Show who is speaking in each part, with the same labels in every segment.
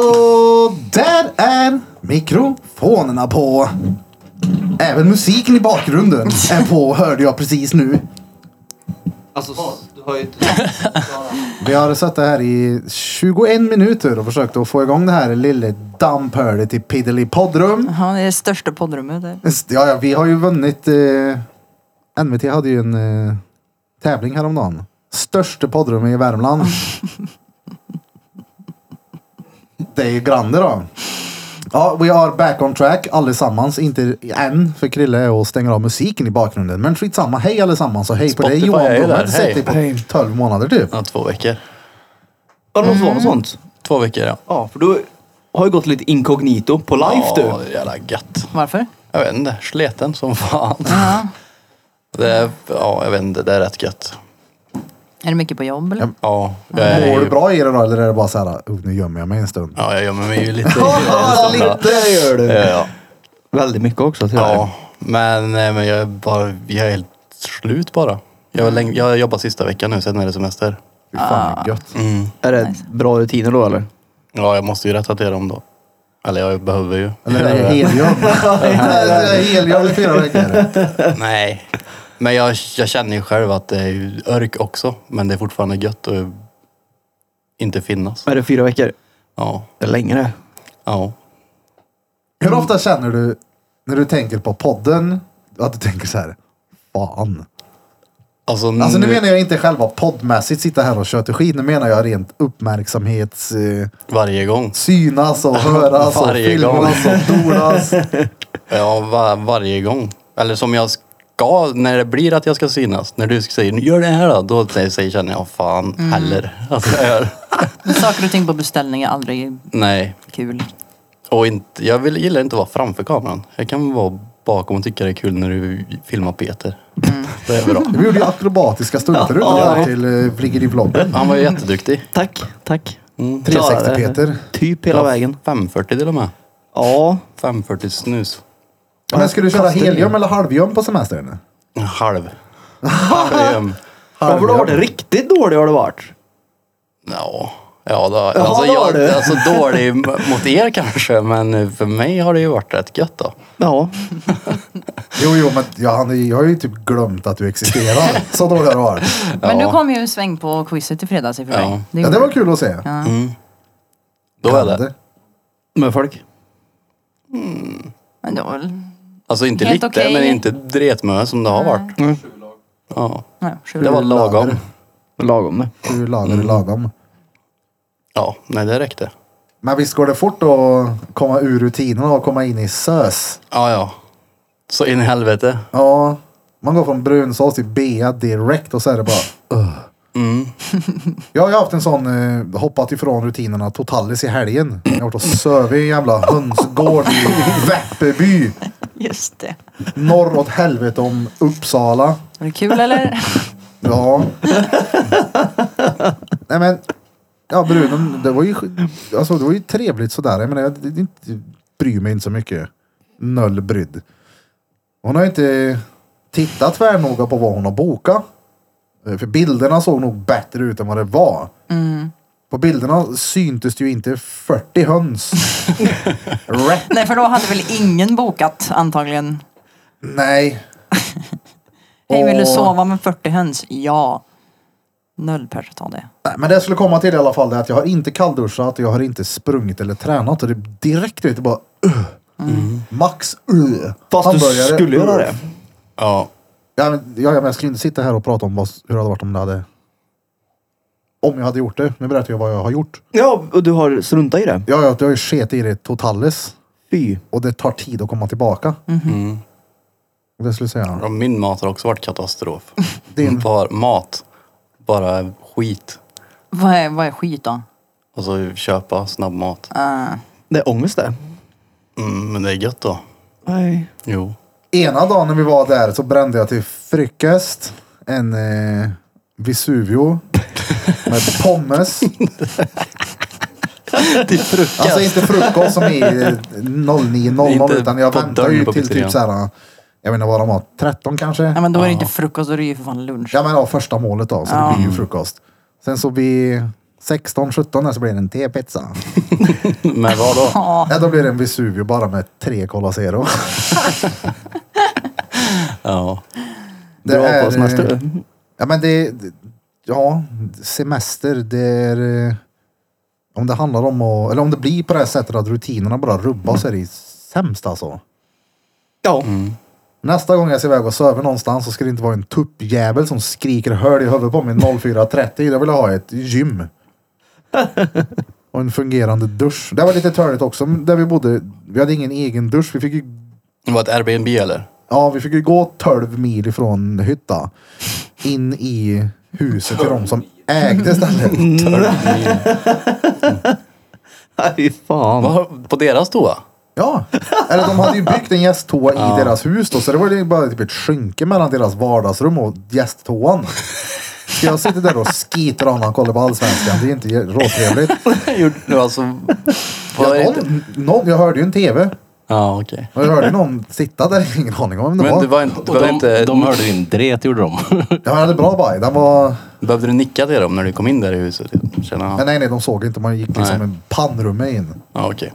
Speaker 1: Och där är mikrofonerna på. Även musiken i bakgrunden är på, hörde jag precis nu.
Speaker 2: Alltså, s- du har ju inte...
Speaker 1: Vi har satt det här i 21 minuter och försökt att få igång det här lilla damphörlet i Piddly poddrum.
Speaker 3: Jaha, det är det största poddrummet där.
Speaker 1: Ja, ja, vi har ju vunnit. Eh, NVT hade ju en eh, tävling häromdagen. Största poddrummet i Värmland. det är ju grande då. Ja, we are back on track allesammans. Inte än, för Krille är och stänger av musiken i bakgrunden. Men skitsamma. Hej allesammans och hej på dig
Speaker 4: Spotify
Speaker 1: Johan.
Speaker 4: är ju
Speaker 1: Du har
Speaker 4: där.
Speaker 1: inte sett dig på 12 månader typ.
Speaker 4: Ja, två veckor.
Speaker 2: Har det måste vara något sånt?
Speaker 4: Två veckor ja.
Speaker 2: Ja, för du har ju gått lite inkognito på live
Speaker 4: Ja,
Speaker 2: du.
Speaker 4: det är jävla gött.
Speaker 3: Varför?
Speaker 4: Jag vet inte, sleten som fan.
Speaker 3: Ja.
Speaker 4: Det är, ja, jag vet inte, det är rätt gött.
Speaker 3: Är det mycket på jobb eller?
Speaker 4: Ja, jag är
Speaker 1: Mår du
Speaker 4: ju,
Speaker 1: bra i det då eller är det bara så här, "Oh, nu gömmer jag mig en stund.
Speaker 4: ja, jag gömmer mig ju lite. i
Speaker 2: Ja,
Speaker 4: det.
Speaker 2: lite gör
Speaker 4: Ja, ja.
Speaker 2: Väldigt mycket också tyvärr.
Speaker 4: ja, men, nej, men jag, är bara, jag är helt slut bara. Jag har, länge, jag har jobbat sista veckan nu, sen är det semester.
Speaker 1: Fy
Speaker 4: Ah.
Speaker 1: fan vad gött.
Speaker 2: Är det bra rutiner då eller?
Speaker 4: Ja, jag måste ju rätta till dem då. Eller jag behöver ju.
Speaker 1: Eller är det heljobb? Det är heljobb i fyra veckor.
Speaker 4: Nej. Men jag, jag känner ju själv att det är ju örk också. Men det är fortfarande gött att inte finnas.
Speaker 2: Är det fyra veckor?
Speaker 4: Ja.
Speaker 2: Det är längre.
Speaker 4: Ja.
Speaker 1: Hur
Speaker 4: Mm.
Speaker 1: ofta känner du när du tänker på podden att du tänker så här, fan.
Speaker 4: Mm. Alltså,
Speaker 1: Alltså nu
Speaker 4: nu-
Speaker 1: menar jag inte själva poddmässigt sitta här och köta skit. Nu menar jag rent uppmärksamhets... Eh,
Speaker 4: varje gång.
Speaker 1: synas och höras och
Speaker 4: Varje gång.
Speaker 1: filmas och donas.
Speaker 4: Ja, va, varje gång. Eller som jag ska, när det blir att jag ska synas. När du säger gör det här då. Då säger, säger- känner jag fan
Speaker 1: Mm.
Speaker 4: heller att jag gör.
Speaker 3: Men saker och ting på beställning är aldrig
Speaker 4: Nej.
Speaker 3: kul.
Speaker 4: Och inte, jag vill, gillar inte att vara framför kameran. Jag kan vara bakom och tycka det är kul när du filmar Peter.
Speaker 1: Mm.
Speaker 4: Det är bra.
Speaker 1: Vi gjorde ju akrobatiska stunter
Speaker 2: Ja.
Speaker 1: under till eh, Friggeri-vloggen.
Speaker 4: Han var ju jätteduktig.
Speaker 2: Tack, tack.
Speaker 4: Mm.
Speaker 1: 360 Peter.
Speaker 2: Typ hela vägen.
Speaker 4: 540 till och med.
Speaker 2: Ja.
Speaker 4: 540 snus.
Speaker 1: Men ska du köra helgöm eller halvgöm på semestern?
Speaker 4: En halv. Ehm, Halv.
Speaker 2: Ja, för då har det riktigt dåligt har det varit.
Speaker 4: Ja, ja då, alltså,
Speaker 2: det har
Speaker 4: jag,
Speaker 2: du.
Speaker 4: alltså dålig m- mot er kanske, men för mig har det ju varit rätt gött då.
Speaker 2: Ja.
Speaker 1: Jo, jo, men jag, hade- jag har ju typ glömt att du existerar. Så dålig har du varit.
Speaker 3: Men
Speaker 4: Ja.
Speaker 3: du kom ju en sväng på quizet i fredags i och för sig.
Speaker 4: Ja.
Speaker 3: Det
Speaker 1: Ja,
Speaker 3: gjorde
Speaker 1: det var
Speaker 3: du.
Speaker 1: kul att se.
Speaker 3: Ja.
Speaker 4: Då är det.
Speaker 2: Med folk.
Speaker 3: Men det var väl...
Speaker 4: Alltså inte
Speaker 3: Helt
Speaker 4: lite,
Speaker 3: okej.
Speaker 4: men inte dretmö som det har varit.
Speaker 2: Mm.
Speaker 4: Ja,
Speaker 3: Nej, sju
Speaker 4: det var lagom.
Speaker 2: Lagom det.
Speaker 1: Du lagade lagom.
Speaker 4: Ja, nej det räckte.
Speaker 1: Men visst går det fort att komma ur rutinerna och komma in i sös?
Speaker 4: Ja, ja. Så in i helvete.
Speaker 1: Ja, man går från brunsås till bea direkt och så är det bara... "Ugh." Jag har ju haft en sån, eh, hoppat ifrån rutinerna totalis i helgen. Jag har varit och sövit i en jävla hönsgård i Väppeby.
Speaker 3: Just det.
Speaker 1: Norr åt helvete om Uppsala.
Speaker 3: Var det kul eller?
Speaker 1: Ja. Nej men. Ja Bruno, det var ju, alltså, det var ju trevligt sådär. Jag menar, jag det- det inte- bryr mig inte så mycket. Noll brydd. Hon har ju inte tittat tvärnoga på vad hon har bokat. Eh, För bilderna såg nog bättre ut än vad det var. På bilderna syntes det ju inte 40 höns. Rätt.
Speaker 3: Nej, för då hade väl ingen bokat antagligen.
Speaker 1: Nej.
Speaker 3: Hej, vill du
Speaker 1: Åh.
Speaker 3: sova med 40 höns? Ja. Noll pers tar det.
Speaker 1: Nej, men det jag skulle komma till i alla fall är att jag har inte kallduschat, jag har inte sprungit eller tränat. Och det är direkt vet du bara uh, Max uh,
Speaker 2: Mm. Fast du skulle göra
Speaker 1: "Ugh".
Speaker 2: det.
Speaker 4: Ja,
Speaker 1: Ja, men, ja, men jag skulle inte sitta här och prata om vad, hur det hade varit om det hade... Om jag hade gjort det. Nu berättar jag vad jag har gjort.
Speaker 2: Ja, och du har struntat i det.
Speaker 1: Ja, jag, jag har ju sket i det totales.
Speaker 2: Fy.
Speaker 1: Och det tar tid att komma tillbaka.
Speaker 2: Mm.
Speaker 1: Det skulle jag säga.
Speaker 4: och min mat har också varit katastrof.
Speaker 2: Mm.
Speaker 1: Din?
Speaker 4: Bara mat. Bara skit.
Speaker 3: Vad är, vad är skit då?
Speaker 4: Och så köpa snabbmat.
Speaker 3: Ah.
Speaker 2: Det är ångest det.
Speaker 4: Mm, men det är gött då.
Speaker 2: Nej.
Speaker 4: Jo.
Speaker 1: Ena dagen när vi var där så brände jag till frukost en eh, Vesuvio med pommes.
Speaker 4: Till frukost.
Speaker 1: Alltså inte frukost som är eh, 09.00
Speaker 4: Inte
Speaker 1: utan jag
Speaker 4: på
Speaker 1: väntar
Speaker 4: dörren
Speaker 1: ju
Speaker 4: på
Speaker 1: till typ
Speaker 4: pizzerian.
Speaker 1: såhär, jag vet inte vad de var, 13
Speaker 3: Ja,
Speaker 1: kanske?
Speaker 3: men då är det inte frukost, då är det ju för fan lunch.
Speaker 1: Ja men ja, första målet då, så det blir ju frukost. Sen så vid 16-17 så blir det en T-pizza.
Speaker 4: Men vad då?
Speaker 3: Ja,
Speaker 1: Ja, då blir det en Vesuvio bara med tre Cola Zero.
Speaker 4: Ja.
Speaker 1: Det
Speaker 2: Dra
Speaker 1: är, eh,
Speaker 2: på semester.
Speaker 1: Ja men det, det- ja semester det är, eh, om det handlar om att, eller om det blir på det här sättet att rutinerna bara rubbas är det sämst alltså.
Speaker 2: Ja.
Speaker 1: Nästa gång jag ska iväg och söver någonstans så ska det inte vara en tuppjävel som skriker höl i huvudet på mig 04.30. Jag vill ha ett gym. Och en fungerande dusch. Det var lite törligt också men där vi bodde. Vi hade ingen egen dusch. Vi fick ju
Speaker 4: Det var ett Airbnb eller?
Speaker 1: Ja, vi fick ju gå 12 mil ifrån hytta in i huset till de som ägde stället.
Speaker 2: Nej, fan.
Speaker 4: Vad, på deras toa?
Speaker 1: Ja, eller de hade ju byggt en gästtoa i
Speaker 4: Ja.
Speaker 1: deras hus då, så det var ju bara typ ett skynke mellan deras vardagsrum och gästtoan. Så jag sitter där och skiter av när han kollar på allsvenskan. Det är inte råtrevligt.
Speaker 4: Gjorde du alltså...
Speaker 1: Jag,
Speaker 4: Var det inte...
Speaker 1: någon, någon, jag hörde ju en tv
Speaker 4: Ja, okej.
Speaker 1: och jag hörde någon sitta där. Ingen aning om vem det
Speaker 4: Men
Speaker 1: var.
Speaker 4: det var inte... Det
Speaker 5: Och
Speaker 4: var
Speaker 5: de,
Speaker 4: inte
Speaker 5: de hörde din dret gjorde de.
Speaker 1: Ja, han hade bra baj. Den var...
Speaker 4: Behövde du nicka till dem när du kom in där i huset? Känner
Speaker 1: Men
Speaker 4: han?
Speaker 1: nej, nej, de såg inte. Man gick liksom en pannrumme in.
Speaker 4: Ja, okej.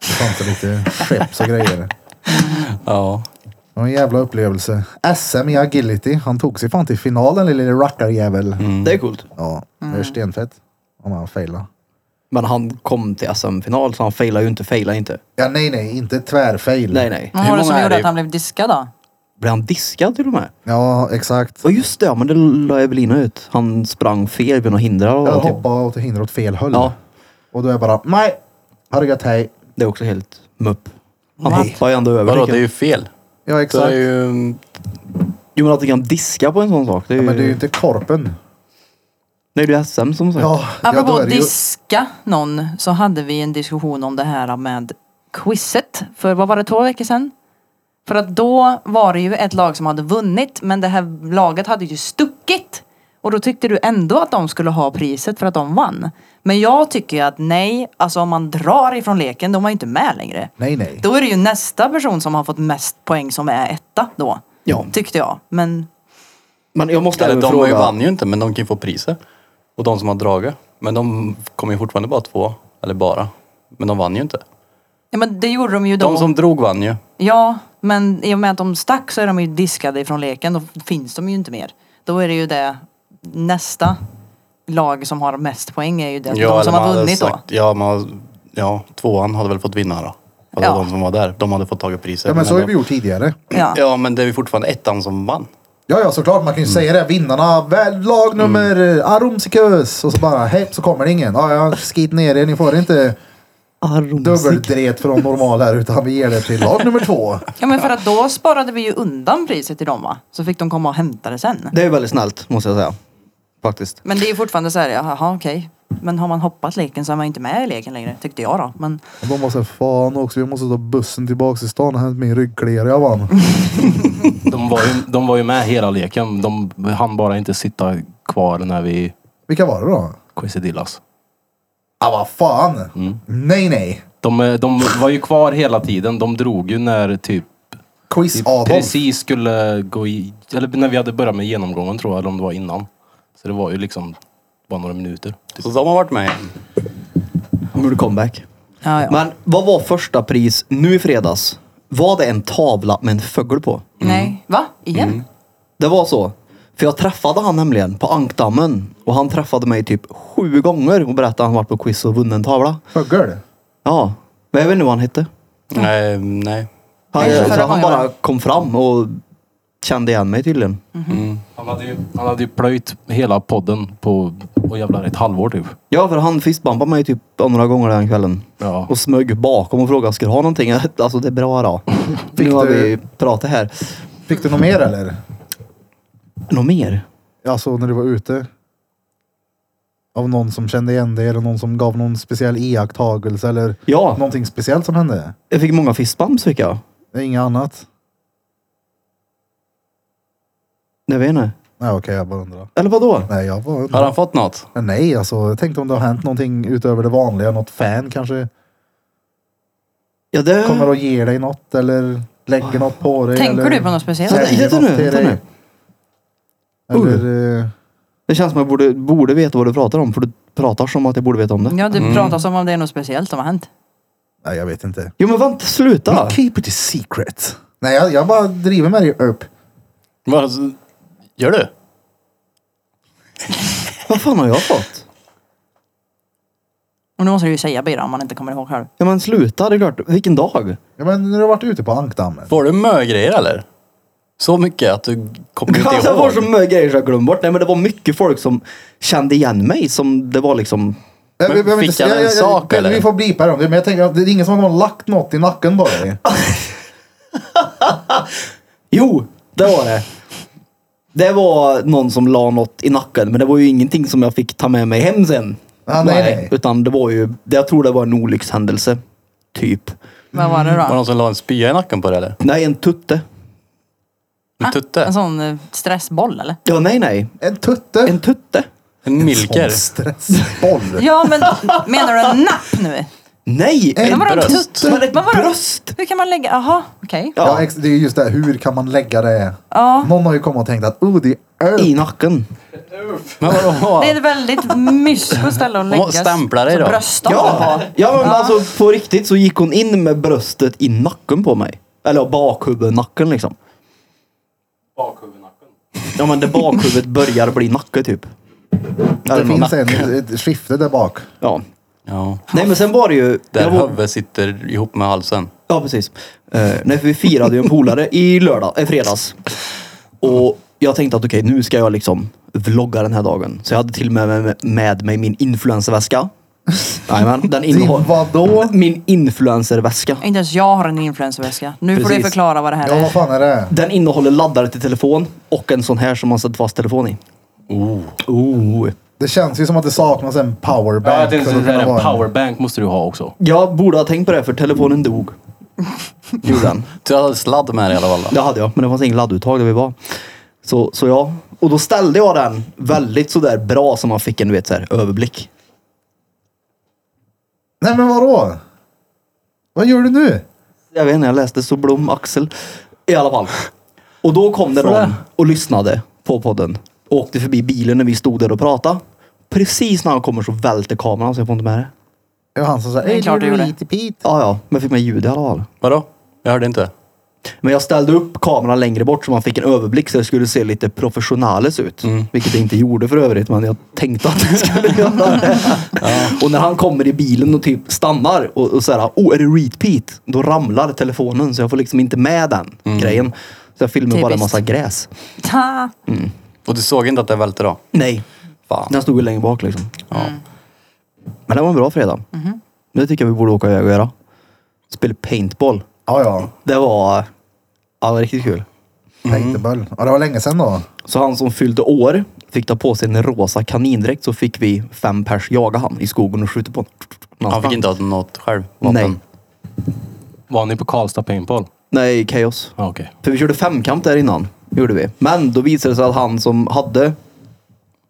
Speaker 1: Det fanns lite skeps och grejer.
Speaker 4: Ja.
Speaker 1: Det var en jävla upplevelse. SM i agility. Han tog sig fan till finalen lille rackarjävel.
Speaker 2: Det är coolt.
Speaker 1: Ja, det är stenfett. Om han failar.
Speaker 2: Men han kom till SM-final så han failade ju inte, failade inte.
Speaker 1: Ja, nej, nej, inte tvärfail.
Speaker 2: Nej, nej.
Speaker 3: vad
Speaker 4: Hur
Speaker 3: var det
Speaker 4: många
Speaker 3: som
Speaker 4: är
Speaker 3: gjorde
Speaker 4: det?
Speaker 3: att han blev diskad då?
Speaker 2: Blev han diskad till och med?
Speaker 1: Ja, exakt.
Speaker 2: Ja just det, ja, men det la Evelina ut. Han sprang fel vid något hindra och
Speaker 1: Jag
Speaker 2: typ.
Speaker 1: hoppade åt hinder åt fel håll.
Speaker 2: Ja.
Speaker 1: Och då är jag bara, nej, har det gött, hej.
Speaker 2: Det är också helt mupp. Han
Speaker 3: Nej.
Speaker 2: hoppar ju ändå över.
Speaker 4: Vadå,
Speaker 2: tänker
Speaker 4: det
Speaker 2: jag.
Speaker 4: är ju fel.
Speaker 1: Ja,
Speaker 4: Det är
Speaker 1: exakt.
Speaker 4: ju...
Speaker 2: Jo men att du kan diska på en sån sak. Det är
Speaker 1: Ja,
Speaker 2: ju...
Speaker 1: men det är ju inte korpen.
Speaker 2: Nej det är SM som sagt.
Speaker 1: Ja, ja,
Speaker 3: Apropå
Speaker 1: då är det ju...
Speaker 3: diska någon så hade vi en diskussion om det här med quizet för vad var det två veckor sedan? För att då var det ju ett lag som hade vunnit men det här laget hade ju stuckit. Och då tyckte du ändå att de skulle ha priset för att de vann. Men jag tycker ju att nej, alltså om man drar ifrån leken, de var ju inte med längre.
Speaker 1: Nej, nej.
Speaker 3: Då är det ju nästa person som har fått mest poäng som är etta då.
Speaker 2: Ja.
Speaker 3: Tyckte jag. Men
Speaker 2: Men jag måste
Speaker 4: Eller
Speaker 2: även
Speaker 4: de har ju
Speaker 2: fråga.
Speaker 4: vann ju inte, men de kan ju få priser. Och de som har dragit. Men de kommer ju fortfarande bara två. Eller bara. Men de vann ju inte.
Speaker 3: Ja men det gjorde de ju då.
Speaker 4: De som drog vann ju.
Speaker 3: Ja, men i och med att de stack så är de ju diskade ifrån leken. Då finns de ju inte mer. Då är det ju det nästa lag som har mest poäng är ju det, de som
Speaker 4: eller
Speaker 3: har
Speaker 4: man hade
Speaker 3: vunnit då.
Speaker 4: sagt- Ja, man, ja, tvåan hade väl fått vinna då. Alltså
Speaker 3: Ja.
Speaker 4: de som var där, de hade fått tagit priser.
Speaker 1: Ja, men så har
Speaker 4: ändå-
Speaker 1: vi gjort tidigare.
Speaker 3: Ja.
Speaker 4: Ja, men det är ju fortfarande ettan som vann.
Speaker 1: Ja, ja, såklart. Man kan ju säga det. Vinnarna, väl, lag nummer mm. Arumsikus. Och så bara, hej, så kommer det ingen. Ja, ja, skit ner er. Ni får inte
Speaker 2: Ah, Armsik.
Speaker 1: dubbeldret från normal här, utan vi ger det till lag nummer två.
Speaker 3: ja men för att då sparade vi ju undan priset till dem va? Så fick de komma och hämta det sen.
Speaker 2: Det är väldigt snällt måste jag säga. Faktiskt.
Speaker 3: Men det är ju fortfarande så här, jaha okej. Men har man hoppat leken så är man ju inte med i leken längre, tyckte jag då. Men
Speaker 1: Och de var såhär, fan också, vi måste ta bussen tillbaks till stan och hämta min ryggkliare jag vann.
Speaker 5: De var, ju, de var ju med hela leken. De hann bara inte sitta kvar när vi
Speaker 1: Vilka var det då?
Speaker 5: quizedillas.
Speaker 1: Ja, vad fan. Nej, nej.
Speaker 5: De, eh, de var ju kvar hela tiden. De drog ju när typ
Speaker 1: Quiz
Speaker 5: vi
Speaker 1: Adolf.
Speaker 5: precis skulle gå i... Eller när vi hade börjat med genomgången tror jag, eller om det var innan. Så det var ju liksom bara några minuter.
Speaker 4: Så de har varit
Speaker 3: Mm.
Speaker 4: med.
Speaker 2: De gjorde comeback.
Speaker 3: ja, ja.
Speaker 2: Men vad var första pris nu i fredags? Var det en tavla med en fågel på?
Speaker 3: nej. Va? Igen?
Speaker 2: Det var så. För jag träffade han nämligen på ankdammen. Och han träffade mig typ sju gånger och berättade att han varit på quiz och vunnit en tavla.
Speaker 1: Fögel.
Speaker 2: Ja, men jag vet inte vad han hette.
Speaker 4: Nej, nej.
Speaker 2: Han,
Speaker 3: Nej, förra
Speaker 2: så han
Speaker 3: gången
Speaker 2: bara
Speaker 3: var-
Speaker 2: kom fram och kände igen mig tydligen.
Speaker 4: Mm.
Speaker 5: Han hade ju, han hade ju plöjt hela podden på och jävlar, ett halvår typ.
Speaker 2: Ja, för han fistbumpade mig typ några gånger den kvällen.
Speaker 5: Ja.
Speaker 2: Och smög bakom och frågade ska du ha någonting? Alltså det är bra då. nu
Speaker 1: Fick
Speaker 2: har
Speaker 1: du-
Speaker 2: vi pratat här.
Speaker 1: Fick du något mer eller?
Speaker 2: Något mer?
Speaker 1: Alltså när du var ute? Av någon som kände igen dig eller någon som gav någon speciell iakttagelse eller
Speaker 2: Ja,
Speaker 1: någonting speciellt som hände?
Speaker 2: jag fick många fistbumps fick jag.
Speaker 1: Det är inget annat?
Speaker 2: Jag vet inte.
Speaker 1: Nej, okej, jag bara undrar.
Speaker 2: Eller vadå?
Speaker 1: Nej, jag bara
Speaker 4: Har
Speaker 1: undrar.
Speaker 4: han fått något?
Speaker 1: Men nej, alltså jag tänkte om det har hänt någonting utöver det vanliga. Något fan kanske
Speaker 2: Ja, det...
Speaker 1: kommer och ger dig något eller lägger något på dig.
Speaker 3: Tänker
Speaker 1: eller...
Speaker 3: du på något speciellt?
Speaker 2: Vänta,
Speaker 1: säljer
Speaker 2: vänta
Speaker 1: något
Speaker 2: nu,
Speaker 1: till
Speaker 2: vänta
Speaker 1: dig. eh,
Speaker 2: nu.
Speaker 1: Eller, eh,
Speaker 2: Det känns som jag borde, borde veta vad du pratar om för du pratar som att jag borde veta om det.
Speaker 3: Ja, du pratar som om det är något speciellt som har hänt.
Speaker 1: Nej, jag vet inte.
Speaker 2: Jo men vänta, sluta!
Speaker 1: Keep it a secret. Nej, jag, jag bara driver med dig upp.
Speaker 4: Vad alltså, gör du?
Speaker 2: Vad fan har jag fått?
Speaker 3: Och nu måste du ju säga Bira om man inte kommer ihåg själv.
Speaker 2: Ja men sluta, det är klart. Vilken dag?
Speaker 1: Ja, men när du har varit ute på ankdammen.
Speaker 4: Får du mögrejer eller? Så mycket att du kommer inte ihåg?
Speaker 2: Alltså, Jag får så mycket grejer så jag glömmer bort. Nej men det var mycket folk som kände igen mig som det var liksom...
Speaker 1: Nej, vi
Speaker 4: Men
Speaker 1: behöver
Speaker 4: fick
Speaker 1: inte-
Speaker 4: han en
Speaker 1: jag- jag-
Speaker 4: sak,
Speaker 1: vi-
Speaker 4: eller?
Speaker 1: Vi får blipa det om det. Men jag tänker, att det är ingen som har lagt något i nacken på dig.
Speaker 2: Jo, det var det. Det var någon som la något i nacken men det var ju ingenting som jag fick ta med mig hem sen.
Speaker 1: Ja, nej, nej.
Speaker 2: Utan det var ju, det- jag tror det var en olyckshändelse. Typ.
Speaker 3: Vad var det
Speaker 4: Var det
Speaker 3: då?
Speaker 4: någon som la en spya i nacken på dig eller?
Speaker 2: Nej, en tutte.
Speaker 4: En tutte?
Speaker 3: En sån eh, stressboll eller?
Speaker 2: Ja, nej, nej.
Speaker 1: En tutte.
Speaker 2: En tutte.
Speaker 4: En
Speaker 1: Sån
Speaker 4: milker?
Speaker 1: stressboll.
Speaker 3: Ja men menar du en napp nu?
Speaker 2: Nej!
Speaker 1: En
Speaker 3: Men vadå en
Speaker 4: bröst.
Speaker 3: tutt?
Speaker 2: Men ett
Speaker 3: Vad var det?
Speaker 2: bröst!
Speaker 3: Hur kan man lägga, aha okej.
Speaker 1: Ja.
Speaker 2: Ja,
Speaker 1: ex- det är just det. här, Hur kan man lägga det?
Speaker 3: Ja.
Speaker 1: Någon har ju kommit och tänkt att oh, det är öl.
Speaker 2: i nacken.
Speaker 4: Men vadå?
Speaker 3: Det är ett väldigt mysigt ställe att lägga
Speaker 4: måste stämpla dig då.
Speaker 3: bröstet
Speaker 2: Ja,
Speaker 3: på.
Speaker 2: ja men alltså på riktigt så gick hon in med bröstet i nacken på mig. Eller bakhuvud, nacken liksom.
Speaker 5: Bakhuvudnacken.
Speaker 2: Ja men det bakhuvudet börjar bli nacke typ.
Speaker 1: Det
Speaker 2: Eller någon
Speaker 1: finns
Speaker 2: nack-
Speaker 1: en, ett skifte där bak.
Speaker 2: Ja.
Speaker 4: Ja.
Speaker 2: Nej men sen var det ju...
Speaker 4: Där
Speaker 2: jag var-
Speaker 4: huvudet sitter ihop med halsen.
Speaker 2: Ja, precis. Eh, nej, för vi firade ju en polare i lördag, eh, fredags. Och jag tänkte att okej, nu ska jag liksom vlogga den här dagen. Så jag hade till och med med, med mig min influencerväska. Jajamän, den
Speaker 1: Din
Speaker 2: innehåller...
Speaker 1: vadå?
Speaker 2: Min influencerväska.
Speaker 3: Inte ens jag har en influencerväska. Nu får du
Speaker 2: Precis.
Speaker 3: förklara vad det här
Speaker 1: Ja, vad
Speaker 3: är.
Speaker 1: fan är det?
Speaker 2: Den innehåller laddare till telefon och en sån här som man sätter fast telefon i. Oh. Oh.
Speaker 1: Det känns ju som att det saknas en powerbank.
Speaker 5: Ja, jag tänkte
Speaker 1: för att
Speaker 5: sådär,
Speaker 1: kunna
Speaker 5: en
Speaker 1: vara en-
Speaker 5: powerbank måste du ha också.
Speaker 2: Jag borde ha tänkt på det för telefonen dog. Gjorde den.
Speaker 4: Du hade sladd med dig i alla fall. då.
Speaker 2: Det hade jag, men det fanns ingen ladduttag där vi var. Så, så ja, och då ställde jag den väldigt sådär bra som man fick en du vet, så här, överblick.
Speaker 1: Nej, men vadå? Vad gör du nu?
Speaker 2: Jag vet inte, jag läste så Blom, Axel. I alla fall. Och då kom det någon och lyssnade på podden. Och åkte förbi bilen när vi stod där och pratade. Precis när han kommer så välter kameran så jag får inte med det.
Speaker 1: Det var han som sa
Speaker 3: Det är klart du gjorde.
Speaker 1: Pete, Pete.
Speaker 2: Ja, ja, men jag fick med ljud i alla fall.
Speaker 4: Vadå? Jag hörde inte.
Speaker 2: Men jag ställde upp kameran längre bort så man fick en överblick så det skulle se lite professionales ut.
Speaker 4: Mm.
Speaker 2: Vilket det inte gjorde för övrigt men jag tänkte att det skulle göra det. Och när han kommer i bilen och typ stannar och, och såhär, oh är det repeat? Då ramlar telefonen så jag får liksom inte med den
Speaker 4: Mm.
Speaker 2: grejen. Så jag filmar bara en
Speaker 3: Typiskt.
Speaker 2: massa gräs.
Speaker 3: Ta.
Speaker 4: Och du såg inte att det välte då?
Speaker 2: Nej,
Speaker 4: Fan.
Speaker 2: den stod ju längre bak liksom.
Speaker 4: Ja.
Speaker 2: Men det var en bra fredag. Det tycker jag vi borde åka iväg och göra. Spela paintball.
Speaker 1: Ja, ja.
Speaker 2: Det var, ja, det var riktigt kul.
Speaker 5: Mm.
Speaker 1: Paintball. Ja, det var länge sedan då.
Speaker 2: Så han som fyllde år fick ta på sig en rosa kanindräkt så fick vi fem pers jaga han i skogen och skjuta på honom.
Speaker 4: Han fick inte ha något självvapen.
Speaker 2: Nej.
Speaker 5: Var ni på Karlstad paintball?
Speaker 2: Nej, kaos.
Speaker 5: Ja, okej.
Speaker 2: För vi körde femkamp där innan. Gjorde vi. Men då visade det sig att han som hade,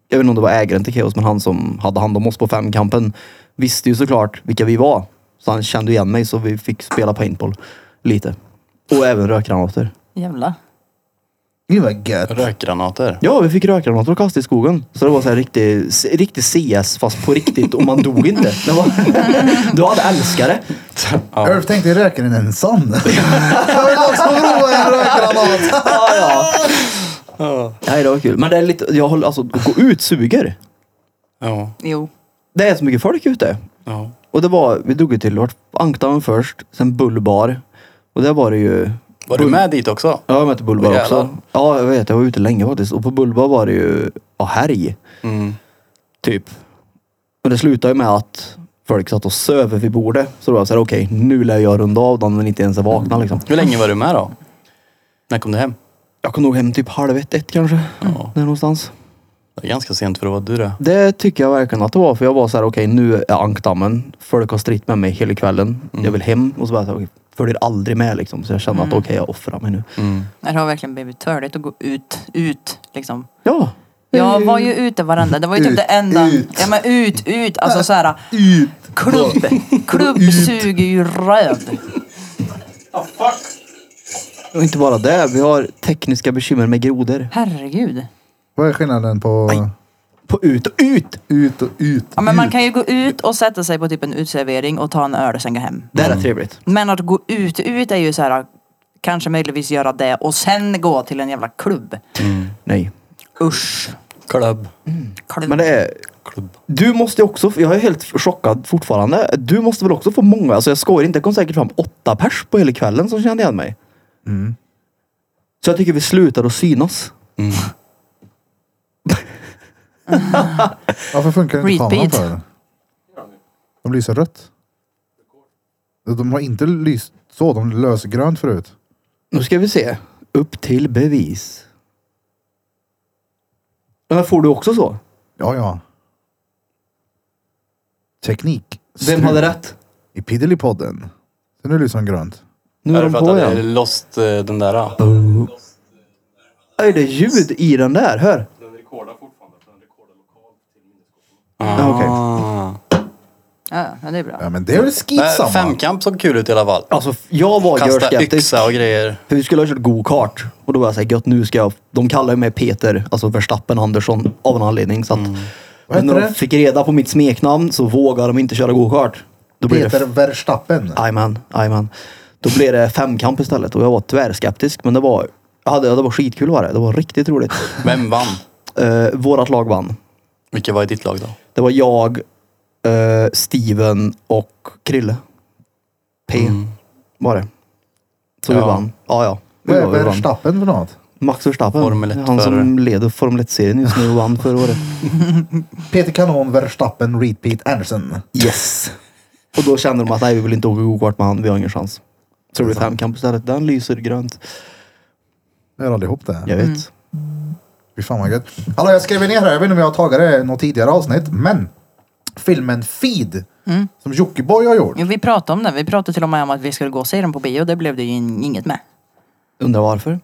Speaker 2: jag vet inte om det var ägaren till kaos, men han som hade hand om oss på femkampen visste ju såklart vilka vi var. Så han kände igen mig så vi fick spela paintball lite. Och även rökgranater.
Speaker 3: Jävlar.
Speaker 1: Gud vad gött.
Speaker 4: Rökgranater.
Speaker 2: Ja, vi fick rökgranater att kasta i skogen. Så det var så här riktig, riktig CS fast på riktigt och man dog inte. Det var, du hade älskat det.
Speaker 1: Ulf tänkte röker den ensam. jag vill också prova en rökgranat.
Speaker 2: Ja, ja. Nej, det var kul. Men det är lite, jag håller, alltså att gå ut suger.
Speaker 4: Ja.
Speaker 3: Jo.
Speaker 2: Det är så mycket folk ute.
Speaker 4: ja.
Speaker 2: Och det var, vi drog ju till, det vart Ankdammen först, sen Bullbar. Och där var det ju...
Speaker 4: Var du med dit också?
Speaker 2: Ja, jag mötte
Speaker 4: Åh,
Speaker 2: Bullbar
Speaker 4: jävlar.
Speaker 2: också. Ja, jag vet. Jag var ute länge faktiskt. Och på Bullbar var det ju, ja, härj.
Speaker 4: Mm.
Speaker 2: Typ. Och det slutade ju med att folk satt och söv vid bordet. Så då var jag såhär, okej nu lär jag runda av dem men inte ens vakna liksom.
Speaker 4: Hur länge var du med då? När kom du hem?
Speaker 2: Jag kom nog hem typ halv ett, ett kanske. Där någonstans.
Speaker 4: Det är ganska sent för att vara du det.
Speaker 2: Det tycker jag verkligen att det var. För jag var så här: okej nu är ankdammen. Folk har stritt med mig hela kvällen.
Speaker 4: Mm.
Speaker 2: Jag vill hem. Och så bara, så här, okej, följer aldrig med liksom. Så jag kände att okej jag offrar mig nu.
Speaker 4: Mm.
Speaker 3: Nej, Det har verkligen blivit törligt att gå ut, ut liksom.
Speaker 2: Ja.
Speaker 3: Jag var ju ute varenda, det var ju
Speaker 1: Ut,
Speaker 3: typ det enda.
Speaker 1: ut.
Speaker 3: Ja men ut, ut, alltså såhär.
Speaker 1: Ut.
Speaker 3: Klubb, klubb suger ju röv.
Speaker 2: Och inte bara det. Vi har tekniska bekymmer med grodor.
Speaker 3: Herregud.
Speaker 1: Vad är skillnaden på...
Speaker 2: på ut och ut.
Speaker 1: Ut och ut.
Speaker 3: Ja, men man
Speaker 1: ut.
Speaker 3: kan ju gå ut och sätta sig på typ en uteservering och ta en öl och sen gå hem.
Speaker 2: Det är rätt trevligt.
Speaker 3: Men att gå ut, ut är ju så här kanske möjligtvis göra det och sen gå till en jävla klubb.
Speaker 2: Nej.
Speaker 3: Usch.
Speaker 4: Klubb.
Speaker 3: Klubb.
Speaker 2: Men det är...
Speaker 4: Klubb.
Speaker 2: Du måste ju också, jag är helt chockad fortfarande. Du måste väl också få många, alltså jag skojar inte, det kom säkert fram åtta pers på hela kvällen som kände igen mig. Mm. Så jag tycker vi slutar att synas.
Speaker 1: Varför funkar inte kameran
Speaker 3: Repeat.
Speaker 1: för? De lyser rött. De har inte lyst så, de löser grönt förut.
Speaker 2: Nu ska vi se. Upp till bevis. Men får du också så?
Speaker 1: Ja, ja. Teknik.
Speaker 2: Vem hade rätt?
Speaker 1: I Piddelipodden. Så nu lyser den liksom grönt.
Speaker 2: Nu
Speaker 4: är
Speaker 2: är
Speaker 4: det
Speaker 2: de
Speaker 4: för att
Speaker 2: på
Speaker 4: jag hade
Speaker 2: igen.
Speaker 4: lost eh, den där? ah?
Speaker 2: Oj, det är ljud i den där. Hör.
Speaker 5: Den rekordar fortfarande, för den rekordar lokalt till minneskoppen.
Speaker 2: Ja, okej.
Speaker 4: Ah.
Speaker 3: Ja, men det är bra.
Speaker 1: Ja, men det är väl
Speaker 4: Men
Speaker 1: skitsamma.
Speaker 4: Femkamp såg kul ut i alla fall.
Speaker 2: Alltså, jag var
Speaker 4: Kasta
Speaker 2: görskeptisk.
Speaker 4: yxa och grejer.
Speaker 2: För vi skulle ha kört go-kart. Och då var jag såhär, gött nu ska jag... De kallar ju mig Peter, alltså Verstappen Andersson, av en anledning. Så att,
Speaker 4: Mm.
Speaker 1: Vad
Speaker 2: Men
Speaker 1: heter
Speaker 2: när
Speaker 1: det?
Speaker 2: de fick reda på mitt smeknamn så vågade de inte köra go-kart. Då blev det
Speaker 1: Peter Verstappen.
Speaker 2: Jajamän, jajamän. Då blev det femkamp istället och jag var tvärskeptisk. Men det var, jag hade, ja, det var skitkul var det. Det var riktigt roligt.
Speaker 4: Vem vann?
Speaker 2: Eh, vårat lag vann.
Speaker 4: Vilket var i ditt lag då?
Speaker 2: Det var jag, eh, Steven och Krille. P
Speaker 1: Mm.
Speaker 2: var det. Så vi
Speaker 4: Mm. Ja.
Speaker 2: vann. Ja, ja. Vi
Speaker 1: Vad är
Speaker 2: var- vi vann.
Speaker 1: Verstappen för något?
Speaker 2: Max Verstappen.
Speaker 4: Formel ett
Speaker 2: han som
Speaker 4: förare.
Speaker 2: leder Formel 1-serien just nu och vann förra året.
Speaker 1: Peter Kanon Verstappen Repeat Anderson.
Speaker 2: Yes! Och då kände de att nej, vi vill inte åka gokart med han. Vi har ingen chans. Så det blev femkamp istället. Den lyser grönt.
Speaker 1: Nu är allihop det.
Speaker 2: Jag vet.
Speaker 1: Fy fan vad gött. Hallå jag skrev ner här, jag vet inte om jag har tagit det i något tidigare avsnitt, men filmen Feed
Speaker 2: Mm.
Speaker 1: som Jockiboi har gjort.
Speaker 3: Jo, vi pratade om det. Vi pratade till och med om att vi skulle gå och se den på bio. Det blev det ju in- inget med.
Speaker 2: Undrar varför?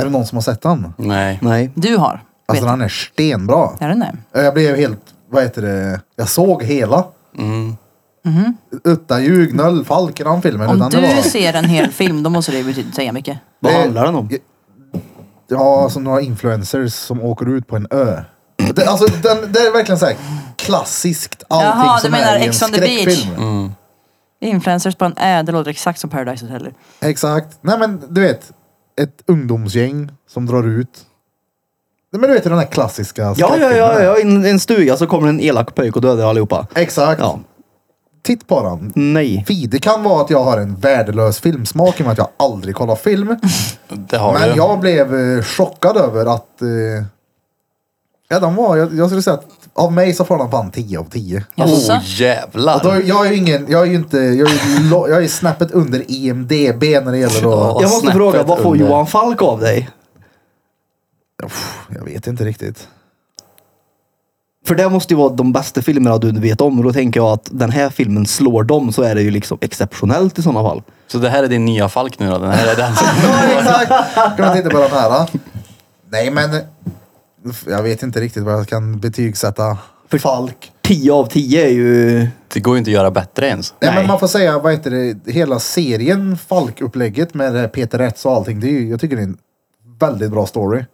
Speaker 1: Är det någon som har sett den?
Speaker 4: Nej.
Speaker 2: Nej.
Speaker 3: Du har. vet
Speaker 1: Alltså
Speaker 3: jag.
Speaker 1: den är stenbra.
Speaker 3: Är den det?
Speaker 1: Eh, Jag blev helt, vad heter det, jag såg hela.
Speaker 4: Mm.
Speaker 1: Utan ljug, noll, falken han filmen.
Speaker 3: Om
Speaker 1: utan det
Speaker 3: du
Speaker 1: var-
Speaker 3: ser en hel film då måste det ju betyda säga mycket.
Speaker 2: Vad
Speaker 1: Det-
Speaker 2: handlar den om?
Speaker 1: Ja, alltså några influencers som åker ut på en ö. Det, alltså, den, det är verkligen så här klassiskt allting
Speaker 3: Jaha, du
Speaker 1: som
Speaker 3: menar
Speaker 1: är i en
Speaker 3: Ex on the
Speaker 1: skräckfilm. Mm.
Speaker 3: Beach. Influencers på en ö, det låter exakt som Paradise Hotel.
Speaker 1: Exakt. Nej men du vet, ett ungdomsgäng som drar ut. Nej, men du vet den här klassiska
Speaker 2: Ja, ja,
Speaker 1: skräckfilmen.
Speaker 2: ja, ja. I en, en stuga så kommer en elak pöjk och dödar allihopa.
Speaker 1: Exakt.
Speaker 2: Ja.
Speaker 1: Titt på den.
Speaker 2: Nej.
Speaker 1: Fi, Det kan vara att jag har en värdelös filmsmak i och med att jag aldrig kollar film.
Speaker 4: Det har
Speaker 1: Men
Speaker 4: du.
Speaker 1: jag blev eh, chockad över att... Eh, ja, den var... Jag, jag skulle säga att av mig så får den fan 10 av 10.
Speaker 4: Oh
Speaker 3: Jaså?
Speaker 1: Ja, då,
Speaker 4: jävlar.
Speaker 1: jag är ju ingen, jag är ju inte, jag är, ju lo- jag är snäppet under E IMDB när det gäller
Speaker 4: Ja.
Speaker 1: då,
Speaker 2: Jag måste
Speaker 4: snäppet
Speaker 2: fråga, vad får
Speaker 4: under.
Speaker 2: Johan Falk av dig?
Speaker 1: jag vet inte riktigt.
Speaker 2: För det måste ju vara de bästa filmerna du vet om. Och då tänker jag att den här filmen slår dem så är det ju liksom exceptionellt i sådana fall.
Speaker 4: Så det här är din nya Falk nu då? Den här är den som...
Speaker 1: Ja, exakt! Kan man titta på den här? Då? Nej men, jag vet inte riktigt vad jag kan betygsätta
Speaker 2: För-
Speaker 1: Falk.
Speaker 2: 10 av 10 är ju...
Speaker 4: Det går ju inte att göra bättre ens.
Speaker 1: Nej,
Speaker 2: Nej.
Speaker 1: men man får säga, vad heter det, hela serien Falk-upplägget med det här Peter Rätts och allting. Det är ju, jag tycker det är en väldigt bra story.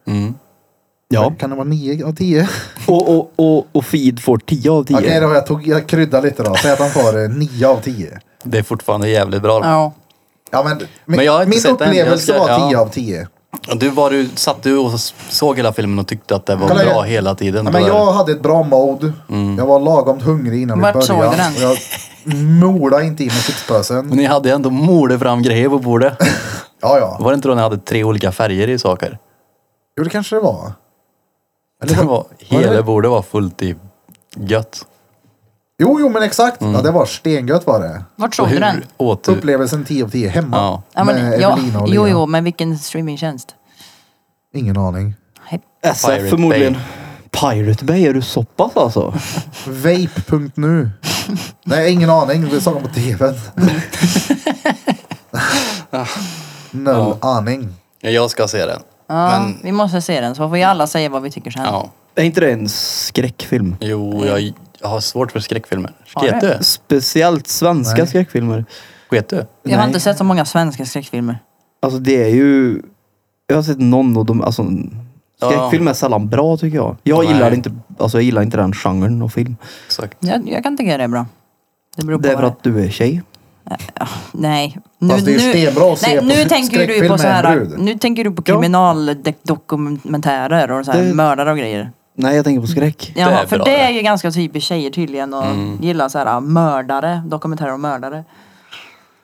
Speaker 2: Ja.
Speaker 1: Kan det vara 9 av 10?
Speaker 2: Och, och, och, och Feed får 10 av 10.
Speaker 1: Okej då, jag, tog, jag kryddar lite då. Säg att han får 9 av 10.
Speaker 4: Det är fortfarande jävligt bra.
Speaker 3: Ja.
Speaker 1: Ja, men,
Speaker 4: Men jag har inte
Speaker 1: min
Speaker 4: sett den. Jag
Speaker 1: upplevelse
Speaker 4: ska-
Speaker 1: var
Speaker 4: ja.
Speaker 1: 10 av 10.
Speaker 4: Och Du, var, du satt du och s- såg hela filmen och tyckte att det var
Speaker 1: Kolla,
Speaker 4: bra
Speaker 1: jag-
Speaker 4: hela tiden.
Speaker 1: Ja, men
Speaker 4: Då är-
Speaker 1: jag hade ett bra mode.
Speaker 4: Mm.
Speaker 1: Jag var lagom hungrig innan
Speaker 3: Vart
Speaker 1: vi
Speaker 3: såg
Speaker 1: började.
Speaker 3: du den?
Speaker 1: Och jag molade inte i mig chipspåsen.
Speaker 4: Men ni hade ju ändå mordet fram grejer på bordet.
Speaker 1: Ja, ja.
Speaker 4: Var det inte då ni hade tre olika färger i saker?
Speaker 1: Jo, det kanske det var.
Speaker 4: Eller var, var,
Speaker 1: var det-
Speaker 4: hela bordet var fullt i gött.
Speaker 1: Jo, jo, men exakt.
Speaker 4: Mm.
Speaker 1: Ja, det var stengött var det.
Speaker 3: Vart såg
Speaker 4: Och
Speaker 3: du
Speaker 4: hur
Speaker 3: den?
Speaker 4: åt du?
Speaker 1: Upplevelsen 10 av 10 hemma.
Speaker 4: Typ. Ja.
Speaker 3: Ja, men,
Speaker 1: med
Speaker 3: ja,
Speaker 1: Evelina och Lea.
Speaker 3: jo, jo, men vilken streamingtjänst?
Speaker 1: Ingen aning.
Speaker 3: Hej.
Speaker 2: SF
Speaker 4: Pirate
Speaker 2: förmodligen. Pirate Bay, är du så pass alltså?
Speaker 1: Vape.nu. Nej, ingen aning. Vi såg dem på tvn. Noll aning.
Speaker 4: Ja, Jag ska se den.
Speaker 3: Ja,
Speaker 4: Men
Speaker 3: vi måste se den så får vi alla säga vad vi tycker sen.
Speaker 4: ja,
Speaker 2: Är inte det en skräckfilm?
Speaker 4: jo, jag, jag har svårt för skräckfilmer.
Speaker 3: Har
Speaker 4: Sket du?
Speaker 2: Speciellt svenska
Speaker 1: Nej.
Speaker 2: skräckfilmer.
Speaker 4: Sket du?
Speaker 3: Jag har
Speaker 2: Nej.
Speaker 3: inte sett så många svenska skräckfilmer.
Speaker 2: Alltså det är ju... Jag har sett någon och de... Alltså,
Speaker 4: Ja.
Speaker 2: Skräckfilm är sällan bra tycker jag. Jag
Speaker 4: Nej.
Speaker 2: gillar inte, alltså jag gillar inte den genren av film.
Speaker 4: Exakt.
Speaker 3: Jag, jag kan tycka det är bra. Det beror på
Speaker 2: Det är för
Speaker 3: vad
Speaker 2: att du är tjej.
Speaker 3: Nej.
Speaker 1: Fast det är ju stenbra att se
Speaker 3: nej,
Speaker 1: på
Speaker 3: nu tänker du ju
Speaker 1: skräckfilm
Speaker 3: på så
Speaker 1: med en
Speaker 3: här,
Speaker 1: brud.
Speaker 3: nu tänker du på
Speaker 2: Ja.
Speaker 3: kriminaldokumentärer och så här,
Speaker 2: Det-
Speaker 3: mördare och grejer.
Speaker 2: Nej, jag tänker på skräck.
Speaker 3: Jaha,
Speaker 4: är
Speaker 3: för
Speaker 4: bra
Speaker 3: det
Speaker 4: det.
Speaker 3: är ju ganska typiskt tjejer tydligen och gillar så här mördare, dokumentärer om mördare.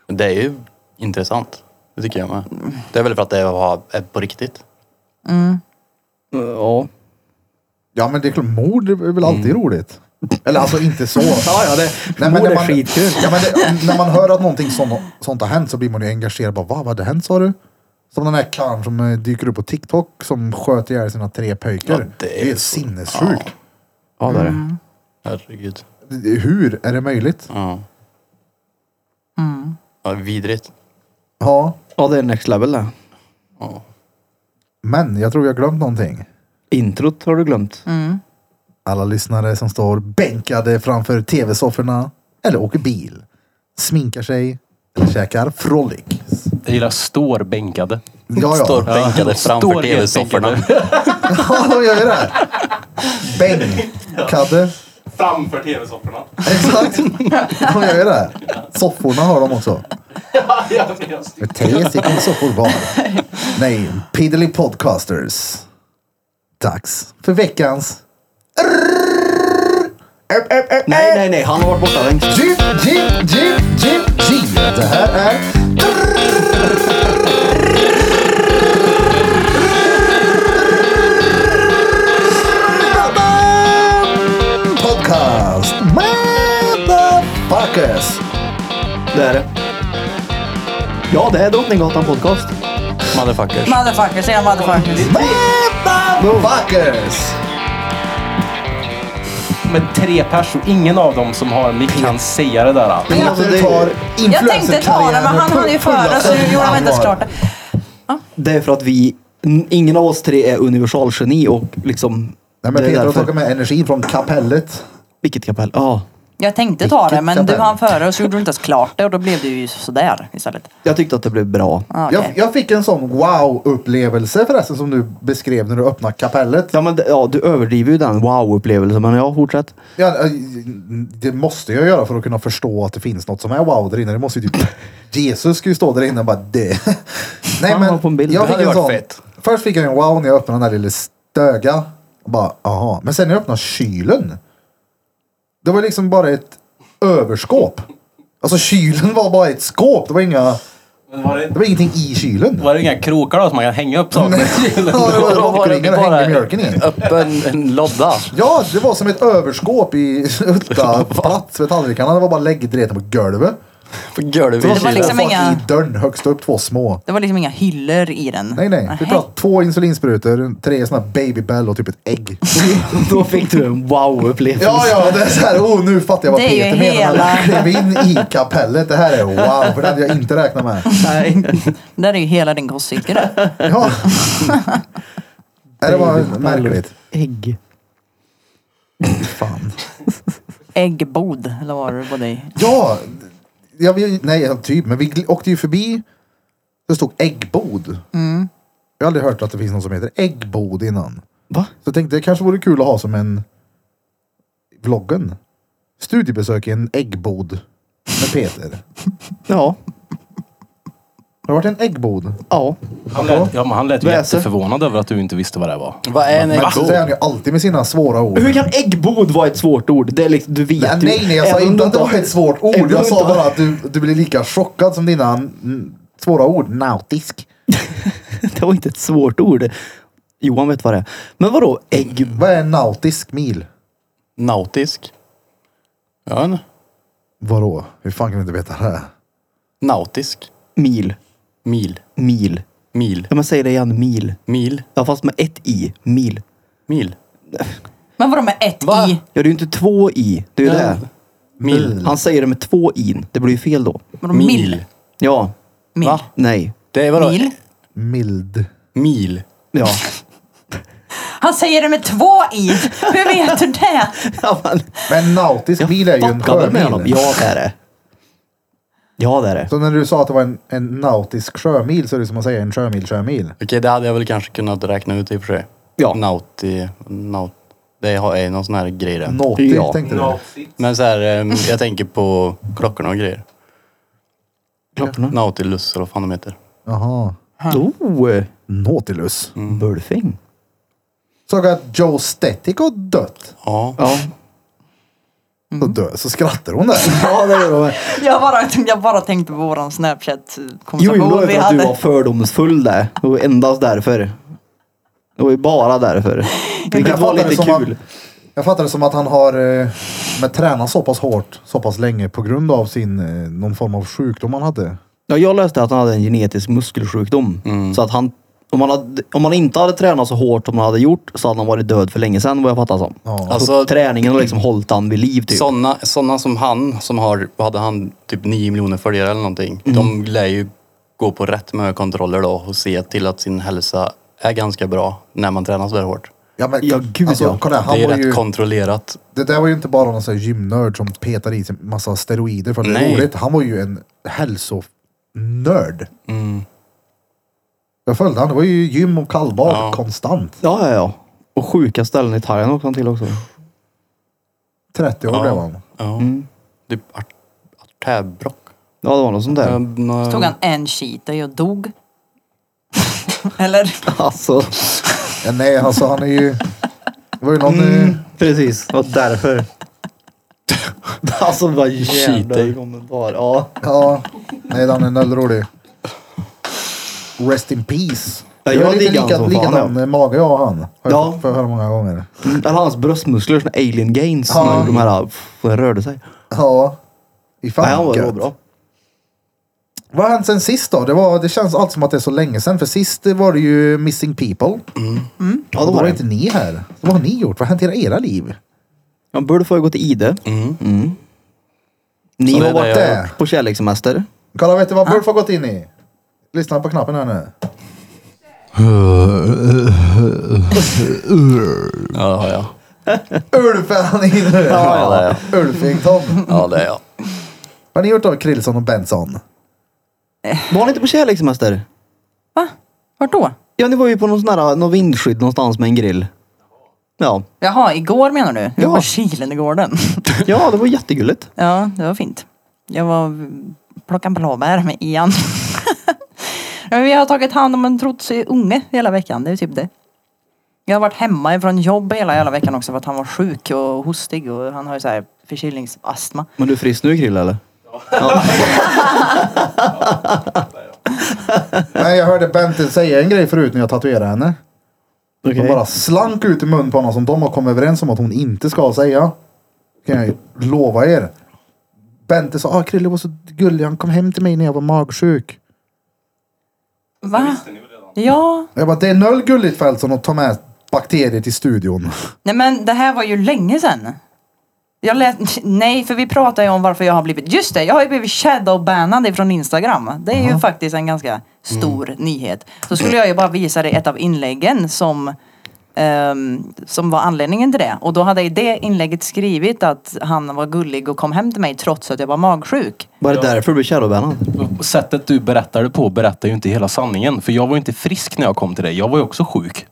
Speaker 4: Det är ju intressant. Det tycker jag med. Det är väl för att det var- är på riktigt.
Speaker 2: Ja.
Speaker 1: Ja men det är klart, mord är väl alltid roligt. Eller alltså inte så.
Speaker 2: Mm. Ja, ja, det,
Speaker 1: Nej, men
Speaker 2: mord
Speaker 1: när,
Speaker 2: är
Speaker 1: man,
Speaker 2: skitkul.
Speaker 1: ja, men det, när man hör att någonting sånt, sånt har hänt så blir man ju engagerad. Bara, Va, vad hade hänt sa du? Som den här karln som eh, dyker upp på TikTok som sköt ihjäl sina tre pojkar.
Speaker 4: Ja, det är
Speaker 1: det är
Speaker 4: ju-
Speaker 1: sinnessjukt.
Speaker 2: Ja, det är det.
Speaker 4: Herregud.
Speaker 1: Det- Hur är det möjligt?
Speaker 4: Ja. Ja, vidrigt.
Speaker 1: Ja,
Speaker 2: Ja, det är next level det.
Speaker 4: Ja.
Speaker 1: men jag tror jag har glömt någonting.
Speaker 2: Introt har du glömt.
Speaker 1: Alla lyssnare som står bänkade framför tv-sofforna eller åker bil, sminkar sig eller käkar Frolics.
Speaker 5: Jag gillar står bänkade.
Speaker 1: Ja,
Speaker 4: Står
Speaker 1: ja.
Speaker 4: bänkade framför
Speaker 5: Står
Speaker 4: tv-sofforna.
Speaker 5: bänkade.
Speaker 1: ja de gör ju det. Bänkade.
Speaker 5: Framför tv-sofforna.
Speaker 1: Exakt. De gör ju det. Sofforna har de också. Med tre stycken soffor var. Nej, Piddly Podcasters. Dags för veckans...
Speaker 2: Nej, nej, nej. Han har varit borta längst.
Speaker 1: G, G, G, G, G. Det här är... Podcast. Motherfuckers.
Speaker 2: Det är det. Ja, det är Drottninggatan podcast.
Speaker 4: Motherfuckers.
Speaker 3: Motherfuckers, säger jag motherfuckers.
Speaker 1: Motherfuckers.
Speaker 5: Men tre personer, ingen av dem som har mick kan säga det där.
Speaker 1: Men
Speaker 2: alltså,
Speaker 1: du
Speaker 2: det-
Speaker 1: tar
Speaker 3: Jag tänkte ta det men han hann ju före
Speaker 1: Alltså,
Speaker 3: så nu gjorde han inte ens klart det.
Speaker 2: Det är för att vi, n- ingen av oss tre är universalgeni och liksom...
Speaker 1: Nej men
Speaker 2: det är
Speaker 1: Peter har
Speaker 2: därför-
Speaker 1: tagit med energi från kapellet.
Speaker 2: Vilket kapell? Ja.
Speaker 3: Jag tänkte ta det men
Speaker 1: Vilket
Speaker 3: du
Speaker 1: tabell.
Speaker 3: hann före och så gjorde du inte ens klart det och då blev det ju sådär istället.
Speaker 2: Jag tyckte att det blev bra.
Speaker 3: Ah, okej.
Speaker 1: Jag, jag fick en sån wow-upplevelse förresten som du beskrev när du öppnade kapellet.
Speaker 2: Ja, men det, ja, du överdriver ju den wow-upplevelsen. Men ja, fortsätt.
Speaker 1: Ja, eh, det måste jag göra för att kunna förstå att det finns något som är wow där inne. Det måste ju typ... Jesus ska ju stå där inne och bara det. Nej
Speaker 2: Fan,
Speaker 1: men
Speaker 2: vad på en bild.
Speaker 1: jag
Speaker 2: Det
Speaker 1: fick
Speaker 4: hade
Speaker 1: en
Speaker 4: varit
Speaker 1: sån...
Speaker 4: fett.
Speaker 1: Först fick jag en wow när jag öppnade den där lilla stöga. Och bara aha. Men sen när jag öppnade kylen. Det var liksom bara ett överskåp. Alltså kylen var bara ett skåp. Det var inga...
Speaker 5: Var det,
Speaker 1: Det var ingenting i kylen.
Speaker 5: var det inga krokar då som man kan hänga upp saker med?
Speaker 1: Ja, det var
Speaker 4: Då var det
Speaker 1: vodkringen och hängde mjölken i.
Speaker 4: öppen en lodda.
Speaker 1: Ja, det var som ett överskåp i utta plats med tallrikarna. Det var bara läggdreten på golvet.
Speaker 4: På golvet.
Speaker 1: Det var,
Speaker 3: Det var
Speaker 1: två
Speaker 3: liksom
Speaker 1: fat
Speaker 3: inga-
Speaker 1: i dörren högst upp, två små.
Speaker 3: Det var liksom inga hyllor i den.
Speaker 1: Nej, nej. Vi
Speaker 3: Nähä.
Speaker 1: pratar två insulinsprutor, tre såna här babybell och typ ett ägg.
Speaker 2: Då fick du en wow-upplevelse.
Speaker 1: Ja, ja, det är så här. Oh, nu fattar jag vad
Speaker 3: Det är ju
Speaker 1: Peter menar när han
Speaker 3: hela-
Speaker 1: klev in i kapellet. Det här är wow, för det hade jag inte räknat med.
Speaker 2: Nej.
Speaker 3: Det där är ju hela din kostcykel där.
Speaker 1: Ja. Nej, det var märkligt.
Speaker 2: Ägg.
Speaker 1: Fan.
Speaker 3: Äggbod, eller vad var det på dig?
Speaker 1: Ja, jag vill, nej ja, typ, men vi gl- åkte ju förbi. Det stod äggbod. Jag har aldrig hört att det finns någon som heter äggbod innan.
Speaker 2: Va?
Speaker 1: Så jag tänkte det kanske vore kul att ha som en vloggen. Studiebesök i en äggbod med Peter.
Speaker 2: Ja.
Speaker 1: Har det varit en äggbod?
Speaker 2: Ja.
Speaker 5: Han lät, ja, men han lät ju
Speaker 2: Väse.
Speaker 5: jätteförvånad över att du inte visste vad det var.
Speaker 4: Vad är en
Speaker 1: Men så säger han
Speaker 4: äggbo?
Speaker 1: ju alltid med sina svåra ord.
Speaker 2: Hur kan äggbod vara ett svårt ord? Det är liksom, du vet
Speaker 1: Nej,
Speaker 2: ju.
Speaker 1: nej, nej, jag sa
Speaker 2: Även om
Speaker 1: inte
Speaker 2: du
Speaker 1: att det var ett svårt
Speaker 2: även om
Speaker 1: ord.
Speaker 2: du
Speaker 1: Jag sa
Speaker 2: inte-
Speaker 1: bara att du, du blir lika chockad som dina mm, svåra ord. Nautisk.
Speaker 2: Det var inte ett svårt ord. Johan vet vad det är. Men vadå ägg?
Speaker 1: Vad är en nautisk mil?
Speaker 4: Nautisk. Ja, en
Speaker 1: Vadå? Hur fan kan du inte veta det? här?
Speaker 4: nautisk.
Speaker 2: Mil.
Speaker 4: Mil.
Speaker 2: Mil.
Speaker 4: Mil.
Speaker 2: Ja, men säg det igen. Mil.
Speaker 4: Mil.
Speaker 2: Ja, fast med ett i. Mil.
Speaker 4: Mil.
Speaker 3: Men vadå med ett
Speaker 4: Va?
Speaker 3: i?
Speaker 2: Ja, det är ju inte två i. Det är ju det.
Speaker 4: Mil.
Speaker 2: Han säger det med två i. Det blir ju fel då.
Speaker 3: Vadå mil?
Speaker 2: Ja.
Speaker 3: Mil.
Speaker 4: Va?
Speaker 2: Nej.
Speaker 4: Det är vadå?
Speaker 3: Mil?
Speaker 1: Mild.
Speaker 4: Mil.
Speaker 2: Ja.
Speaker 3: Han säger det med två i! Hur vet du det?
Speaker 2: ja men,
Speaker 1: Men nautisk mil är ju en
Speaker 2: fuckade med honom.
Speaker 1: sjömil.
Speaker 2: Ja, det är det. Ja, det är det.
Speaker 1: Så när du sa att det var en, en nautisk sjömil så är det som att säga en sjömil sjömil.
Speaker 4: Okej, det hade jag väl kanske kunnat räkna ut i och för sig.
Speaker 2: Ja.
Speaker 4: Naughty, naut, det har- är någon sån här grej där.
Speaker 1: Naughty
Speaker 2: Ja.
Speaker 1: tänkte du.
Speaker 4: Men så här, ehm, jag tänker på klockorna och grejer.
Speaker 2: Klockorna.
Speaker 4: Nautilus eller vad fan de heter.
Speaker 1: Jaha.
Speaker 2: Oh,
Speaker 1: Nautilus.
Speaker 2: Bulfing.
Speaker 1: Såg att Joe Static har dött.
Speaker 4: Ja.
Speaker 2: Ja.
Speaker 1: Så, dö, så skrattar hon där.
Speaker 2: Mm. ja, det gör de.
Speaker 3: Jag bara, jag bara tänkte på våran
Speaker 2: Jo, jo, det
Speaker 3: Snapchat-konversation
Speaker 2: var
Speaker 3: vi
Speaker 2: för att du
Speaker 3: hade.
Speaker 2: var fördomsfull där. Det var endast därför. Det var ju bara därför. Vilket
Speaker 1: Jag
Speaker 2: var
Speaker 1: fattar det
Speaker 2: lite
Speaker 1: som
Speaker 2: kul.
Speaker 1: Att, jag fattar det som att han har eh, men, tränat så pass hårt, så pass länge på grund av sin, eh, någon form av sjukdom han hade.
Speaker 2: Ja, jag läste att han hade en genetisk muskelsjukdom. Så att han, om, han hade, om han inte hade tränat så hårt som han hade gjort så hade han varit död för länge sedan vad jag fattar som.
Speaker 1: Ja.
Speaker 4: Alltså-
Speaker 2: så träningen har liksom hållit han vid liv typ.
Speaker 4: Såna, såna som han, som har, vad hade han typ 9 miljoner följare eller någonting. De lär ju gå på rätt med kontroller då och se till att sin hälsa är ganska bra när man tränar sådär hårt.
Speaker 1: Ja, men,
Speaker 2: Ja, gud, ja.
Speaker 1: Alltså, kolla, han
Speaker 4: det är
Speaker 1: var
Speaker 4: rätt
Speaker 1: ju,
Speaker 4: kontrollerat.
Speaker 1: det där var ju inte bara någon sån här gymnörd som petar i sig massa steroider för att det är
Speaker 4: Nej.
Speaker 1: roligt. Han var ju en hälsonörd.
Speaker 2: Mm.
Speaker 1: Jag följde han. Det var ju gym och kallbad
Speaker 4: Ja.
Speaker 1: konstant.
Speaker 2: Ja, ja, ja. Och sjuka ställen i Thailand åkte han till också.
Speaker 1: 30 år
Speaker 4: Ja.
Speaker 1: blev han.
Speaker 4: Ja. Typ art- artärbråck.
Speaker 2: Ja, det var något sånt där.
Speaker 4: Ehm, eh,
Speaker 3: Tog han en cheater och dog? Eller?
Speaker 2: Alltså,
Speaker 1: Ja, nej, alltså han är ju... Det var ju någon...
Speaker 2: Mm.
Speaker 1: eh,
Speaker 2: precis. Det var därför. alltså vad jävla
Speaker 4: Cheating.
Speaker 2: kommentar. Ja.
Speaker 1: Ja, nej den är väldigt rolig. Rest in peace.
Speaker 2: Ja,
Speaker 1: Det
Speaker 2: jag
Speaker 1: var lite
Speaker 2: diggar han
Speaker 1: lika,
Speaker 2: som
Speaker 1: likadan
Speaker 2: fan,
Speaker 1: mage jag och han. Har
Speaker 2: Ja.
Speaker 1: jag fått höra många gånger.
Speaker 2: Mm, Eller hans bröstmuskler, såna alien gains.
Speaker 1: Ja.
Speaker 2: när De här pff, de rörde sig.
Speaker 1: Ja. I fan
Speaker 2: Nej, han var, det var
Speaker 1: gött.
Speaker 2: bra.
Speaker 1: Vad har hänt sen sist då? Det, var, det känns allt som att det är så länge sen. För sist var det ju Missing People. Mm.
Speaker 2: Ja,
Speaker 1: Och
Speaker 2: det
Speaker 1: då
Speaker 2: var
Speaker 1: var
Speaker 2: det.
Speaker 1: inte ni här. Vad har ni gjort? Vad har hänt i era liv?
Speaker 2: Ja, Bulf har ju gått i ide.
Speaker 4: Mm.
Speaker 2: Ni
Speaker 4: Så det
Speaker 2: har
Speaker 4: är
Speaker 2: varit
Speaker 4: det jag
Speaker 1: har
Speaker 2: där på kärlekssemester.
Speaker 1: Kolla, vet du vad Bulf har gått in i? Lyssna på knappen här nu.
Speaker 4: Ja, det har jag.
Speaker 1: Ulf är han inne nu.
Speaker 4: Ja, det är jag.
Speaker 1: Ulfington.
Speaker 4: Ja, det är jag.
Speaker 1: Vad har ni gjort då, Krillson och Benson?
Speaker 2: Var ni inte på kärlekssemester?
Speaker 3: Va? Vart då?
Speaker 2: Ja, ni var ju på någon sån här, eh, någon vindskydd någonstans med en grill. Ja.
Speaker 3: Jaha, igår menar du? Jag
Speaker 2: Ja.
Speaker 3: var kilen i gården.
Speaker 2: ja, det var jättegulligt.
Speaker 3: Ja, det var fint. Jag var plockade blåbär med Ian. Ja, men Vi har tagit hand om en trotsig unge hela veckan, det är typ det. Jag har varit hemma ifrån jobb hela hela veckan också för att han var sjuk och hostig och han har ju så här förkylningsastma.
Speaker 2: Men du är frisk nu Krill eller?
Speaker 1: Nej, jag hörde Bente säga en grej förut när jag tatuerade henne.
Speaker 2: Okej.
Speaker 1: Som bara slank ut i munnen på honom som de har kommit överens om att hon inte ska säga. Kan jag ju lova er. Bente sa, ah Krille var så gullig, han kom hem till mig när jag var magsjuk.
Speaker 3: Va? Ja.
Speaker 1: Jag bara, det är noll gulligt Fältson att ta med bakterier till studion.
Speaker 3: Nej men det här var ju länge sedan. Jag lät, nej, för vi pratar ju om varför jag har blivit... Just det, jag har ju blivit shadowbannad ifrån Instagram. Det är ju faktiskt en
Speaker 2: Mm.
Speaker 3: ganska stor nyhet. Så skulle jag ju bara visa dig ett av inläggen som, ehm, som var anledningen till det. Och då hade jag i det inlägget skrivit att han var gullig och kom hem till mig trots att jag var magsjuk.
Speaker 2: Var det därför du blev shadowbannad?
Speaker 5: Och Sättet du berättar det på berättar ju inte hela sanningen. För jag var ju inte frisk när jag kom till dig. Jag var ju också sjuk.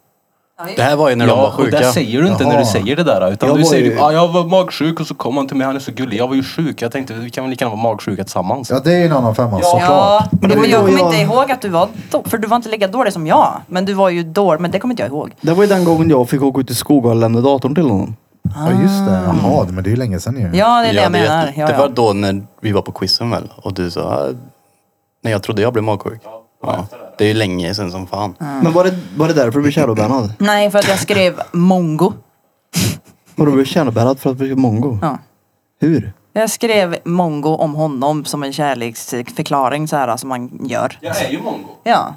Speaker 4: Det här var ju när de var
Speaker 5: och det
Speaker 4: sjuka.
Speaker 5: säger du inte
Speaker 1: Jaha.
Speaker 5: när du säger det där. Utan
Speaker 2: Jag
Speaker 5: du
Speaker 2: var
Speaker 5: säger
Speaker 2: ju-
Speaker 5: ju... ah, jag var magsjuk och så kom han till mig. Han är så gullig. Jag var ju sjuk. Jag tänkte vi kan väl lika gärna vara magsjuka tillsammans.
Speaker 1: Ja, det är ju en annan femma
Speaker 3: Ja,
Speaker 1: såklart.
Speaker 3: men
Speaker 2: det var ju
Speaker 3: jag
Speaker 2: då
Speaker 3: kommer
Speaker 2: jag-
Speaker 3: inte ihåg att du var då, För du var inte lika dålig som jag. Men du var ju dålig, men det kommer inte jag ihåg.
Speaker 2: Det var ju den gången jag fick åka ut i skogen och lämna datorn till honom.
Speaker 1: Ja, just det. Jaha, men det är ju länge sedan ju.
Speaker 3: Ah. Ja, det är det
Speaker 4: Ja,
Speaker 3: jag
Speaker 4: det, är
Speaker 3: menar.
Speaker 4: jätte-
Speaker 3: Ja,
Speaker 4: det var
Speaker 3: ja.
Speaker 4: då när vi var på quizen väl och du sa "Ah, nej jag trodde jag blev magsjuk. Ja, det är ju länge sedan som fan.
Speaker 2: Men var det, var det därför du blev shadowbannad?
Speaker 3: Nej, för att jag skrev mongo.
Speaker 2: Var du blev shadowbannad för att du blev mongo?
Speaker 3: Ja.
Speaker 2: Hur?
Speaker 3: Jag skrev mongo om honom som en kärleksförklaring så här som man gör.
Speaker 5: Jag är ju mongo.
Speaker 3: Ja.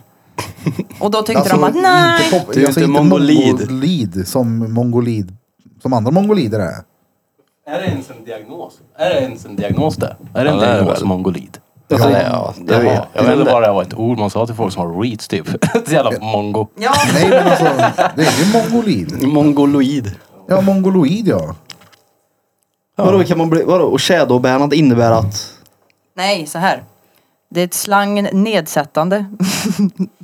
Speaker 3: Och då tyckte
Speaker 1: Alltså,
Speaker 3: de att
Speaker 1: inte
Speaker 3: nej.
Speaker 1: pop-
Speaker 4: Du är
Speaker 1: alltså,
Speaker 4: inte mongolid.
Speaker 1: mongolid som mongolid. Som andra mongolider är.
Speaker 5: Är det ens en diagnos? Är det ens en diagnos det? Är det en
Speaker 4: Ja, det är det
Speaker 5: diagnos,
Speaker 4: väl.
Speaker 5: mongolid?
Speaker 4: Ja, det, ja, det,
Speaker 5: Jaha,
Speaker 4: ja, jag
Speaker 5: jag
Speaker 4: vet
Speaker 5: trodde
Speaker 4: inte.
Speaker 5: bara det var ett ord man sa till folk som har reach typ. Ett jävla mongo.
Speaker 3: Ja.
Speaker 1: Nej, men alltså, det är ju mongolid.
Speaker 4: Mongoloid.
Speaker 1: Ja, mongoloid ja.
Speaker 2: Vadå, kan man bli, vadå, och shadowbannad innebär att...
Speaker 3: Nej, så här. Det är ett slang nedsättande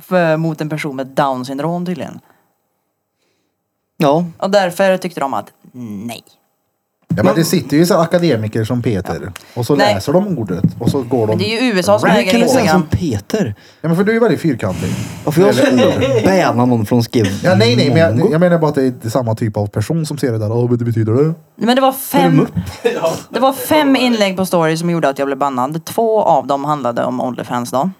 Speaker 3: för, mot en person med down syndrom tydligen.
Speaker 2: Ja,
Speaker 3: Och därför tyckte de att nej.
Speaker 1: Ja, men det sitter ju så akademiker som Peter och så
Speaker 3: Nej.
Speaker 1: läser de ordet och så går de...
Speaker 3: Men det är ju USA som
Speaker 1: Right.
Speaker 2: hur
Speaker 3: äger
Speaker 2: kan du säga som
Speaker 3: Instagram.
Speaker 2: Peter?
Speaker 1: Ja, men för du är ju väldigt fyrkantig.
Speaker 2: Varför jag skulle bäna någon från skriv?
Speaker 1: Ja, nej, nej, men jag, jag menar bara att det är samma typ av person som ser det där. Åh, vad det betyder det?
Speaker 3: Men det var fem,
Speaker 2: mupp?
Speaker 3: det var fem inlägg på story som gjorde att jag blev bannad. Två av dem handlade om Onlyfans då.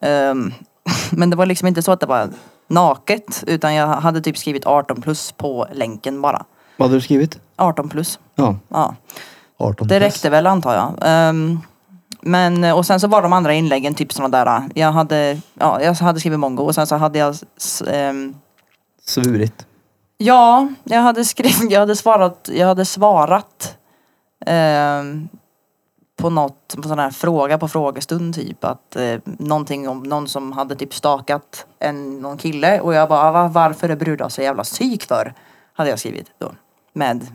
Speaker 3: Ehm, men det var liksom inte så att det var naket utan jag hade typ skrivit 18 plus på länken bara.
Speaker 2: Vad hade du skrivit?
Speaker 3: 18 plus.
Speaker 2: Ja.
Speaker 3: Ja.
Speaker 1: 18
Speaker 3: Det
Speaker 1: plus.
Speaker 3: räckte väl antar jag. Ehm, men och sen så var de andra inläggen typ sådana där. Jag hade, ja, jag hade skrivit mongo och sen så hade jag s- ehm,
Speaker 2: Svurit.
Speaker 3: Ja, jag hade skrivit, jag hade svarat, jag hade svarat ehm, på något, på sån här fråga på frågestund typ att eh, någonting om någon som hade typ stakat en, någon kille och jag bara Va, varför är brudar så jävla psyk för? Hade jag skrivit då med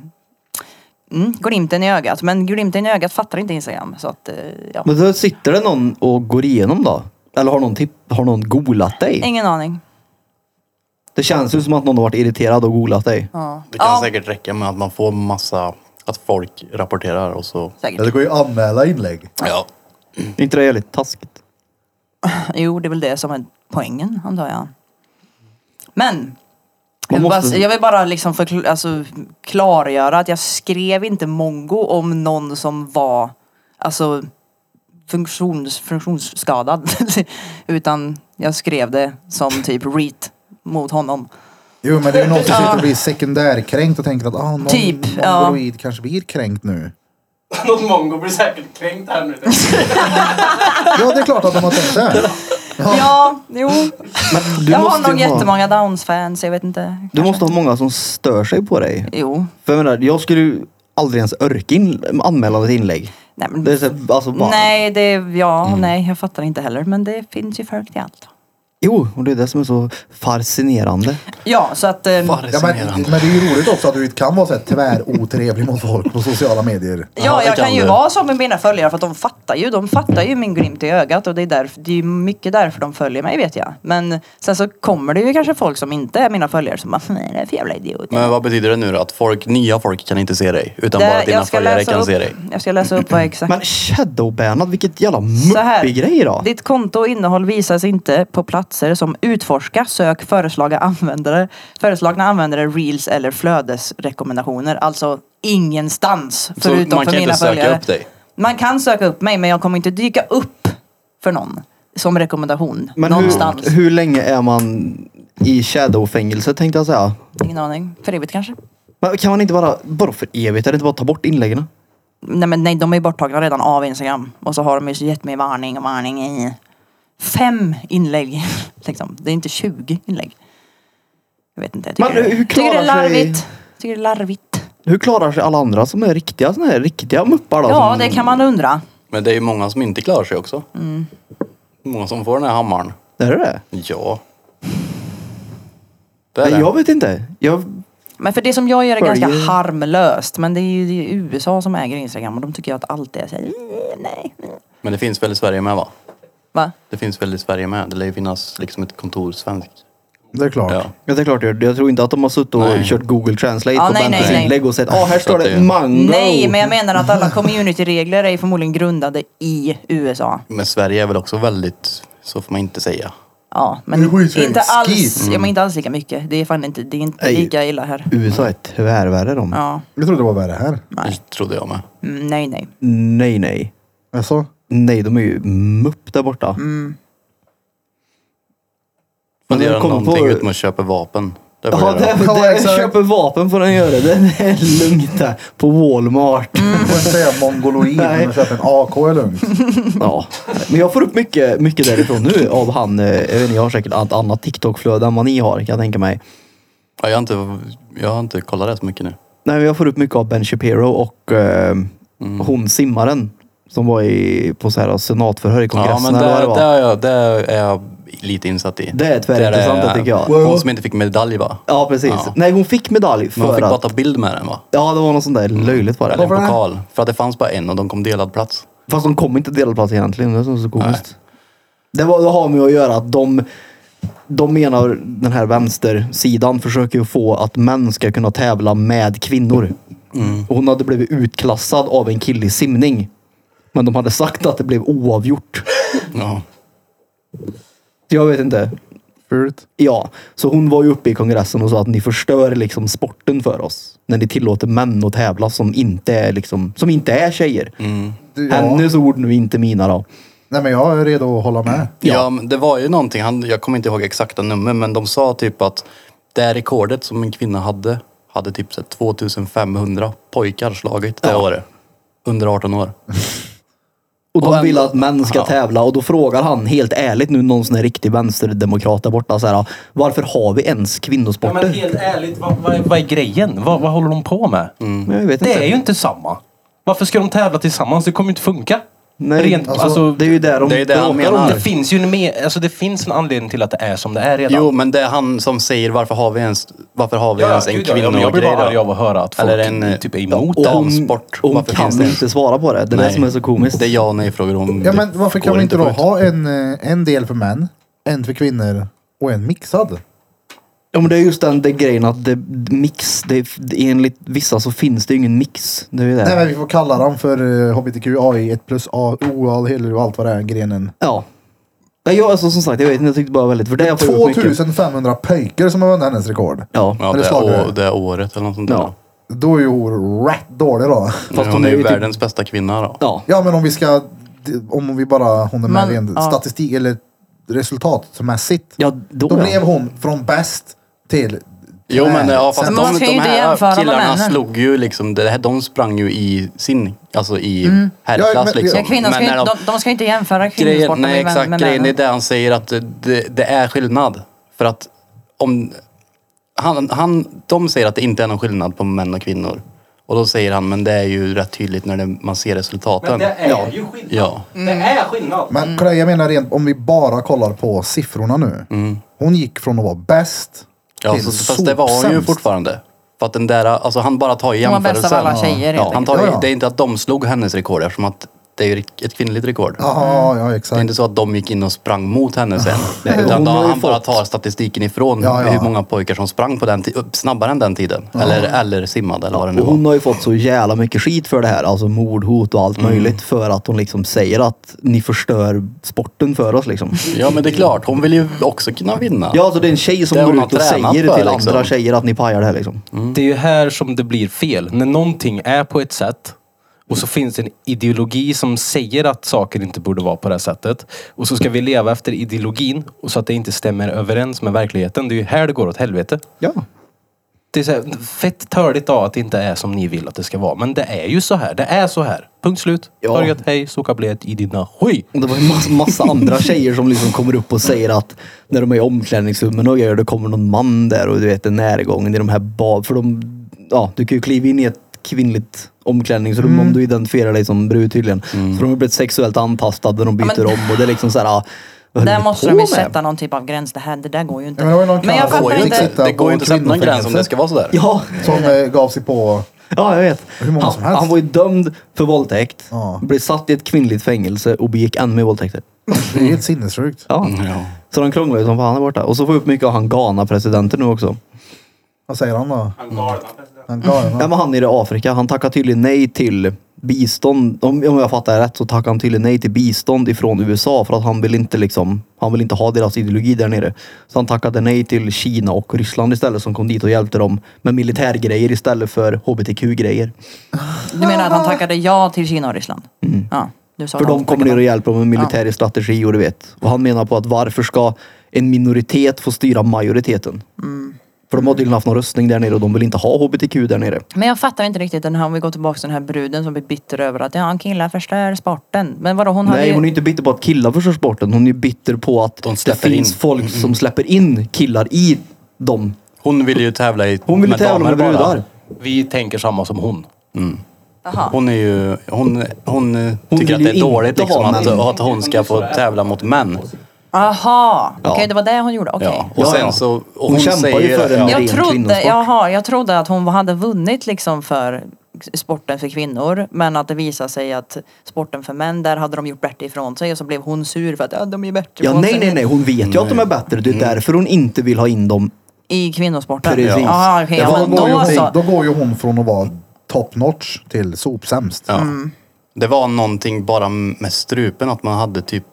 Speaker 3: mm, glimten i ögat men glimten i ögat fattar inte Instagram så att eh, ja.
Speaker 2: Men då sitter det någon och går igenom då? Eller har någon, tipp, har någon golat dig?
Speaker 3: Ingen aning.
Speaker 2: Det känns ju som att någon har varit irriterad och golat dig.
Speaker 3: Ja,
Speaker 4: Det kan
Speaker 3: ja
Speaker 4: säkert räcka med att man får massa, att folk rapporterar och så.
Speaker 1: Ja, det
Speaker 3: säkert.
Speaker 1: går ju att anmäla inlägg.
Speaker 4: Ja.
Speaker 2: Är inte det jävligt taskigt?
Speaker 3: Jo, det är väl det som är poängen antar jag. Men
Speaker 2: Man
Speaker 3: Jag vill,
Speaker 2: måste...
Speaker 3: bara, jag vill bara liksom förkl- alltså, klargöra att jag skrev inte mongo om någon som var alltså, funktions- funktionsskadad. Utan jag skrev det som typ reet mot honom.
Speaker 1: Jo, men det är ju någon som
Speaker 3: Ja.
Speaker 1: sitter och blir sekundärkränkt och tänker att ah, någon
Speaker 3: Typ,
Speaker 1: typ,
Speaker 3: ja.
Speaker 1: mongoloid kanske blir kränkt nu.
Speaker 5: Någon mongo blir säkert kränkt här nu.
Speaker 1: Ja, det är klart att de har tänkt så här.
Speaker 3: Ja, jo.
Speaker 2: Men du
Speaker 3: Jag har
Speaker 2: måste ju
Speaker 3: nog
Speaker 2: ha-
Speaker 3: jättemånga Downs-fans, jag vet inte.
Speaker 2: Du måste ha många som stör sig på dig.
Speaker 3: Jo.
Speaker 2: För jag menar, jag skulle ju aldrig ens örka in, anmäla ett inlägg.
Speaker 3: Nej, men,
Speaker 2: Det är så, här, Mm. alltså bara...
Speaker 3: nej, det, ja, nej, jag fattar inte heller. Men det finns ju folk till allt.
Speaker 2: Jo, och det är det som är så fascinerande.
Speaker 3: Ja, så att... ehm,
Speaker 1: Ja, men, men
Speaker 4: Fascinerande.
Speaker 1: det är ju roligt också att du kan vara så här tvärotrevlig mot folk på sociala medier.
Speaker 4: Ja,
Speaker 3: Ja,
Speaker 4: det
Speaker 3: jag kan,
Speaker 4: kan
Speaker 3: ju
Speaker 4: du.
Speaker 3: vara så med mina följare för att de fattar ju. De fattar ju min glimt i ögat och det är, därför, det är ju mycket därför de följer mig vet jag. Men sen så kommer det ju kanske folk som inte är mina följare som bara, nej det är för jävla idiot.
Speaker 4: Men vad betyder det nu då? Att folk, nya folk kan inte se dig, utan
Speaker 3: Det-
Speaker 4: bara dina
Speaker 3: jag ska
Speaker 4: följare
Speaker 3: läsa
Speaker 4: kan
Speaker 3: upp,
Speaker 4: se dig.
Speaker 3: Jag ska läsa upp vad exakt.
Speaker 2: Men shadowbannad, vilket jävla
Speaker 3: Så här.
Speaker 2: muppig grej då.
Speaker 3: Ditt konto och innehåll visas inte på platser som utforska, sök, föreslaga användare, föreslagna användare, reels eller flödesrekommendationer. Alltså ingenstans
Speaker 4: Så man
Speaker 3: förutom
Speaker 4: kan
Speaker 3: för mina
Speaker 4: inte söka
Speaker 3: följare.
Speaker 4: upp dig?
Speaker 3: Man kan söka upp mig men jag kommer inte dyka upp för någon som rekommendation
Speaker 2: Men
Speaker 3: någonstans.
Speaker 2: hur, hur länge är man i shadowfängelse tänkte jag säga.
Speaker 3: Ingen aning. För evigt kanske?
Speaker 2: Men kan man inte bara, bara för evigt, är det inte bara att ta bort inläggen?
Speaker 3: Nej men nej, de är ju borttagna redan av Instagram. Och så har de ju så gett mig varning och varning i fem inlägg. liksom. Det är inte 20 inlägg. Jag vet inte. Jag tycker,
Speaker 2: Men hur
Speaker 3: det, tycker det är
Speaker 2: klarar sig-
Speaker 3: larvigt. Tycker det är larvigt.
Speaker 2: Hur klarar sig alla andra som är riktiga såna här riktiga muppar då?
Speaker 3: Ja,
Speaker 2: som,
Speaker 3: det kan man undra.
Speaker 4: Men det är ju många som inte klarar sig också.
Speaker 3: Mm.
Speaker 4: Många som får den här hammaren.
Speaker 2: Är det det?
Speaker 4: Ja. Det är
Speaker 2: Nej,
Speaker 4: det.
Speaker 2: jag vet inte. Jag,
Speaker 3: Men för det som jag gör är
Speaker 2: Följer.
Speaker 3: ganska harmlöst. Men det är ju det är USA som äger Instagram och de tycker att allt det är såhär, nej.
Speaker 4: Men det finns väl i Sverige med va?
Speaker 3: Va?
Speaker 4: Det finns väl i Sverige med? Det lär ju finnas liksom ett kontor svenskt.
Speaker 1: Det är klart.
Speaker 4: Ja.
Speaker 2: ja, det är klart jag, jag tror inte att de har suttit och
Speaker 4: Nej.
Speaker 2: kört google translate
Speaker 3: Ja,
Speaker 2: och
Speaker 3: nej,
Speaker 2: vänt
Speaker 3: nej,
Speaker 2: på
Speaker 3: nej.
Speaker 2: sitt inlägg och sett åh här
Speaker 4: Så
Speaker 2: står
Speaker 4: att
Speaker 2: det
Speaker 4: det-
Speaker 2: mango.
Speaker 3: Nej, men jag menar att alla community-regler är ju förmodligen grundade i USA.
Speaker 4: Men Sverige är väl också väldigt, så får man inte säga.
Speaker 3: Ja, men
Speaker 1: Det är skitfint.
Speaker 3: inte alls,
Speaker 1: Skit.
Speaker 3: ja, men inte alls lika mycket. Det är fan inte, det är inte
Speaker 2: Nej.
Speaker 3: lika illa här.
Speaker 2: USA är tvärvärre de.
Speaker 3: Ja,
Speaker 1: Jag trodde det var värre här.
Speaker 3: nej.
Speaker 4: Det trodde jag med.
Speaker 3: Mm, nej, nej.
Speaker 2: Nej nej.
Speaker 1: Alltså,
Speaker 2: Nej de är ju mupp där borta.
Speaker 4: Mm. Men det
Speaker 2: de
Speaker 4: gör
Speaker 2: kommer på-
Speaker 4: någonting utom att köpa vapen. Det var
Speaker 2: Ja,
Speaker 4: det.
Speaker 2: det,
Speaker 4: då.
Speaker 1: Ja,
Speaker 2: det,
Speaker 1: exakt.
Speaker 2: köper vapen får den göra. Det är lugnt där. På Walmart.
Speaker 1: du får inte säga mongoloid
Speaker 2: Nej.
Speaker 1: när du köper en AK är lugnt.
Speaker 2: Ja. Men jag får upp mycket, mycket därifrån nu av han. eh, Jag vet inte, jag har säkert ett annat TikTok-flöde än vad ni har kan jag tänka mig.
Speaker 4: Ja, jag, har inte, jag har inte kollat det så mycket nu.
Speaker 2: Nej, men jag får upp mycket av Ben Shapiro och eh,
Speaker 4: Mm.
Speaker 2: hon simmaren. Som var i, på så här senatförhör i
Speaker 4: Ja,
Speaker 2: kongressen.
Speaker 4: men det,
Speaker 2: eller vad det,
Speaker 4: det,
Speaker 2: var.
Speaker 4: är jag, det är jag lite insatt i.
Speaker 2: Det är tvärintressant, det tycker jag.
Speaker 4: Hon som inte fick medalj va?
Speaker 2: ja, precis.
Speaker 4: Ja.
Speaker 2: Nej, hon fick medalj
Speaker 4: Men hon
Speaker 2: för
Speaker 4: fick bara
Speaker 2: att...
Speaker 4: ta bild med den va?
Speaker 2: Ja, det var något sånt där löjligt var
Speaker 4: Eller en
Speaker 2: det.
Speaker 1: Varför det?
Speaker 4: pokal. För att det fanns bara en och de kom delad plats.
Speaker 2: Fast de kom inte delad plats egentligen. Det är så så komiskt. Det var, det har med att göra att de de menar, den här vänstersidan försöker ju få att män ska kunna tävla med kvinnor. Och Hon hade blivit utklassad av en kille i simning. Men de hade sagt att det blev oavgjort.
Speaker 4: Ja.
Speaker 2: Jag vet inte.
Speaker 1: Fult.
Speaker 2: Ja, så hon var ju uppe i kongressen och sa att ni förstör liksom sporten för oss. När ni tillåter män att tävla som inte är, liksom, som inte är tjejer.
Speaker 1: Du, ja.
Speaker 2: Hennes ord nu, inte mina då.
Speaker 1: Nej men jag är redo att hålla med.
Speaker 4: Ja. men det var ju någonting, han, jag kommer inte ihåg exakta nummer, men de sa typ att det här rekordet som en kvinna hade, hade typ så här 2500 pojkar slagit det året. Under 18 år.
Speaker 2: Och de
Speaker 4: Och ändå-
Speaker 2: vill att män ska tävla och då frågar han helt ärligt nu någon sån här riktig vänsterdemokrat där borta så här, varför har vi ens
Speaker 5: Ja, men
Speaker 2: kvinnosporter?
Speaker 5: helt ärligt, vad, vad, vad är grejen? Vad, vad håller de på med?
Speaker 2: Jag vet
Speaker 5: Det
Speaker 2: inte.
Speaker 5: är ju inte samma. Varför ska de tävla tillsammans? Det kommer ju inte funka.
Speaker 2: Nej,
Speaker 5: Rent,
Speaker 1: alltså,
Speaker 5: alltså,
Speaker 2: det
Speaker 5: det,
Speaker 2: är ju där de
Speaker 4: Det är ju det han
Speaker 2: bråkar om
Speaker 4: menar.
Speaker 2: det.
Speaker 5: finns ju en, me- alltså, det finns en anledning till att det är som det är redan.
Speaker 4: Jo, men det är han som säger varför har vi ens, varför har vi ens en
Speaker 5: gud, ja, men Jag blir
Speaker 4: kvinnogrej
Speaker 5: bara arg
Speaker 4: då?
Speaker 5: av att höra att folk
Speaker 4: Eller en, eh,
Speaker 5: typ är emot
Speaker 4: ja,
Speaker 5: det.
Speaker 4: och-
Speaker 2: hon,
Speaker 4: damsport.
Speaker 2: hon
Speaker 4: Varför
Speaker 2: kan
Speaker 4: finns det ens?
Speaker 2: inte svara på det. Det är det
Speaker 4: Nej.
Speaker 2: som är så komiskt.
Speaker 4: Det är ja och nej frågor om...
Speaker 1: Ja
Speaker 4: det
Speaker 1: men varför kan
Speaker 4: går
Speaker 1: vi inte då
Speaker 4: sjukt.
Speaker 1: ha en, eh, en del för män, en för kvinnor och en mixad?
Speaker 2: Ja, men det är just den det grejen att det, mix, det, enligt vissa så finns det ju ingen mix. Det är ju det.
Speaker 1: Nej men vi får kalla dem för eh, HBTQI, 1 plus A, O, all, hel- och allt vad det är, grenen.
Speaker 2: Ja. Nej, jag, alltså, som sagt, jag vet inte. Jag tyckte bara väldigt... För det har jag fått mycket-
Speaker 1: 2500 pöjker som har vunnit hennes rekord.
Speaker 2: Ja.
Speaker 4: Ja,
Speaker 1: Eller
Speaker 4: det,
Speaker 1: slagare.
Speaker 4: å, det året eller något sånt där.
Speaker 2: Ja.
Speaker 1: Då är ju hon rätt dålig då.
Speaker 2: Fast
Speaker 4: hon
Speaker 2: de är
Speaker 4: är ju
Speaker 2: ju typ-
Speaker 4: världens bästa kvinna då.
Speaker 2: Ja.
Speaker 1: Ja men om vi ska, om vi bara, hon är med
Speaker 3: Men,
Speaker 1: rent
Speaker 3: ja.
Speaker 1: statistik eller resultatmässigt.
Speaker 2: Ja, då,
Speaker 1: Då blev
Speaker 2: ja.
Speaker 1: hon från bäst till
Speaker 4: Jo men ja,
Speaker 1: Sen-
Speaker 4: fast
Speaker 3: Men man
Speaker 4: de,
Speaker 3: ska
Speaker 4: de
Speaker 3: ju inte jämföra
Speaker 4: här
Speaker 3: med
Speaker 4: killarna
Speaker 3: männen.
Speaker 4: slog ju liksom, det här, de sprang ju i sin, alltså i herrklass
Speaker 1: Mm. Ja, men- ja.
Speaker 4: liksom.
Speaker 1: Ja,
Speaker 3: Ja, kvinnor ska
Speaker 4: Men
Speaker 3: ju,
Speaker 4: när
Speaker 3: de, de ska ju inte jämföra
Speaker 4: grejen,
Speaker 3: kvinnosporten
Speaker 4: nej,
Speaker 3: med, män- eh,
Speaker 4: exakt,
Speaker 3: med
Speaker 4: grejen är
Speaker 3: männen.
Speaker 4: det han säger att det, det, det är skillnad. För att om, han, han, de säger att det inte är någon skillnad på män och kvinnor. Och då säger han, men det är ju rätt tydligt när det, man ser resultaten.
Speaker 2: Ja.
Speaker 5: ju skillnad.
Speaker 4: Ja.
Speaker 5: Det är skillnad.
Speaker 1: Men Clay, jag menar rent om vi bara kollar på siffrorna nu. Hon gick från att vara bäst
Speaker 4: Mm. Ja,
Speaker 1: till
Speaker 4: så, fast det var hon ju
Speaker 1: sopsämst.
Speaker 4: fortfarande. För att den där, alltså han bara tar ju
Speaker 3: Hon var bäst av
Speaker 4: jämförelsen.
Speaker 3: alla tjejer, helt
Speaker 4: ja, han tar,
Speaker 1: enkelt.
Speaker 4: ju-
Speaker 1: Ja, ja.
Speaker 4: Det är inte att de slog hennes rekord eftersom att det är ju ett kvinnligt rekord.
Speaker 1: Ja, ja
Speaker 4: Det är
Speaker 1: exakt.
Speaker 4: inte så att de gick in och sprang mot henne sen. Utan
Speaker 2: hon
Speaker 4: då
Speaker 2: har ju
Speaker 4: han bara
Speaker 2: fått-
Speaker 4: tar statistiken ifrån
Speaker 1: Ja, ja.
Speaker 4: hur många pojkar som sprang på den ti- upp snabbare än den tiden. Eller, eller simmade eller vad det nu
Speaker 2: Och
Speaker 4: var.
Speaker 2: hon har ju fått så jävla mycket skit för det här, alltså mordhot och
Speaker 4: Mm.
Speaker 2: allt möjligt för att hon liksom säger att ni förstör sporten för oss liksom.
Speaker 4: Ja men det är klart, hon vill ju också kunna vinna.
Speaker 2: Ja, alltså det är en tjej som
Speaker 4: Det hon
Speaker 2: går
Speaker 4: har
Speaker 2: ut och
Speaker 4: tränat
Speaker 2: säger
Speaker 4: för,
Speaker 2: till
Speaker 4: liksom.
Speaker 2: andra tjejer att ni pajar det här liksom.
Speaker 5: Det är ju här som det blir fel. När någonting är på ett sätt och så finns det en ideologi som säger att saker inte borde vara på det här sättet. Och så ska vi leva efter ideologin och så att det inte stämmer överens med verkligheten. Det är ju här det går åt helvete.
Speaker 2: Ja.
Speaker 5: Det är så här, fett törligt då att det inte är som ni vill att det ska vara. Men det är ju så här. Det är så här. Punkt slut.
Speaker 2: Ja.
Speaker 5: Ha det gött, hej, soka blet i dina skit.
Speaker 2: Och det var ju massa, massa andra tjejer som liksom kommer upp och säger att när de är i omklädningsrummen och grejer, då kommer någon man där och du vet, den närgången i de här bad... För de, ja, du kan ju kliva in i ett kvinnligt omklädningsrum
Speaker 4: Mm.
Speaker 2: om du identifierar dig som brud tydligen. Så de har blivit sexuellt antastade när de byter
Speaker 3: men-
Speaker 2: om och det är liksom såhär, ja, vad höll
Speaker 3: Där
Speaker 2: ni
Speaker 3: måste
Speaker 2: på
Speaker 3: de ju
Speaker 2: med?
Speaker 3: sätta någon typ av gräns. Det, här, det där går ju inte.
Speaker 1: Ja, men det var ju någon
Speaker 3: jag
Speaker 1: karaoke
Speaker 3: fattar
Speaker 4: det går ju
Speaker 3: inte.
Speaker 1: liksom.
Speaker 4: inte, det går ju inte att sätta någon gräns om det ska vara sådär.
Speaker 2: Ja,
Speaker 1: Som eh, gav sig på...
Speaker 2: ja jag vet.
Speaker 1: Hur många som
Speaker 2: han,
Speaker 1: helst.
Speaker 2: han var ju dömd för våldtäkt,
Speaker 1: Ja.
Speaker 2: blev satt i ett kvinnligt fängelse och begick ännu mer våldtäkter.
Speaker 1: Det är helt sinnessjukt.
Speaker 2: Ja.
Speaker 4: Ja.
Speaker 2: Så de krånglar ju som fan där borta. Och så får vi upp mycket av han Ghana-presidenten nu också.
Speaker 1: Vad säger han då? Han galna.
Speaker 2: Nej men han nere i Afrika, han tackar tydligen nej till bistånd. Om, om jag fattar rätt så tackar han tydligen nej till bistånd ifrån USA för att han vill inte liksom, han vill inte ha deras ideologi där nere. Så han tackade nej till Kina och Ryssland istället som kom dit och hjälpte dem med militärgrejer istället för hbtq-grejer.
Speaker 3: Du menar att han tackade ja till Kina och Ryssland? Ja, du sa
Speaker 2: Mm. För
Speaker 3: att han
Speaker 2: de kommer
Speaker 3: tackade
Speaker 2: ner och hjälper dem med militär strategi och du vet. Och han menar på att varför ska en minoritet få styra majoriteten?
Speaker 3: Mm.
Speaker 2: För de har tydligen haft någon röstning där nere och de vill inte ha hbtq där nere.
Speaker 3: Men jag fattar inte riktigt den här, om vi går tillbaka till den här bruden som blir bitter över att ja, han killar förstör sporten. Men vadå, hon hade
Speaker 2: Nej,
Speaker 3: ju...
Speaker 2: hon är inte bitter på att killar förstör sporten. Hon är bitter på att
Speaker 4: De
Speaker 2: det
Speaker 4: släpper
Speaker 2: finns
Speaker 4: in. Mm.
Speaker 2: folk som släpper in killar i dem.
Speaker 4: Hon vill ju tävla i
Speaker 2: Hon vill
Speaker 4: med
Speaker 2: tävla
Speaker 4: damer
Speaker 2: med
Speaker 4: bara.
Speaker 2: brudar.
Speaker 5: Vi tänker samma som hon.
Speaker 3: Aha.
Speaker 4: Hon är ju, hon, hon, eh, tycker att
Speaker 2: vill
Speaker 4: det
Speaker 2: ju
Speaker 4: är dåligt
Speaker 2: inte
Speaker 4: liksom
Speaker 2: ha
Speaker 4: att,
Speaker 2: män.
Speaker 4: att hon ska få tävla mot män.
Speaker 3: Aha.
Speaker 2: Ja.
Speaker 3: okej det var det hon gjorde. Okej.
Speaker 4: Ja.
Speaker 2: Ja,
Speaker 4: Och
Speaker 2: ja.
Speaker 4: sen så, och
Speaker 2: Hon kämpar ju
Speaker 4: säger-
Speaker 2: för en
Speaker 4: ja.
Speaker 2: ren
Speaker 3: Jag trodde,
Speaker 2: kvinnosport.
Speaker 3: jaha, jag trodde att hon hade vunnit liksom för sporten för kvinnor men att det visar sig att sporten för män, där hade de gjort bättre ifrån sig och så blev hon sur för att ja, de är bättre
Speaker 2: Ja,
Speaker 3: på
Speaker 2: nej,
Speaker 3: sig
Speaker 2: nej, nej. Hon vet ju att de är bättre. Det är därför hon inte vill ha
Speaker 4: Mm.
Speaker 2: in dem.
Speaker 3: i kvinnosporten.
Speaker 2: Precis.
Speaker 3: Ja, okej, ja,
Speaker 1: då,
Speaker 3: men
Speaker 1: går ju
Speaker 3: då
Speaker 1: hon,
Speaker 3: så.
Speaker 1: då går ju hon från att vara top notch till sopsämst.
Speaker 4: Ja.
Speaker 2: Mm.
Speaker 4: Det var någonting bara med strupen, att man hade typ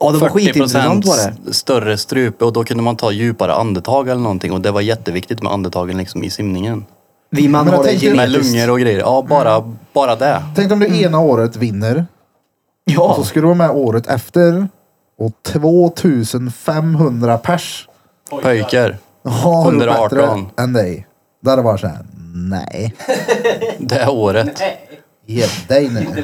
Speaker 2: Ja, det var
Speaker 4: 40
Speaker 2: skitintressant var det.
Speaker 4: procent större strupe och då kunde man ta djupare andetag eller någonting och det var jätteviktigt med andetagen liksom i simningen.
Speaker 2: Vi man
Speaker 1: Men jag
Speaker 2: har det
Speaker 1: tänker-
Speaker 4: Med
Speaker 2: genetiskt.
Speaker 4: lungor och grejer. Ja, bara,
Speaker 2: Mm.
Speaker 4: bara det.
Speaker 1: Tänk om du
Speaker 4: Mm.
Speaker 1: ena året vinner och så
Speaker 2: Ja,
Speaker 1: ska du vara med året efter och 2500 pers
Speaker 4: Pöjker.
Speaker 1: har
Speaker 4: Under
Speaker 1: gjort bättre
Speaker 4: 18.
Speaker 1: än dig. Där hade det varit såhär, nej.
Speaker 4: Det året.
Speaker 1: Ge dig nu.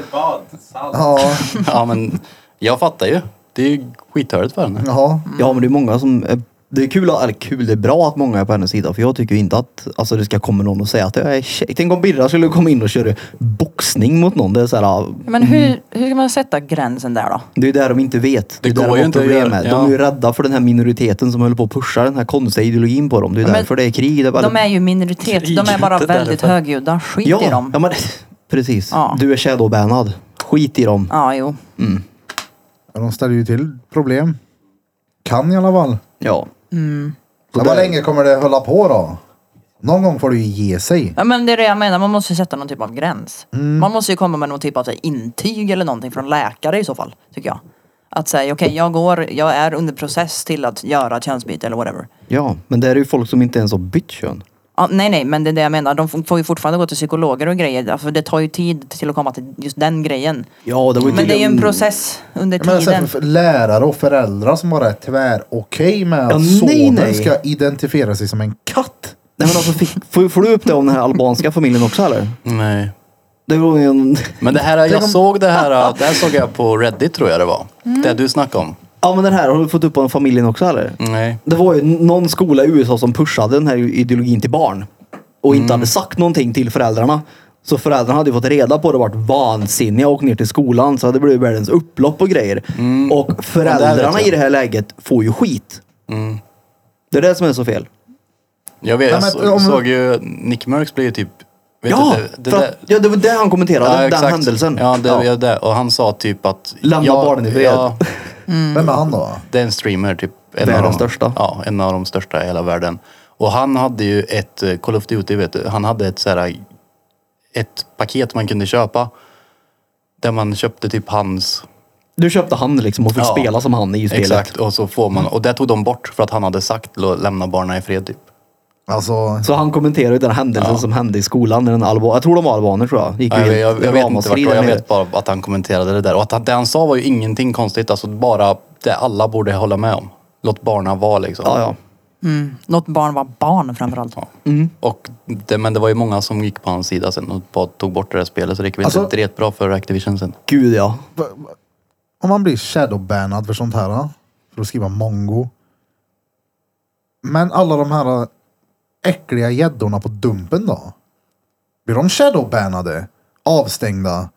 Speaker 1: Ja,
Speaker 4: Ja, men jag fattar ju. Det är ju skithörigt för henne.
Speaker 1: ja.
Speaker 2: ja, men det är många som... är- Det är kul, att- eller kul, det är bra att många är på hennes sida. För jag tycker ju inte att alltså, det ska komma någon och säga att jag är tjej. Tänk om Birra skulle komma in och köra boxning mot någon. Det är så här, ja,
Speaker 3: Men
Speaker 2: Mm.
Speaker 3: hur, hur kan man sätta gränsen där då?
Speaker 2: det är där de inte vet.
Speaker 4: Det
Speaker 2: är där
Speaker 4: går
Speaker 2: de
Speaker 4: ju
Speaker 2: har
Speaker 4: inte att
Speaker 2: problem
Speaker 4: göra-
Speaker 2: med.
Speaker 4: ja.
Speaker 2: De är ju rädda för den här minoriteten som håller på att pusha den här konstiga ideologin på dem. Det är
Speaker 3: Men
Speaker 2: därför det är krig. Det är bara,
Speaker 3: De är ju minoritet, de är bara
Speaker 4: Kriget är
Speaker 3: väldigt
Speaker 4: därför.
Speaker 3: högljudda. Skit
Speaker 2: ja,
Speaker 3: i dem.
Speaker 2: Ja, men, precis.
Speaker 3: Ja.
Speaker 2: Du är shadowbannad. Skit i dem.
Speaker 3: Ja, jo.
Speaker 1: De ställer ju till problem. Kan i alla fall.
Speaker 2: Ja.
Speaker 1: Så Hur länge kommer det hålla på då? Någon gång får du ju ge sig.
Speaker 3: Ja men det är det jag menar, man måste ju sätta någon typ av gräns.
Speaker 1: Mm.
Speaker 3: Man måste ju komma med någon typ av så här, intyg eller någonting från läkare i så fall, tycker jag. Att säga okej jag går, jag är under process till att göra ett könsbyte eller whatever.
Speaker 2: Ja, men det är ju folk som inte ens har bytt kön.
Speaker 3: Ja, nej nej men det är det jag menar, de f- får ju fortfarande gå till psykologer och grejer för det tar ju tid till att komma till just den grejen.
Speaker 2: Ja, det var
Speaker 3: Men det är ju en process under
Speaker 1: Jag menar, så här,
Speaker 3: tiden.
Speaker 1: alltså, för lärare och föräldrar som bara är tvär okej med att
Speaker 2: Ja, nej,
Speaker 1: sonen
Speaker 2: nej.
Speaker 1: ska identifiera sig som en katt.
Speaker 2: Nej, men alltså, fick, får, får du upp det om den här albanska familjen också eller?
Speaker 4: Nej.
Speaker 2: Det var ju en...
Speaker 4: Men det här, jag såg det här, det här såg jag på Reddit tror jag det var.
Speaker 2: Mm.
Speaker 4: Det du snackade om.
Speaker 2: Ja, men den här, har du fått upp om familjen också eller?
Speaker 4: Nej.
Speaker 2: Det var ju någon skola i USA som pushade den här ideologin till barn. Och
Speaker 4: Mm.
Speaker 2: inte hade sagt någonting till föräldrarna. Så föräldrarna hade ju fått reda på det och varit vansinniga och åkt ner till skolan. Så det blev världens upplopp och grejer. Och
Speaker 4: Mm. Ja, det
Speaker 2: föräldrarna
Speaker 4: vet jag.
Speaker 2: i det här läget får ju skit.
Speaker 4: Mm.
Speaker 2: Det är det som är så fel.
Speaker 4: Jag,
Speaker 1: Nej,
Speaker 4: vet, jag
Speaker 1: men
Speaker 4: så-
Speaker 1: om-
Speaker 4: såg ju, Nick Merckx blev ju typ... Vet
Speaker 2: ja,
Speaker 4: du, det, det,
Speaker 2: för
Speaker 4: där-
Speaker 2: att, ja, det var det han kommenterade. den
Speaker 4: exakt.
Speaker 2: händelsen.
Speaker 4: Ja, det, ja. det. Och han sa typ att...
Speaker 2: Lämna
Speaker 4: ja,
Speaker 2: barnen i fred.
Speaker 4: Ja,
Speaker 1: Vem är han då?
Speaker 4: det är en streamer typ. En
Speaker 2: Världens
Speaker 4: av de,
Speaker 2: största.
Speaker 4: Ja, en av de största i hela världen. Och han hade ju ett, eh, Call of Duty vet du, han hade ett så här, ett paket man kunde köpa. Där man köpte typ hans...
Speaker 2: Du köpte han liksom och fick
Speaker 4: Ja.
Speaker 2: spela som han i spelet.
Speaker 4: Exakt, och så får man... Och det tog de bort för att han hade sagt "Lå- lämna barnen i fred typ.
Speaker 1: Alltså,
Speaker 2: Så han kommenterade den händelsen som hände i skolan. När den alba, jag tror de var albaner tror jag. Gick ju
Speaker 4: Jag, jag,
Speaker 2: helt
Speaker 4: jag, vet inte vart
Speaker 2: ramaskri
Speaker 4: det var. jag
Speaker 2: där nere.
Speaker 4: vet bara att han kommenterade det där. Och att han, det han sa var ju ingenting konstigt, alltså bara det alla borde hålla med om. Låt barnen vara liksom.
Speaker 2: Ja, ja.
Speaker 3: Låt barn vara barn framförallt.
Speaker 4: Och det, men det var ju många som gick på hans sida sen och bara tog bort det där spelet så det gick väl
Speaker 1: Alltså-
Speaker 4: inte rätt bra för Activision sen.
Speaker 2: Gud ja.
Speaker 1: om man blir shadowbannad för sånt här. För att skriva mongo. Men alla de här äckliga gäddorna på dumpen då? Blir de shadowbannade? Avstängda?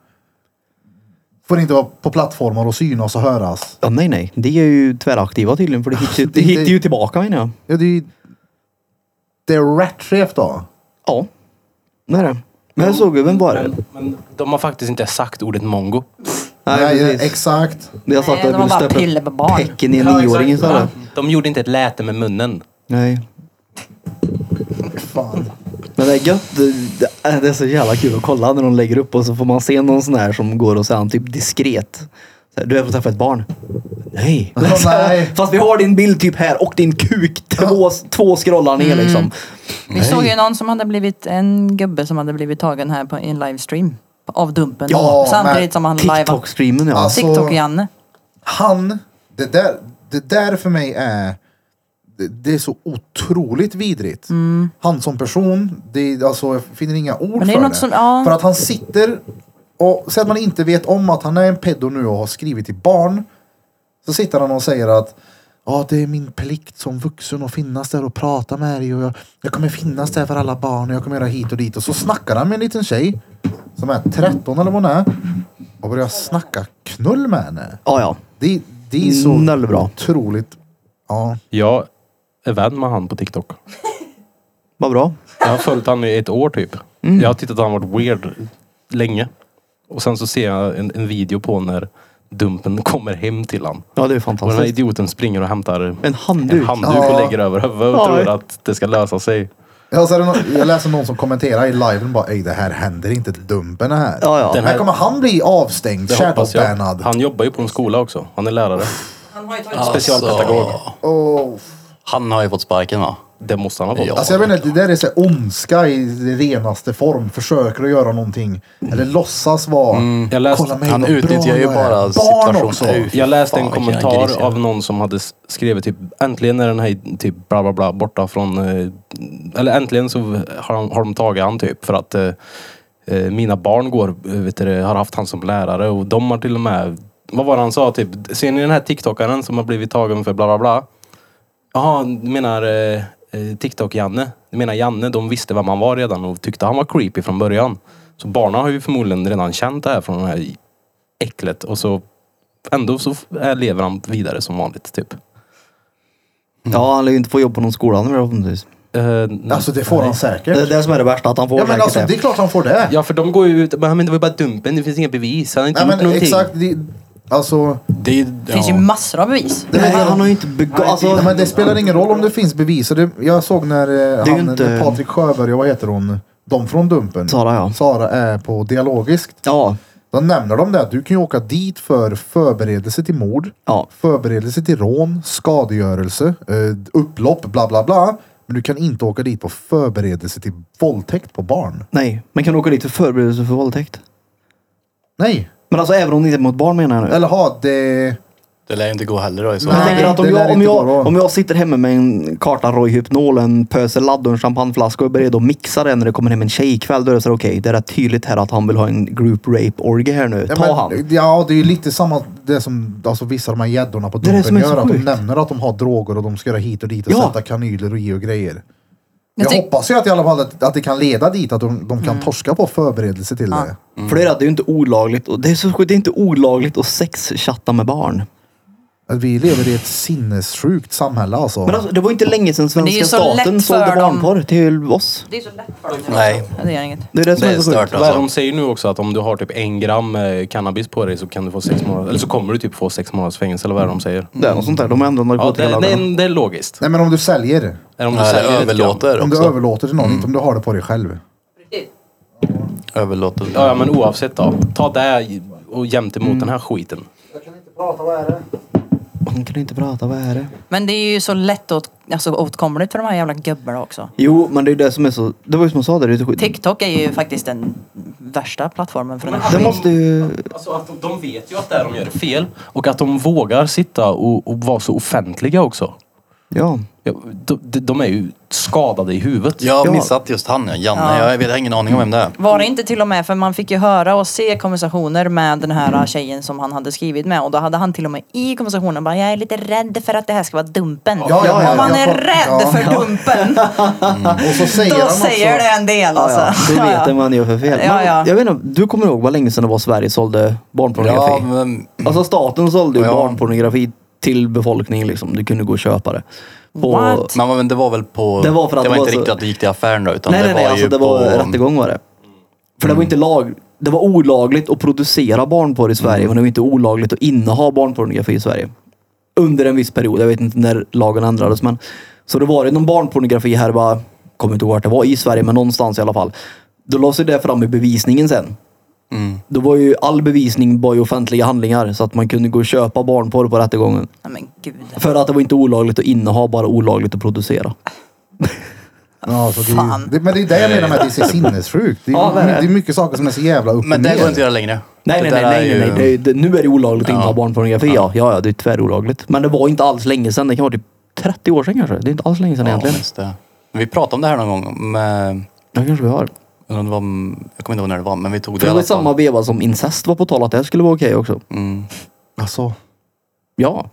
Speaker 1: Får inte vara på plattformar och synas och höras?
Speaker 2: ja. Nej, nej. De är ju tväraktiva tydligen. För det hittar ju, det hittar ju tillbaka menar jag.
Speaker 1: Ja, det är ju... Det är rättchef då.
Speaker 2: Ja. Nej, det. Men jag såg ju, vem var det?
Speaker 5: Men, men de har faktiskt inte sagt ordet mongo.
Speaker 1: Nej,
Speaker 2: precis.
Speaker 1: exakt.
Speaker 2: Det har sagt
Speaker 3: Nej,
Speaker 2: att
Speaker 3: de har bara
Speaker 2: jag vill
Speaker 3: piller
Speaker 2: stöpa
Speaker 3: på barn.
Speaker 2: pecken i en nioåring istället.
Speaker 5: Mm. De gjorde inte ett läte med munnen.
Speaker 2: Nej.
Speaker 1: Fan.
Speaker 2: Men det är gött. Det, äh, det, det är så jävla kul att kolla när de lägger upp och så får man se någon sån här som går och säger han typ diskret. Så här, du är på att träffa ett barn. Nej.
Speaker 1: Åh, nej.
Speaker 2: Fast vi har din bild typ här och din kuk. Två, två scrollar
Speaker 1: Mm.
Speaker 2: ner liksom.
Speaker 3: Vi såg ju någon som hade blivit, en gubbe som hade blivit tagen här på, i en livestream. Av Dumpen.
Speaker 1: Ja, men
Speaker 3: Samtidigt som han liveade.
Speaker 2: TikTok-streamen ja.
Speaker 1: Alltså-
Speaker 3: TikTok-Janne.
Speaker 1: Han, det där, det där för mig är... Det, det är så otroligt vidrigt. Han som person, det, är- alltså, jag finner inga ord
Speaker 3: Mm. Men det är
Speaker 1: för
Speaker 3: något
Speaker 1: det.
Speaker 3: som- ja.
Speaker 1: För att han sitter och säg att man inte vet om att han är en pedo nu och har skrivit till barn. Så sitter han och säger att ja, det är min plikt som vuxen att finnas där och prata med dig och jag, jag kommer finnas där för alla barn och jag kommer göra hit och dit. Och så snackar han med en liten tjej som är 13 eller vad hon är och börjar snacka knull med henne.
Speaker 2: Ja, ja.
Speaker 1: Det, det är så
Speaker 2: Noll bra.
Speaker 1: otroligt. Ja.
Speaker 5: Jag är vän med han på TikTok.
Speaker 2: Vad bra.
Speaker 5: Jag har följt han i ett år typ.
Speaker 2: Mm.
Speaker 5: Jag har tittat han varit weird länge. Och sen så ser jag en, en video på när Dumpen kommer hem till han.
Speaker 2: Ja, det är
Speaker 5: Och den här
Speaker 2: fantastiskt.
Speaker 5: idioten springer och hämtar
Speaker 2: En handduk.
Speaker 5: en handduk och
Speaker 1: Ja.
Speaker 5: lägger över huvudet och
Speaker 2: Ja.
Speaker 5: tror att det ska lösa sig.
Speaker 1: Jag, ser någon, jag läser någon som kommenterar i liven bara Ej det här händer inte, dumpen är här.
Speaker 2: Ja, ja.
Speaker 5: Den
Speaker 1: här...
Speaker 5: här-
Speaker 1: kommer han bli avstängd,
Speaker 5: Det hoppas jag.
Speaker 1: shadowbannad.
Speaker 5: Han jobbar ju på en skola också. Han är lärare.
Speaker 3: Han har ju
Speaker 4: Alltså.
Speaker 3: tagit
Speaker 5: Specialpedagog.
Speaker 1: Åh.
Speaker 4: Han har ju fått sparken va?
Speaker 5: Det måste han ha fått.
Speaker 4: Ja.
Speaker 1: Alltså jag menar, det där är så här ondska i renaste form. Försöker att göra någonting. Eller låtsas vara.
Speaker 5: Mm. Jag läste-
Speaker 4: han
Speaker 1: vad bra
Speaker 4: utnyttjar ju
Speaker 1: jag är.
Speaker 4: bara
Speaker 1: Barn
Speaker 4: situationen.
Speaker 1: också.
Speaker 4: Ej.
Speaker 5: Jag läste
Speaker 4: Fan,
Speaker 5: en
Speaker 4: vilken gris,
Speaker 5: kommentar
Speaker 4: ja.
Speaker 5: av någon som hade s- skrivit typ äntligen är den här typ bla bla bla borta från... eh, Eller äntligen så har de, har de tagit han typ för att eh, eh, mina barn går, eh, vet du, det, har haft han som lärare och de har till och med... Vad var det han sa typ? Ser ni den här TikTokaren som har blivit tagen för bla bla bla? Jaha, du menar eh, eh, TikTok-Janne? Du menar Janne, de visste vem han var redan och tyckte han var creepy från början. Så barnen har ju förmodligen redan känt det här från det här äcklet och så ändå så f- är- lever han vidare som vanligt typ.
Speaker 2: Ja, han lär ju inte få jobb på någon skola nu förhoppningsvis.
Speaker 5: Eh,
Speaker 1: Alltså det får han säkert.
Speaker 2: Det är det som är det värsta, att han får
Speaker 1: ja men
Speaker 2: säkert
Speaker 1: alltså det är klart han får det.
Speaker 5: Ja för de går ju ut och bara, men det var ju bara dumpen, det finns inga bevis, han har inte
Speaker 1: Nej
Speaker 5: gjort
Speaker 1: men
Speaker 5: någonting.
Speaker 1: exakt. Det, alltså,
Speaker 4: Det är,
Speaker 3: Det finns ju
Speaker 4: ja.
Speaker 3: massor av bevis.
Speaker 2: Nej, han har ju inte begått... Alltså,
Speaker 1: nej, men det spelar ingen roll om det finns bevis. Och Det, jag såg när eh,
Speaker 2: ju
Speaker 1: han,
Speaker 2: inte-
Speaker 1: när Patrik Sjöberg och vad heter hon? De från Dumpen.
Speaker 2: Sara, ja.
Speaker 1: Sara är på Dialogiskt.
Speaker 2: Ja,
Speaker 1: Då nämner de det att du kan ju åka dit för förberedelse till mord,
Speaker 2: Ja.
Speaker 1: förberedelse till rån, skadegörelse, eh, upplopp, bla bla bla. Men du kan inte åka dit på förberedelse till våldtäkt på barn.
Speaker 2: nej. Men kan du åka dit för förberedelse för våldtäkt?
Speaker 1: Nej,
Speaker 2: Men alltså även om det inte är mot barn menar jag nu.
Speaker 1: eller ha det...
Speaker 4: Det lär ju inte gå heller då i så
Speaker 2: Jag
Speaker 1: Nej,
Speaker 2: tänker att om
Speaker 1: det lär
Speaker 2: jag, om,
Speaker 1: inte gå
Speaker 2: jag,
Speaker 1: då.
Speaker 2: om jag sitter hemma med en karta Roy Hypnol, en pöse ladd och en champagneflaska och är beredd att mixa det när det kommer hem en tjej ikväll. Då är det så här, okej, det är rätt tydligt här att han vill ha en group rape orgie här nu. Ta
Speaker 1: men,
Speaker 2: han.
Speaker 1: Ja, det är ju lite samma det som alltså, vissa av de här gäddorna på
Speaker 2: Det är det som
Speaker 1: dumpen
Speaker 2: är så
Speaker 1: gör. Att de
Speaker 2: sjukt.
Speaker 1: nämner att de har droger och de ska göra hit och dit och
Speaker 2: Ja.
Speaker 1: sätta kanyler och ge och grejer.
Speaker 3: Jag Mm.
Speaker 1: Jag,
Speaker 3: tyck-
Speaker 1: hoppas ju att i alla fall att, att det kan leda dit, att de, de kan torska på förberedelse till det.
Speaker 2: För det är att det är ju inte olagligt. Och det är så sjukt, det är inte olagligt att sexchatta med barn.
Speaker 1: Att vi lever i ett sinnessjukt samhälle alltså.
Speaker 2: Men alltså, det var inte länge sedan
Speaker 3: det är ju
Speaker 2: svenska
Speaker 3: så lätt
Speaker 2: staten
Speaker 3: för
Speaker 2: sålde
Speaker 3: dem.
Speaker 2: barnporr till oss.
Speaker 3: Det är så lätt för dem.
Speaker 4: Nej.
Speaker 3: Det är inget.
Speaker 2: Det är det som
Speaker 4: Det
Speaker 2: är
Speaker 4: är
Speaker 2: så sjukt.
Speaker 4: stört
Speaker 5: Vad är det
Speaker 4: alltså.
Speaker 5: de säger nu också? Att om du har typ en gram eh, cannabis på dig så kan du få sex månader, eller så kommer du typ få sex månaders fängelse eller vad är det de säger?
Speaker 2: Det är något sånt där. De ändrar
Speaker 5: Ja, det,
Speaker 2: narkotikalagarna.
Speaker 5: det, det är logiskt.
Speaker 1: Nej men om du säljer.
Speaker 5: Eller om du
Speaker 4: Nej, det
Speaker 5: säljer lite grann.
Speaker 4: överlåter
Speaker 1: Om du
Speaker 4: också.
Speaker 1: överlåter till någon,
Speaker 2: Mm.
Speaker 1: inte om du har det på dig själv.
Speaker 4: Överlåter.
Speaker 5: Ja, ja men oavsett då. Ta det i- och jämte mot den här skiten.
Speaker 2: Hon kan inte prata, vad är det?
Speaker 3: Men det är ju så lätt åt, alltså, åtkomligt för de här jävla gubbarna också.
Speaker 2: Jo, men det är ju det som är så... Det var ju som jag sa, där, det är ju så sjukt.
Speaker 3: TikTok är ju faktiskt den värsta plattformen för den
Speaker 2: Det
Speaker 3: här.
Speaker 2: måste ju...
Speaker 5: Alltså att de, de vet ju att det de gör är fel. Och att de vågar sitta och, och vara så offentliga också.
Speaker 2: Ja.
Speaker 5: Ja, de, de- de är ju skadade i huvudet.
Speaker 4: Jag har
Speaker 2: Ja.
Speaker 4: missat just han, ja. Janne. Jag, vet, jag har ingen aning om vem det är.
Speaker 3: Var det inte till och med, för man fick ju höra och se konversationer med den här tjejen som han hade skrivit med och då hade han till och med i konversationen bara jag är lite rädd för att det här ska vara dumpen.
Speaker 1: Ja, ja, ja,
Speaker 3: Om man
Speaker 1: jag
Speaker 3: är
Speaker 1: får-
Speaker 3: rädd
Speaker 1: ja.
Speaker 3: för dumpen,
Speaker 1: Och så säger han
Speaker 3: då
Speaker 1: också...
Speaker 3: säger det en del alltså.
Speaker 2: Ja, ja. Då vet den vad han gör för fel. Men,
Speaker 3: Ja, ja.
Speaker 2: Jag vet inte, du kommer ihåg vad länge sedan det var Sverige sålde barnpornografi?
Speaker 4: Ja, men,
Speaker 2: Alltså staten sålde ju
Speaker 4: Ja.
Speaker 2: barnpornografi till befolkningen liksom. Du kunde gå och köpa det. På...
Speaker 3: What?
Speaker 4: men, men det var väl på...
Speaker 2: Det var för att det
Speaker 4: inte
Speaker 2: var så-
Speaker 4: riktigt att det gick till affären då, utan
Speaker 2: Nej,
Speaker 4: det
Speaker 2: nej,
Speaker 4: var
Speaker 2: nej. Alltså
Speaker 4: ju
Speaker 2: det var
Speaker 4: på... Mm.
Speaker 2: rättegång var det. För det var inte lag... Det var olagligt att producera barnporr i Sverige,
Speaker 4: Mm.
Speaker 2: men det var inte olagligt att inneha barnpornografi i Sverige. Under en viss period. Jag vet inte när lagen ändrades, men... Så det var ju någon barnpornografi här bara... Kommer inte ihåg vart det var i Sverige, men någonstans i alla fall. Då lades ju det fram i bevisningen sen.
Speaker 4: Mm.
Speaker 2: Då var ju all bevisning bara i offentliga handlingar så att man kunde gå och köpa barnporr på rättegången.
Speaker 3: Nej men gud.
Speaker 2: För att det var inte olagligt att inneha, bara olagligt att producera.
Speaker 1: Ja, alltså, det,
Speaker 3: Fan.
Speaker 1: är- det, men det är det jag menar med att det är så sinnessjukt. Det är,
Speaker 2: Ja, det är det.
Speaker 1: det är mycket saker som är så jävla upp och
Speaker 4: Men det
Speaker 1: ner.
Speaker 4: går inte att göra längre.
Speaker 2: Nej,
Speaker 4: Det
Speaker 2: nej,
Speaker 4: där
Speaker 2: nej, nej,
Speaker 4: är
Speaker 2: nej,
Speaker 4: ju-
Speaker 2: nej. Det, är- det, nu är det olagligt att inneha barnpornografi. Ja. ja, ja, det är tvärolagligt. Men det var inte alls länge sedan. Det kan vara typ 30 år sedan kanske. Det är inte alls länge sedan
Speaker 4: Ja,
Speaker 2: egentligen.
Speaker 4: just det. Men Vi pratade om det här någon gång med...
Speaker 2: Ja, kanske vi har.
Speaker 4: Jag kommer inte ihåg när det var, men vi tog det
Speaker 2: För
Speaker 4: i
Speaker 2: det var
Speaker 4: alla
Speaker 2: i samma
Speaker 4: fall.
Speaker 2: veva som incest var på tal att det skulle vara okej också.
Speaker 4: Mm.
Speaker 1: Alltså,
Speaker 2: Ja.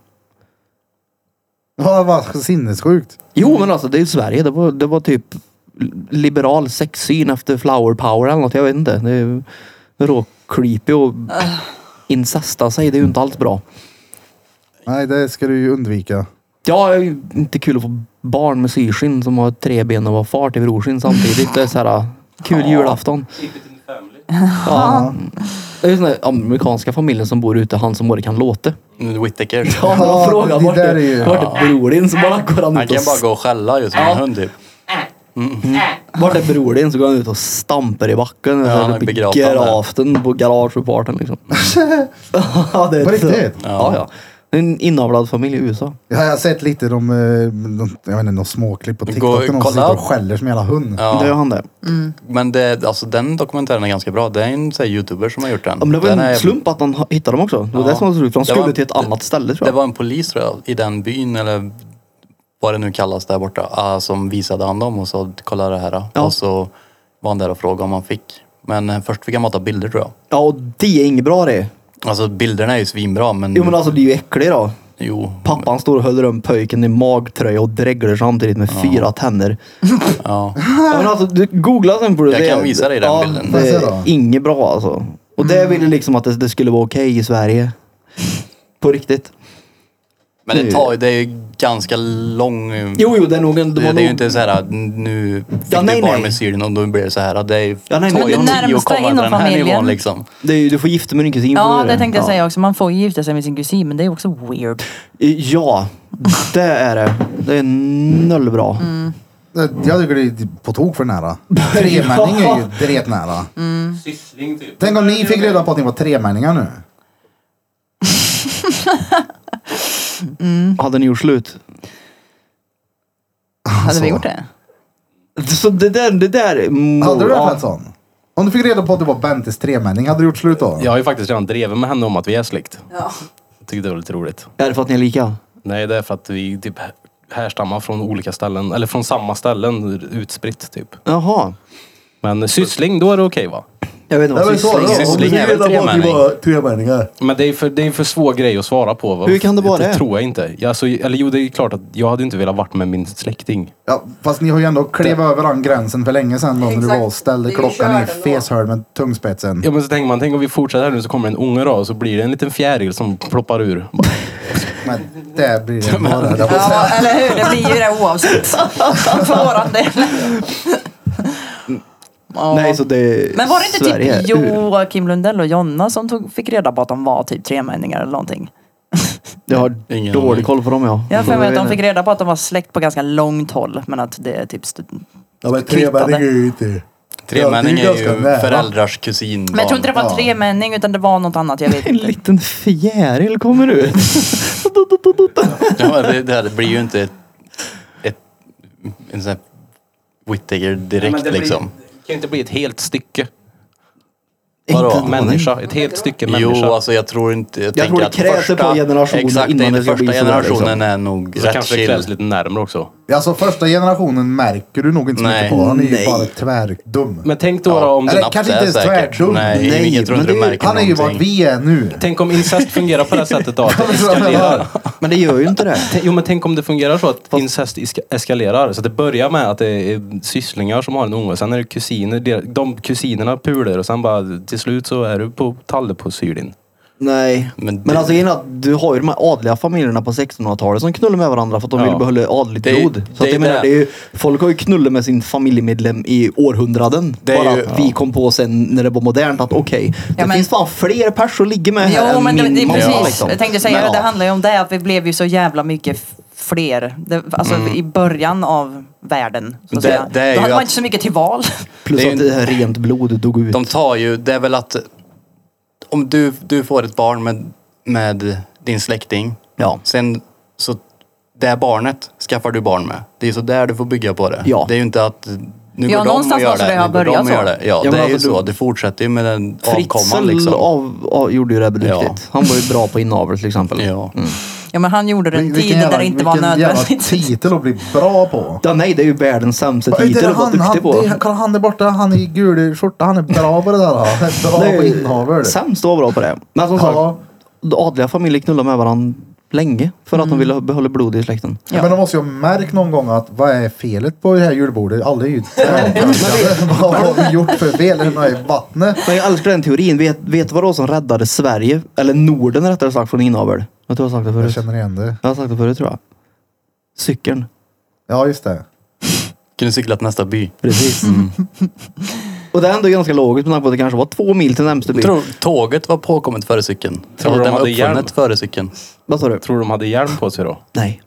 Speaker 1: ja, det var sinnessjukt.
Speaker 2: Jo, men alltså det är ju Sverige. Det var, det var typ liberal sexsyn efter flower power eller något. Jag vet inte. Det är ju rå-creepy och incesta sig. Det är ju inte alls bra.
Speaker 1: Nej, det ska du ju undvika.
Speaker 2: Ja, det är ju inte kul att få barn med syskinn som har tre ben och var far till brorsyn samtidigt. Det är så här, äh, Kul julafton. Ja. Det är ju den där amerikanska familjen som bor ute, han som både kan låta.
Speaker 4: Whittaker.
Speaker 2: Ja,
Speaker 1: Ja,
Speaker 2: man frågar
Speaker 1: det
Speaker 2: vart
Speaker 1: där är ju-
Speaker 2: är, vart är bror din? Så bara går han
Speaker 4: Han
Speaker 2: ut och,
Speaker 4: kan bara gå och skälla ju som en hund typ.
Speaker 2: vart är bror din? Så går han ut och stampar i backen.
Speaker 4: han
Speaker 2: Ja,
Speaker 4: har begravt
Speaker 2: Gravten på garageparten liksom. ja, det
Speaker 1: På
Speaker 2: är
Speaker 1: riktigt?
Speaker 2: Ja, ja. Det är En inavlad familj i USA.
Speaker 1: Jag har sett lite de, eh, de jag vet inte, de småklipp på TikTok.
Speaker 4: Gå-
Speaker 1: där någon
Speaker 4: kolla.
Speaker 1: som sitter och skäller som en jävla hund.
Speaker 4: Ja.
Speaker 2: Det är han det.
Speaker 4: Men det, alltså, den dokumentären är ganska bra. Det är en så här, youtuber som har gjort den.
Speaker 2: Ja, men det var
Speaker 4: den
Speaker 2: en
Speaker 4: är,
Speaker 2: slump att han ha- hittade dem också. Det var
Speaker 4: Ja.
Speaker 2: det som var så roligt, för de
Speaker 4: Det var-
Speaker 2: skulle till ett annat ställe tror
Speaker 4: Det
Speaker 2: jag.
Speaker 4: var en polis tror jag, i den byn eller vad det nu kallas där borta. ah, som visade han dem och sa kolla det här.
Speaker 2: Ja.
Speaker 4: Och så var han där och frågade om han fick. Men eh, först fick han mata bilder tror jag.
Speaker 2: Ja, och det är inget bra det.
Speaker 4: Alltså bilderna är ju svinbra men...
Speaker 2: Jo men alltså det är ju äckligt då.
Speaker 4: Jo.
Speaker 2: Pappan står och håller runt pojken i magtröja och dreglar samtidigt med fyra tänder. Ja,
Speaker 4: Ja.
Speaker 2: men alltså, du googla sen på det.
Speaker 4: Jag
Speaker 2: Det-
Speaker 4: kan visa dig den
Speaker 2: ja,
Speaker 4: bilden.
Speaker 2: Det
Speaker 1: Får jag se då?
Speaker 2: är inget bra alltså. Och
Speaker 3: Mm.
Speaker 2: det ville liksom att det, det skulle vara okej i Sverige. På riktigt.
Speaker 4: Men det, tar, ju- det är ju ganska lång...
Speaker 2: Jo, jo, det är nog en...
Speaker 4: Det,
Speaker 2: var
Speaker 4: det är ju
Speaker 2: nog-
Speaker 4: inte så här att nu fick
Speaker 2: Ja, nej,
Speaker 4: du barn
Speaker 2: nej.
Speaker 4: med syrien och då blir det så här. Det är, ju-
Speaker 2: Ja, nej,
Speaker 4: tar
Speaker 2: nej.
Speaker 4: ju
Speaker 2: Men
Speaker 4: en
Speaker 2: det
Speaker 4: tid att
Speaker 3: närmsta
Speaker 4: komma till
Speaker 3: inom
Speaker 4: den här
Speaker 3: familjen.
Speaker 4: nivån liksom.
Speaker 2: det är ju, du får gifta med din kusin. får du
Speaker 3: Ja,
Speaker 2: göra
Speaker 3: det tänkte jag säga också. Man får ju gifta sig med sin kusin, men det är också weird.
Speaker 2: Ja, det är det. Det är noll bra.
Speaker 3: Mm.
Speaker 1: Jag tycker det är typ på tok för nära. Tremänning är ju dret nära.
Speaker 5: Syssling typ.
Speaker 1: Tänk om ni fick reda på att ni var tremänningar nu.
Speaker 2: Hade ni gjort slut?
Speaker 3: Hade
Speaker 1: Alltså.
Speaker 3: vi gjort det?
Speaker 2: Så det där... Det där
Speaker 1: Hade du det
Speaker 2: ja.
Speaker 1: Svensson? Om du fick reda på att du var Bentes tremänning, hade du gjort slut då?
Speaker 5: Jag har ju faktiskt redan drevit med henne om att vi är släkt. Jag tyckte det var lite roligt.
Speaker 2: Är det för att ni är lika?
Speaker 5: Nej, det är för att vi typ härstammar från olika ställen. Eller från samma ställen utspritt typ.
Speaker 2: Jaha.
Speaker 5: Men syssling, då är det okej va?
Speaker 2: Jag vet inte
Speaker 1: Det var
Speaker 2: vad
Speaker 1: ju så
Speaker 2: syssling
Speaker 1: det var.
Speaker 2: är.
Speaker 1: Om du fick
Speaker 4: Syssling
Speaker 1: reda
Speaker 4: är väl
Speaker 1: på att ni
Speaker 4: tremänning?
Speaker 1: var tremänningar.
Speaker 5: Men det är för, det är för svår grej att svara på. Va?
Speaker 2: Hur kan det vara
Speaker 5: det?
Speaker 2: det?
Speaker 5: tror jag inte. Ja, Alltså, eller jo, det är klart att jag hade inte velat varit med min släkting.
Speaker 1: Ja, fast ni har ju ändå klivit över den gränsen för länge sedan då, när du
Speaker 3: Exakt.
Speaker 1: var och ställde
Speaker 3: Det är ju
Speaker 1: klockan i
Speaker 3: kört ändå.
Speaker 1: feshörn med tungspetsen.
Speaker 5: Ja, men så tänker man, tänk om vi fortsätter här nu så kommer en unge då och så blir det en liten fjäril som ploppar ur.
Speaker 1: Men det blir det bara. höll jag på att säga.
Speaker 3: Ja, eller hur? Det blir ju det oavsett. För våran del. Ja.
Speaker 2: Nej, så det är
Speaker 3: Men var det inte
Speaker 2: Sverige.
Speaker 3: typ Joakim Lundell och Jonna som tog, fick reda på att de var typ tremänningar eller någonting?
Speaker 2: Jag har
Speaker 4: Ingen aning.
Speaker 2: dålig koll på dem ja.
Speaker 3: Jag har för mig att
Speaker 2: Mm. vet
Speaker 3: de fick
Speaker 2: inte.
Speaker 3: reda på att de var släkt på ganska långt håll men att det är typ... st-
Speaker 1: Ja, men
Speaker 3: Kvittade.
Speaker 1: tremänning är ju inte...
Speaker 4: Tremänning
Speaker 1: Ja, det
Speaker 4: är
Speaker 1: ganska
Speaker 4: ju
Speaker 1: nära.
Speaker 4: föräldrars kusin.
Speaker 3: Men jag tror inte det var tremänning utan det var något annat, jag vet
Speaker 2: En
Speaker 3: inte.
Speaker 2: liten fjäril kommer ut.
Speaker 4: Ja, det, det här blir ju inte ett, ett, en sån här Whittaker direkt liksom.
Speaker 5: Det kan inte bli ett helt stycke
Speaker 4: Vadå?
Speaker 2: Inte en aning.
Speaker 5: människa. Ett helt stycke människa.
Speaker 4: Jo, alltså jag tror inte... Jag,
Speaker 2: tror
Speaker 4: tänker
Speaker 2: det
Speaker 4: att
Speaker 2: krävs ett par generationer
Speaker 4: Exakt,
Speaker 2: innan
Speaker 4: den
Speaker 2: det ska
Speaker 4: första
Speaker 2: bli sådär,
Speaker 4: generationen
Speaker 2: liksom.
Speaker 4: är nog
Speaker 5: så
Speaker 4: rätt
Speaker 5: kanske det
Speaker 4: chill.
Speaker 5: krävs lite närmare också.
Speaker 1: Alltså första generationen märker du nog inte så
Speaker 4: Nej.
Speaker 1: mycket på. Han är ju
Speaker 2: Nej.
Speaker 1: bara tvärdum.
Speaker 5: Men tänk då, då om
Speaker 1: Eller
Speaker 5: det,
Speaker 4: knappt
Speaker 1: kanske
Speaker 4: det
Speaker 1: inte ens
Speaker 4: säkert.
Speaker 1: tvärdum.
Speaker 4: Nej,
Speaker 2: Nej,
Speaker 4: jag tror
Speaker 2: men
Speaker 4: inte du
Speaker 2: det är-
Speaker 4: märker
Speaker 1: Han är ju vart
Speaker 4: någonting.
Speaker 1: vi är nu.
Speaker 5: Tänk om incest fungerar på det sättet då, att det eskalerar.
Speaker 2: Men det gör ju inte det.
Speaker 5: T- Jo men tänk om det fungerar så att incest iska- eskalerar. Så att det börjar med att det är sysslingar som har en unge. Sen är det kusiner. der- De kusinerna pular och sen bara till slut så är du på talle på syrdin.
Speaker 2: Nej.
Speaker 4: Men
Speaker 2: Men,
Speaker 4: det-
Speaker 2: alltså grejen är att du har ju de här adliga familjerna på 1600-talet som knullar med varandra för att de
Speaker 5: Ja.
Speaker 2: ville behålla adligt
Speaker 4: Det är ju-
Speaker 2: blod. Så
Speaker 4: det är
Speaker 2: att jag
Speaker 4: det.
Speaker 2: menar, det är ju, folk har ju knullat med sin familjemedlem i århundraden.
Speaker 4: Det är
Speaker 2: bara
Speaker 4: ju-
Speaker 2: att vi kom på sen när det var modernt att okej, det
Speaker 3: men-
Speaker 2: finns fan fler pers att ligga med här
Speaker 3: Jo
Speaker 2: än
Speaker 3: men det,
Speaker 2: min
Speaker 3: det är
Speaker 2: mamma.
Speaker 3: precis,
Speaker 2: liksom.
Speaker 3: jag tänkte säga
Speaker 2: Men,
Speaker 3: det, det
Speaker 2: ja.
Speaker 3: handlar ju om det att vi blev ju så jävla mycket f- fler. Det, alltså i början av världen. Så att
Speaker 4: Det-
Speaker 3: säga.
Speaker 4: det är ju
Speaker 3: Då hade
Speaker 4: att-
Speaker 3: man inte så mycket till val.
Speaker 2: Plus
Speaker 4: Det är ju-
Speaker 2: att det här rent blod dog ut.
Speaker 4: De tar ju, det är väl att om du, du får ett barn med, med din släkting.
Speaker 2: Ja.
Speaker 4: Sen så det barnet skaffar du barn med. Det är ju så där du får bygga på det.
Speaker 2: Ja.
Speaker 4: Det är ju inte att
Speaker 3: Ja,
Speaker 4: nu går de och
Speaker 3: någonstans
Speaker 4: gör
Speaker 3: måste
Speaker 4: det,
Speaker 3: det ha
Speaker 4: nu går de
Speaker 3: börjat
Speaker 4: och gör
Speaker 3: så.
Speaker 4: det. Ja,
Speaker 2: Ja,
Speaker 4: det
Speaker 2: men
Speaker 4: är ju
Speaker 2: alltså,
Speaker 4: så.
Speaker 2: du-
Speaker 4: Du fortsätter ju med den avkomman
Speaker 2: Fritzl
Speaker 4: liksom.
Speaker 2: av, av, gjorde ju det här
Speaker 4: Ja.
Speaker 2: bedriftigt. Han var ju bra på inavel till exempel.
Speaker 4: Ja.
Speaker 3: Ja men han gjorde det i en tid där det inte var
Speaker 1: vilken jävla
Speaker 3: nödvändigt.
Speaker 1: titel att bli bra på.
Speaker 2: Ja, nej, det är ju världens sämsta titel att vara
Speaker 1: han, han,
Speaker 2: duktig på.
Speaker 1: det, kolla han där borta, han i gul skjorta, han är bra på det där. Han är bra
Speaker 2: Nej,
Speaker 1: på innehaver.
Speaker 2: Sämst att vara bra på det. Men som
Speaker 1: Ja.
Speaker 2: sagt, adliga familjer knullar med varandra länge för
Speaker 1: Mm.
Speaker 2: att de ville behålla blod i släkten.
Speaker 1: Ja. Men de måste ju ha märkt någon gång att vad är felet på det här julbordet? Alla är ju Vad har vi gjort för fel? Den har ju vattnet.
Speaker 2: Men jag älskar den teorin. Vet, vet du vad det var som räddade Sverige, eller Norden rättare sagt, från inavel? Jag tror jag har sagt det
Speaker 1: Jag
Speaker 2: förut.
Speaker 1: känner igen det.
Speaker 2: Jag har sagt det förut tror jag. Cykeln.
Speaker 1: Ja, just det.
Speaker 5: Mm.
Speaker 4: Kunde cykla till nästa by.
Speaker 2: Precis. Och det är ändå ganska logiskt med tanke på att det kanske var två mil till närmsta bil.
Speaker 4: Tror tåget var påkommet före cykeln.
Speaker 5: Tror
Speaker 4: Eller
Speaker 5: de
Speaker 4: den var
Speaker 5: hade hjälm?
Speaker 4: uppfunnet före cykeln.
Speaker 2: Vad sa du?
Speaker 5: Tror de hade hjälm på sig då?
Speaker 2: Nej.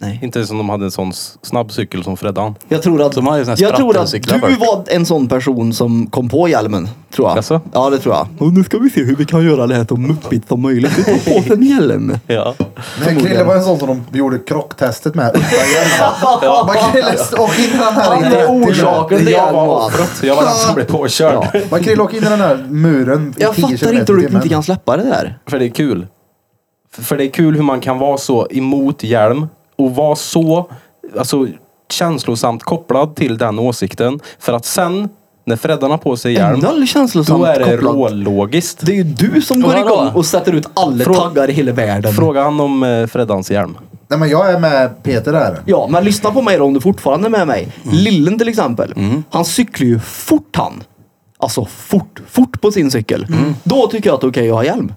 Speaker 2: Nej.
Speaker 5: Inte ens om de hade en sån s- snabb cykel som Freddan.
Speaker 2: Jag tror att,
Speaker 4: De har ju såna här
Speaker 2: jag tror att
Speaker 4: sprattelcyklar
Speaker 2: du
Speaker 4: först.
Speaker 2: var en sån person som kom på hjälmen. Tror jag.
Speaker 5: Jaså?
Speaker 2: Ja, det tror jag. Och nu ska vi se hur vi kan göra det här så muppigt som möjligt. Vi tar på oss en hjälm.
Speaker 5: Ja.
Speaker 1: Nej, Krille var en sån som de gjorde krocktestet med. Utan hjälm. Man Krille åk in i den här.
Speaker 2: Han är
Speaker 1: in i-
Speaker 2: orsaken till
Speaker 5: Jag
Speaker 2: hjälm
Speaker 5: var
Speaker 2: och allt.
Speaker 5: offret. Jag var den som blev påkörd.
Speaker 2: Ja.
Speaker 1: Man Krille åk in i den här muren i
Speaker 2: Jag
Speaker 1: 10
Speaker 2: fattar
Speaker 1: kilometer
Speaker 2: inte
Speaker 1: i
Speaker 2: hur du inte
Speaker 1: timmen.
Speaker 2: kan släppa det där.
Speaker 5: För det är kul. För- För det är kul hur man kan vara så emot hjälm och vara så alltså, känslosamt kopplad till den åsikten. För att sen, när Freddan har på sig hjälm,
Speaker 2: Noll känslosamt
Speaker 5: då är det
Speaker 2: kopplad.
Speaker 5: rålogiskt.
Speaker 2: Det är ju du som går
Speaker 4: Vadå?
Speaker 2: igång och sätter ut alla
Speaker 5: Frå-
Speaker 2: taggar i hela världen.
Speaker 5: Fråga han om eh, Freddans hjälm.
Speaker 1: Nej men jag är med Peter där.
Speaker 2: Ja, men lyssna på mig då om du fortfarande är med mig.
Speaker 5: Mm.
Speaker 2: Lillen till exempel. Han cyklar ju fort han. Alltså fort, fort på sin cykel.
Speaker 5: Mm.
Speaker 2: Då tycker jag att det är okej att ha hjälm.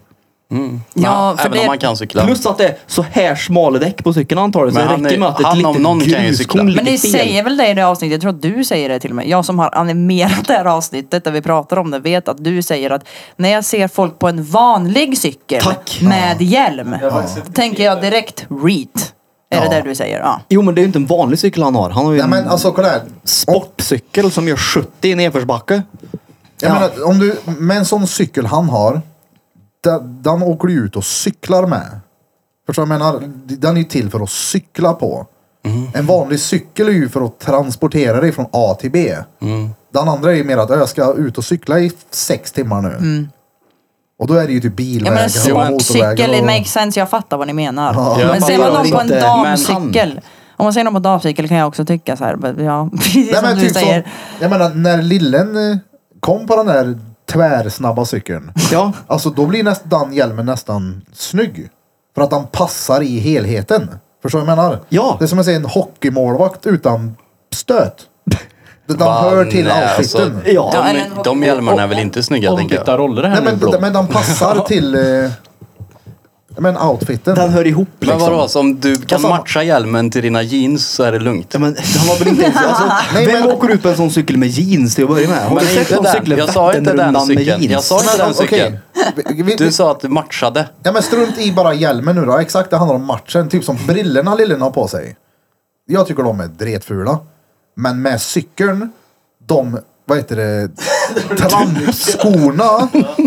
Speaker 3: Ja,
Speaker 4: Men
Speaker 3: för
Speaker 4: Även
Speaker 3: det-
Speaker 4: om man kan cykla.
Speaker 2: Plus att det är så här smala däck på cykeln antagligen. Så
Speaker 4: Men
Speaker 2: det
Speaker 4: han
Speaker 2: räcker
Speaker 4: är-
Speaker 2: med att ett
Speaker 4: han om
Speaker 2: litet
Speaker 4: någon kan ju cykla.
Speaker 2: gruskorn
Speaker 4: Men
Speaker 3: Men
Speaker 2: ligger
Speaker 3: ni
Speaker 2: fel.
Speaker 3: säger väl det i det avsnittet? Jag tror att du säger det till mig. Jag som har animerat det här avsnittet där vi pratar om det vet att du säger att när jag ser folk på en vanlig cykel
Speaker 2: Tack.
Speaker 3: med hjälm. Då tänker jag direkt reet. Är det det du säger? Ja.
Speaker 2: Jo men det är ju inte en vanlig cykel han har. Han har ju
Speaker 1: Nej men
Speaker 2: en
Speaker 1: alltså kolla här.
Speaker 2: sportcykel som gör 70 i nedförsbacke.
Speaker 1: Jag
Speaker 2: Ja.
Speaker 1: menar, om du, med en sån cykel han har, den, den åker du ut och cyklar med. Förstår du vad jag menar? Den är ju till för att cykla på. En vanlig cykel är ju för att transportera dig från A till B. Den andra är ju mer att jag ska ut och cykla i sex timmar nu.
Speaker 3: Mm.
Speaker 1: Och då är det ju typ
Speaker 3: Ja, men
Speaker 1: bilvägar
Speaker 3: en
Speaker 1: och
Speaker 3: sportcykel, it
Speaker 1: motorvägar. Och...
Speaker 3: makes sense. Jag fattar vad ni menar.
Speaker 1: Ja.
Speaker 3: Men
Speaker 4: Jag
Speaker 3: ser man
Speaker 4: fattar
Speaker 3: någon på en
Speaker 2: inte,
Speaker 3: damcykel. Om man ser någon på en damcykel kan jag också tycka så här. men Ja, precis
Speaker 1: Nej,
Speaker 3: som
Speaker 1: men
Speaker 3: du
Speaker 1: typ som,
Speaker 3: säger.
Speaker 1: jag menar, när lillen eh, kom på den där tvärsnabba cykeln.
Speaker 2: Ja.
Speaker 1: Alltså då blir näst, den hjälmen nästan snygg. För att den passar i helheten. Förstår du vad jag menar?
Speaker 2: Ja.
Speaker 1: Det är som att se en hockeymålvakt utan stöt. Den
Speaker 4: Va,
Speaker 1: hör till
Speaker 4: nej,
Speaker 1: outfiten.
Speaker 2: Ja.
Speaker 4: alltså.
Speaker 3: Ja,
Speaker 4: De,
Speaker 3: eller-
Speaker 4: de hjälmarna är väl inte snygga tänker
Speaker 5: Ombytta
Speaker 4: jag.
Speaker 5: roller
Speaker 1: Nej,
Speaker 5: här nu
Speaker 1: men,
Speaker 5: bro.
Speaker 1: nej, men den passar till eh, men outfiten.
Speaker 2: Den hör ihop liksom.
Speaker 4: Men vadå, så om du kan
Speaker 1: sa-
Speaker 4: matcha hjälmen till dina jeans så är det lugnt.
Speaker 2: Ja, men han var väl inte ens... Alltså,
Speaker 1: Nej,
Speaker 2: vem
Speaker 1: men-
Speaker 2: åker ut på en sån cykel med jeans till att börja med? Har
Speaker 4: Men
Speaker 2: du sett
Speaker 4: inte
Speaker 2: någon
Speaker 4: den.
Speaker 2: cykla
Speaker 4: Jag sa inte den
Speaker 2: Vätternrundan med
Speaker 4: cykeln.
Speaker 2: jeans?
Speaker 4: Jag sa inte den cykeln.
Speaker 1: okej. Vi-
Speaker 4: Du
Speaker 1: vi-
Speaker 4: sa att du matchade.
Speaker 1: Ja, men strunt i bara hjälmen nu då. Exakt, det handlar om matchen. Typ som brillorna lillen har på sig. Jag tycker de är dretfula. Men med cykeln, de, vad heter det, trampskorna